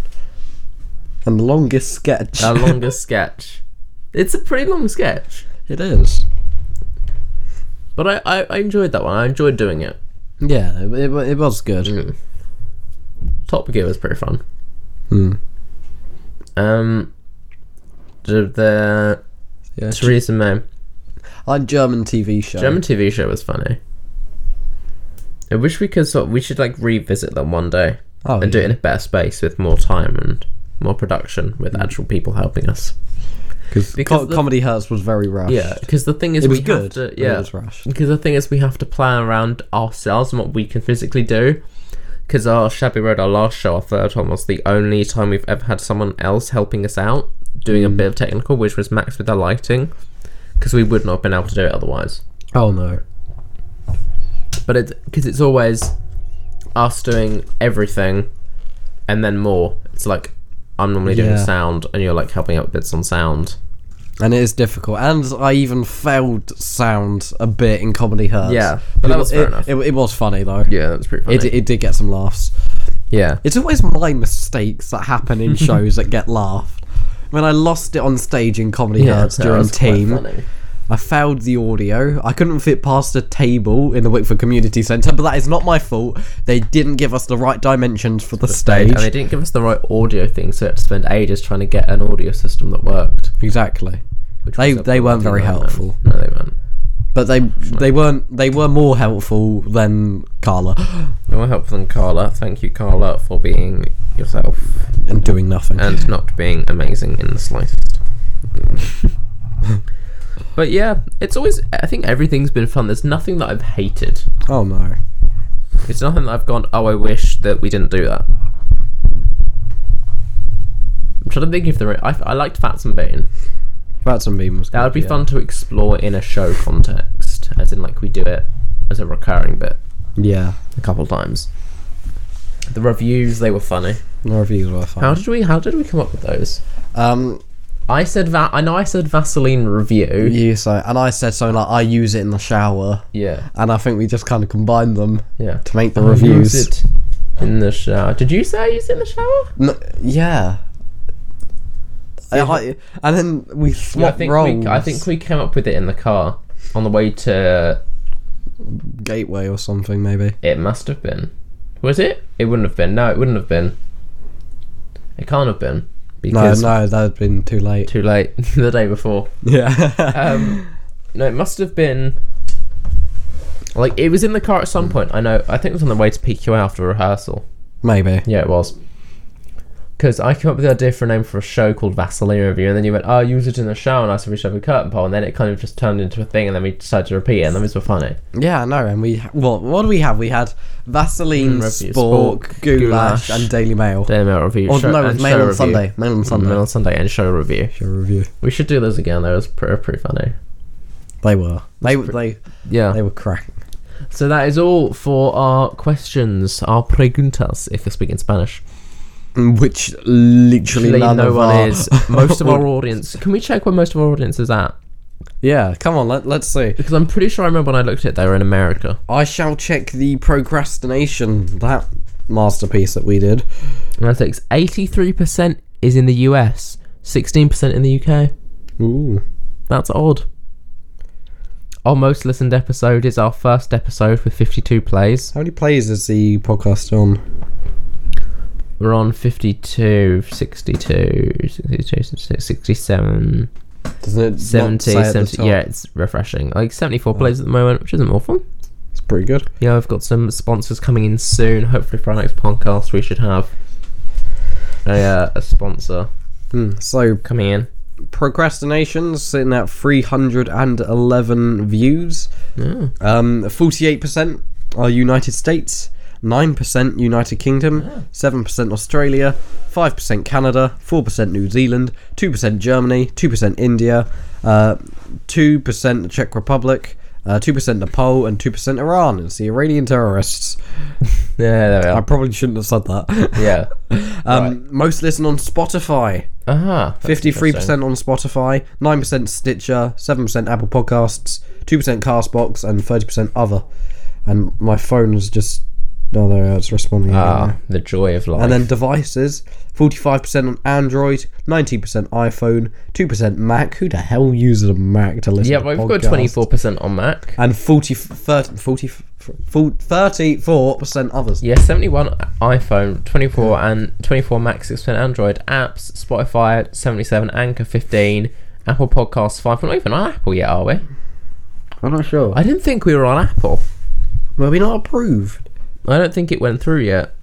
S1: And longest sketch.
S2: our longest sketch. It's a pretty long sketch,
S1: it is.
S2: but I, I, I enjoyed that one. I enjoyed doing it.
S1: Yeah, it, it, wa- it was good.
S2: Top Gear was pretty fun.
S1: Hmm.
S2: Um, the, the
S1: Yeah,
S2: Theresa May
S1: I like German TV show.
S2: German TV show was funny. I wish we could sort. We should like revisit them one day
S1: Oh,
S2: and do it
S1: yeah.
S2: in a better space with more time and more production
S1: Hmm.
S2: with actual people helping us. because
S1: Co-
S2: the-
S1: Comedy Hurts was very rough.
S2: Yeah, because the thing is,
S1: It was
S2: we
S1: good.
S2: Have to,
S1: but
S2: yeah,
S1: It was rushed.
S2: Because the thing is, we have to plan around ourselves and what we can physically do. Because our Shabby Road, our last show, our third one, was the only time we've ever had someone else helping us out doing a
S1: Mm.
S2: bit of technical, which was Max with the lighting. Because we would not have been able to do it otherwise.
S1: Oh no.
S2: But it's because it's always us doing everything and then more. It's like I'm normally doing
S1: Yeah.
S2: sound and you're like helping out with bits on sound.
S1: And it is difficult. And I even failed sound a bit in Comedy Hurts.
S2: Yeah, but that
S1: it,
S2: was fair
S1: it,
S2: enough.
S1: It, it was funny though.
S2: Yeah, that was pretty funny.
S1: It, it did get some laughs.
S2: yeah.
S1: It's always my mistakes that happen in shows that get laughed. When I lost it on stage in Comedy
S2: Yeah,
S1: Hurts
S2: that
S1: during
S2: was quite
S1: Team,
S2: funny.
S1: I failed the audio. I couldn't fit past a table in the Wickford Community Centre, but that is not my fault. They didn't give us the right dimensions for the
S2: They-
S1: stage.
S2: and they didn't give us the right audio thing, so I had to spend ages trying to get an audio system that worked.
S1: Exactly.
S2: Which
S1: They-
S2: was a
S1: they weren't
S2: bloody
S1: very
S2: nightmare.
S1: helpful.
S2: No, they weren't.
S1: But they they weren't they were more helpful than Carla
S2: They were helpful than Carla. Thank you, Carla, for being yourself
S1: and doing nothing.
S2: and not being amazing in the slightest. But yeah, it's always. I think everything's been fun. There's nothing that I've hated.
S1: Oh no.
S2: It's nothing that I've gone, oh, I wish that we didn't do that. I'm trying to think if there are. I, I liked Fats and Bane.
S1: That's a meme. Was
S2: That would be
S1: good, yeah.
S2: fun to explore in a show context, as in, like, we do it as a recurring bit
S1: Yeah.
S2: a couple times. The reviews, they were funny.
S1: The reviews were fun.
S2: How did we How did we come up with those?
S1: Um,
S2: I said va- I know I said Vaseline review.
S1: you so and I said something like I use it in the shower,
S2: Yeah,
S1: and I think we just kind of combined them
S2: yeah.
S1: to make the
S2: I
S1: reviews.
S2: use it in the shower. Did you say I used it in the shower?
S1: No, yeah. I- I- and then we
S2: Yeah, I
S1: swapped
S2: think
S1: roles.
S2: we, I think we came up with it in the car on the way to.
S1: Gateway or something maybe.
S2: It must have been. Was it? It wouldn't have been. No, it wouldn't have been. It can't have been
S1: No,
S2: because
S1: no, that had been too late.
S2: too late the day before.
S1: yeah.
S2: Um, no, it must have been. Like it was in the car at some point. I know. I think it was on the way to PQ after rehearsal.
S1: maybe.
S2: Yeah, it was. Because I came up with the idea for a name for a show called Vaseline Review, and then you went, "Oh, use it in the shower," and I said we should have a curtain pole, and then it kind of just turned into a thing, and then we decided to repeat it, and then it was funny.
S1: Yeah, I know. And we ha- what what do we have? We had Vaseline,
S2: Mm, review,
S1: Spork,
S2: Spork,
S1: Goulash,
S2: Goulash.
S1: and Daily Mail.
S2: Daily Mail review.
S1: Or
S2: show-
S1: no, it
S2: and
S1: was
S2: show
S1: Mail on
S2: review. Mm,
S1: Sunday. Mail on Sunday.
S2: Mail on Sunday and show review.
S1: Show review.
S2: We should do those again. That was pretty, pretty funny.
S1: They were. They they they
S2: Yeah.
S1: were cracking.
S2: So that is all for our questions, our preguntas, if you're speaking Spanish.
S1: Mm, Which literally
S2: Clearly
S1: none
S2: no
S1: of
S2: one
S1: our-
S2: is. Most of our audience. Can we check where most of our audience is at?
S1: Yeah, come on, let, let's see.
S2: Because I'm pretty sure I remember when I looked at it, they were in America.
S1: I shall check the procrastination that masterpiece that we did.
S2: And that takes 83% is in the US, 16% in the UK.
S1: Ooh.
S2: That's odd. Our most listened episode is our first episode with 52 plays.
S1: How many plays is the podcast on?
S2: We're on 52, 62, 62, 67,
S1: Doesn't it
S2: 70,
S1: not say at the
S2: 70.
S1: top?
S2: Yeah, it's refreshing. Like 74 plays at the moment, which isn't awful.
S1: it's pretty good.
S2: Yeah, I've got some sponsors coming in soon. Hopefully, for our next podcast, we should have a, uh, a sponsor
S1: Hmm, So
S2: coming in.
S1: procrastination sitting at 311 views.
S2: Yeah.
S1: Um, 48% are United States, 9% United Kingdom, 7% Australia, 5% Canada, 4% New Zealand, 2% Germany, 2% India, uh, 2% the Czech Republic, uh, 2% Nepal, and 2% Iran. It's the Iranian terrorists.
S2: Yeah, there we
S1: I
S2: are.
S1: probably shouldn't have said that.
S2: Yeah.
S1: Um, Most listen on Spotify.
S2: Ah. that's
S1: Fifty-three
S2: interesting.
S1: percent on Spotify, nine percent Stitcher, seven percent Apple Podcasts, two percent Castbox, and thirty percent other. And my phone is just no, there it's responding.
S2: Ah,
S1: again.
S2: the joy of life.
S1: and then devices, forty-five percent on Android, nineteen percent iPhone, two percent Mac. Who the hell uses a Mac to listen?
S2: yeah,
S1: to
S2: well, we've
S1: podcasts?
S2: got twenty-four percent on Mac.
S1: and 40, 30, 40, 34 percent others.
S2: Yeah, seventy-one iPhone, twenty-four and twenty-four Mac, six percent Android apps, Spotify seventy-seven, Anchor fifteen, Apple Podcasts five. We're not even on Apple yet, are we?
S1: I'm not sure.
S2: I didn't think we were on Apple.
S1: Were we not approved?
S2: I don't think it went through yet.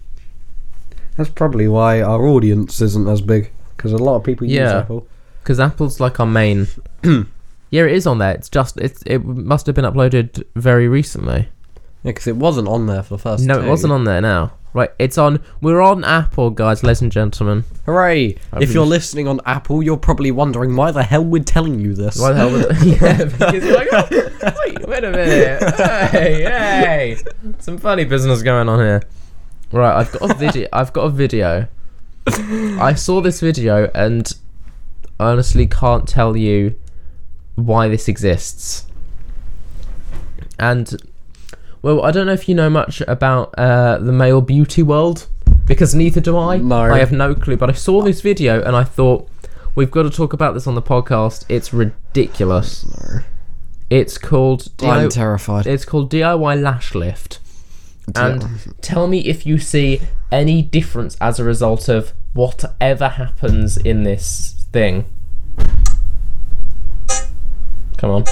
S1: That's probably why our audience isn't as big because a lot of people use
S2: Yeah.
S1: Apple.
S2: because Apple's like our main. yeah, it is on there. It's just it's it must have been uploaded very recently.
S1: Yeah, because it wasn't on there for the first.
S2: No, it wasn't on there now. Right, it's on. We're on Apple, guys, ladies and gentlemen.
S1: Hooray! if
S2: been-
S1: you're listening on Apple, you're probably wondering why the hell we're telling you this.
S2: Why the hell? Would, yeah, because you're like, oh, wait, wait a minute. Hey, hey, some funny business going on here. Right, I've got a video. I've got a video. I saw this video and I honestly can't tell you why this exists. And well, I don't know if you know much about uh, the male beauty world because neither do I.
S1: No.
S2: I have no clue. But I saw this video and I thought we've got to talk about this on the podcast. It's ridiculous. It's called. do you
S1: I'm
S2: know-
S1: terrified.
S2: it's called DIY Lash Lift. And tell me if you see any difference as a result of whatever happens in this thing. Come on.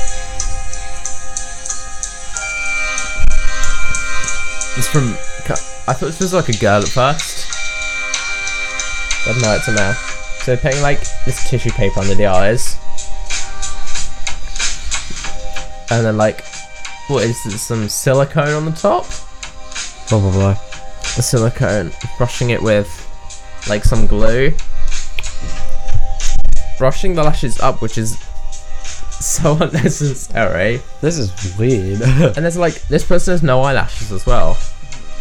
S2: It's from. I thought this was like a girl at first. But no, it's a male. So they're putting like this tissue paper under the eyes. and then like, what is it? Some silicone on the top?
S1: Probably.
S2: The silicone, brushing it with like some glue, brushing the lashes up, which is so unnecessary.
S1: This is weird.
S2: And there's like this person has no eyelashes as well.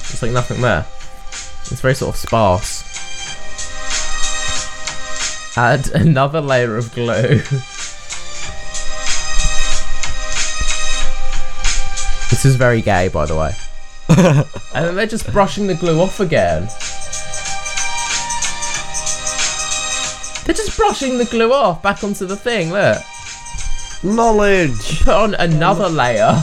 S2: It's like nothing there. It's very sort of sparse. Add another layer of glue. this is very gay, by the way. and then they're just brushing the glue off again. They're just brushing the glue off back onto the thing. Look,
S1: Knowledge.
S2: put on another layer.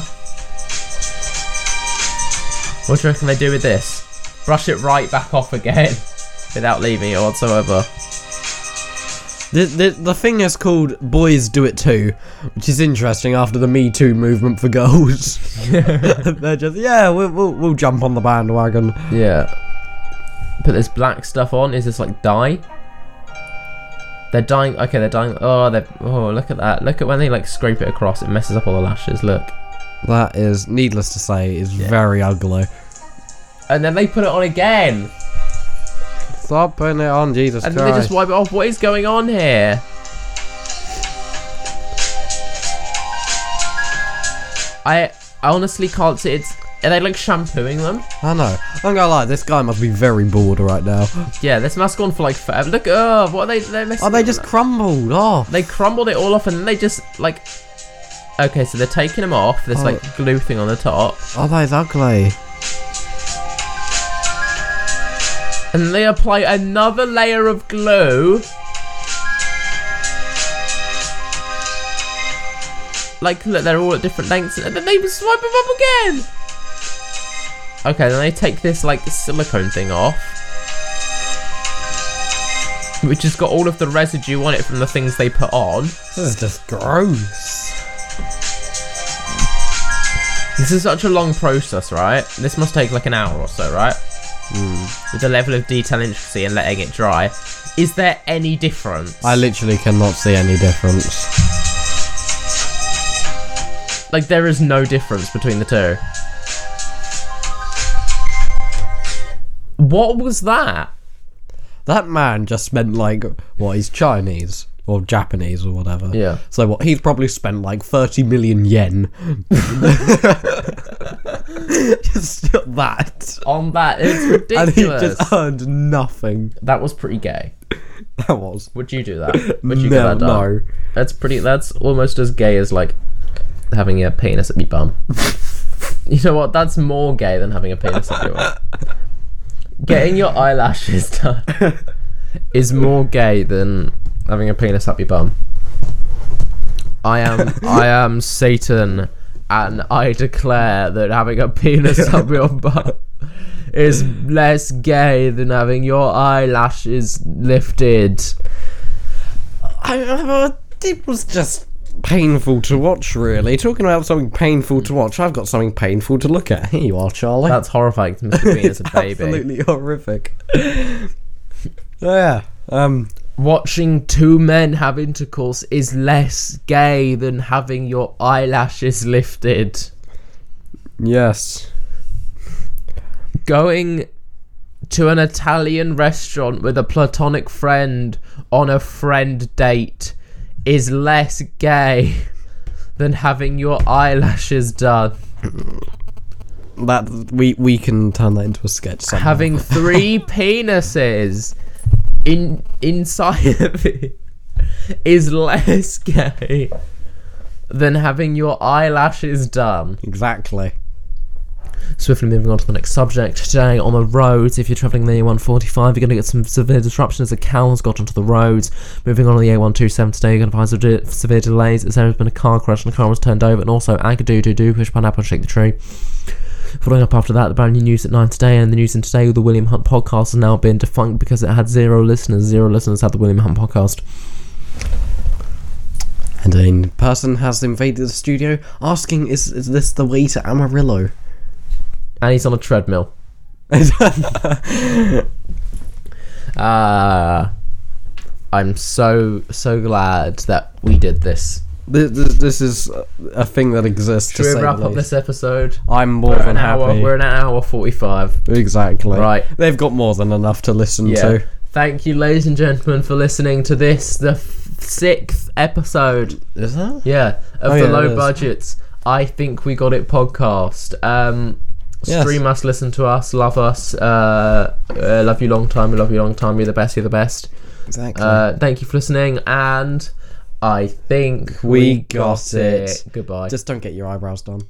S2: What do you reckon they do with this? Brush it right back off again without leaving it whatsoever.
S1: The, the, the thing is called Boys Do It Too, which is interesting after the Me Too movement for girls. They're just, yeah, we'll, we'll, we'll jump on the bandwagon.
S2: Yeah. Put this black stuff on. Is this like dye? They're dying. Okay, they're dying. Oh, they're. Oh, look at that. Look at when they like scrape it across. It messes up all the lashes. Look.
S1: That is, needless to say, is very ugly.
S2: And then they put it on again.
S1: Stop putting it on, Jesus
S2: And then
S1: Christ.
S2: they just wipe it off. What is going on here? I I honestly can't see. It's are they like shampooing them?
S1: I know. I'm gonna lie, this guy must be very bored right now.
S2: Yeah, this mask on for like forever. Look, oh, what are they? They're messing
S1: Oh, they
S2: it
S1: just
S2: up.
S1: crumbled Oh, off.
S2: they crumbled it all off, and then they just like. Okay, so they're taking them off. There's
S1: Oh.
S2: like glue thing on the top,
S1: Oh, that is ugly.
S2: and they apply another layer of glue. Like, look, they're all at different lengths, and then they just swipe them up again. Okay, then they take this like silicone thing off, which has got all of the residue on it from the things they put on.
S1: This is just gross.
S2: This is such a long process, right? This must take like an hour or so, right? Hmm. With the level of detail intricacy and letting it dry. Is there any difference?
S1: I literally cannot see any difference.
S2: like, there is no difference between the two. What was that?
S1: That man just spent like, what, he's Chinese or Japanese or whatever.
S2: Yeah.
S1: So what, he's probably spent like 30 million yen. just that.
S2: On that, it's
S1: And he
S2: ridiculous.
S1: just earned nothing.
S2: That was pretty gay.
S1: That was.
S2: Would you do that? Would you get
S1: no,
S2: that done?
S1: no.
S2: That's pretty. That's almost as gay as like having a penis at your bum. you know what? That's more gay than having a penis at your bum. Getting your eyelashes done is more gay than having a penis up your bum. I am. I am Satan, and I declare that having a penis up your bum. Is less gay than having your eyelashes lifted.
S1: I, I, I- it was just painful to watch, really. Talking about something painful to watch, I've got something painful to look at. Here you are, Charlie.
S2: That's horrifying to Mr. Bean as a baby.
S1: absolutely horrific. yeah. Um,
S2: Watching two men have intercourse is less gay than having your eyelashes lifted.
S1: yes.
S2: Going to an Italian restaurant with a platonic friend on a friend date is less gay than having your eyelashes done.
S1: That we we can turn that into a sketch somehow.
S2: having three penises in inside of it is less gay than having your eyelashes done.
S1: exactly.
S2: Swiftly moving on to the next subject. Today on the roads, if you're travelling the A145, you're going to get some severe disruption as a cow has got onto the roads. Moving on to the A127 today, you're going to find some de- severe delays as there has been a car crash and the car was turned over, and also Agadoo Doo Doo, push pineapple and shake the tree. Following up after that, the brand new news at 9 today, and the news in today, the William Hunt podcast has now been defunct because it had zero listeners. Zero listeners had the William Hunt podcast.
S1: And a person has invaded the studio, asking, "Is is this the way to Amarillo?"
S2: And he's on a treadmill. Uh, Ah, I'm so so glad that we did this.
S1: This, this, this is a thing that exists. to
S2: Should
S1: say
S2: we
S1: the
S2: wrap up
S1: least.
S2: this episode?
S1: I'm more
S2: We're
S1: than
S2: an hour.
S1: happy.
S2: We're an hour forty-five.
S1: Exactly.
S2: Right.
S1: They've got more than enough to listen
S2: Yeah.
S1: to.
S2: Thank you, ladies and gentlemen, for listening to this, the f- sixth episode.
S1: Is that?
S2: Yeah, of
S1: Oh,
S2: the
S1: yeah, it
S2: low
S1: is.
S2: budgets. I think we got it podcast. Um,
S1: Yes.
S2: Stream us, listen to us, love us. Uh, uh, love you long time. We love you long time. You're the best. You're the best.
S1: Exactly.
S2: Uh, thank you for listening, and I think
S1: We got it.
S2: Goodbye.
S1: Just don't get your eyebrows done.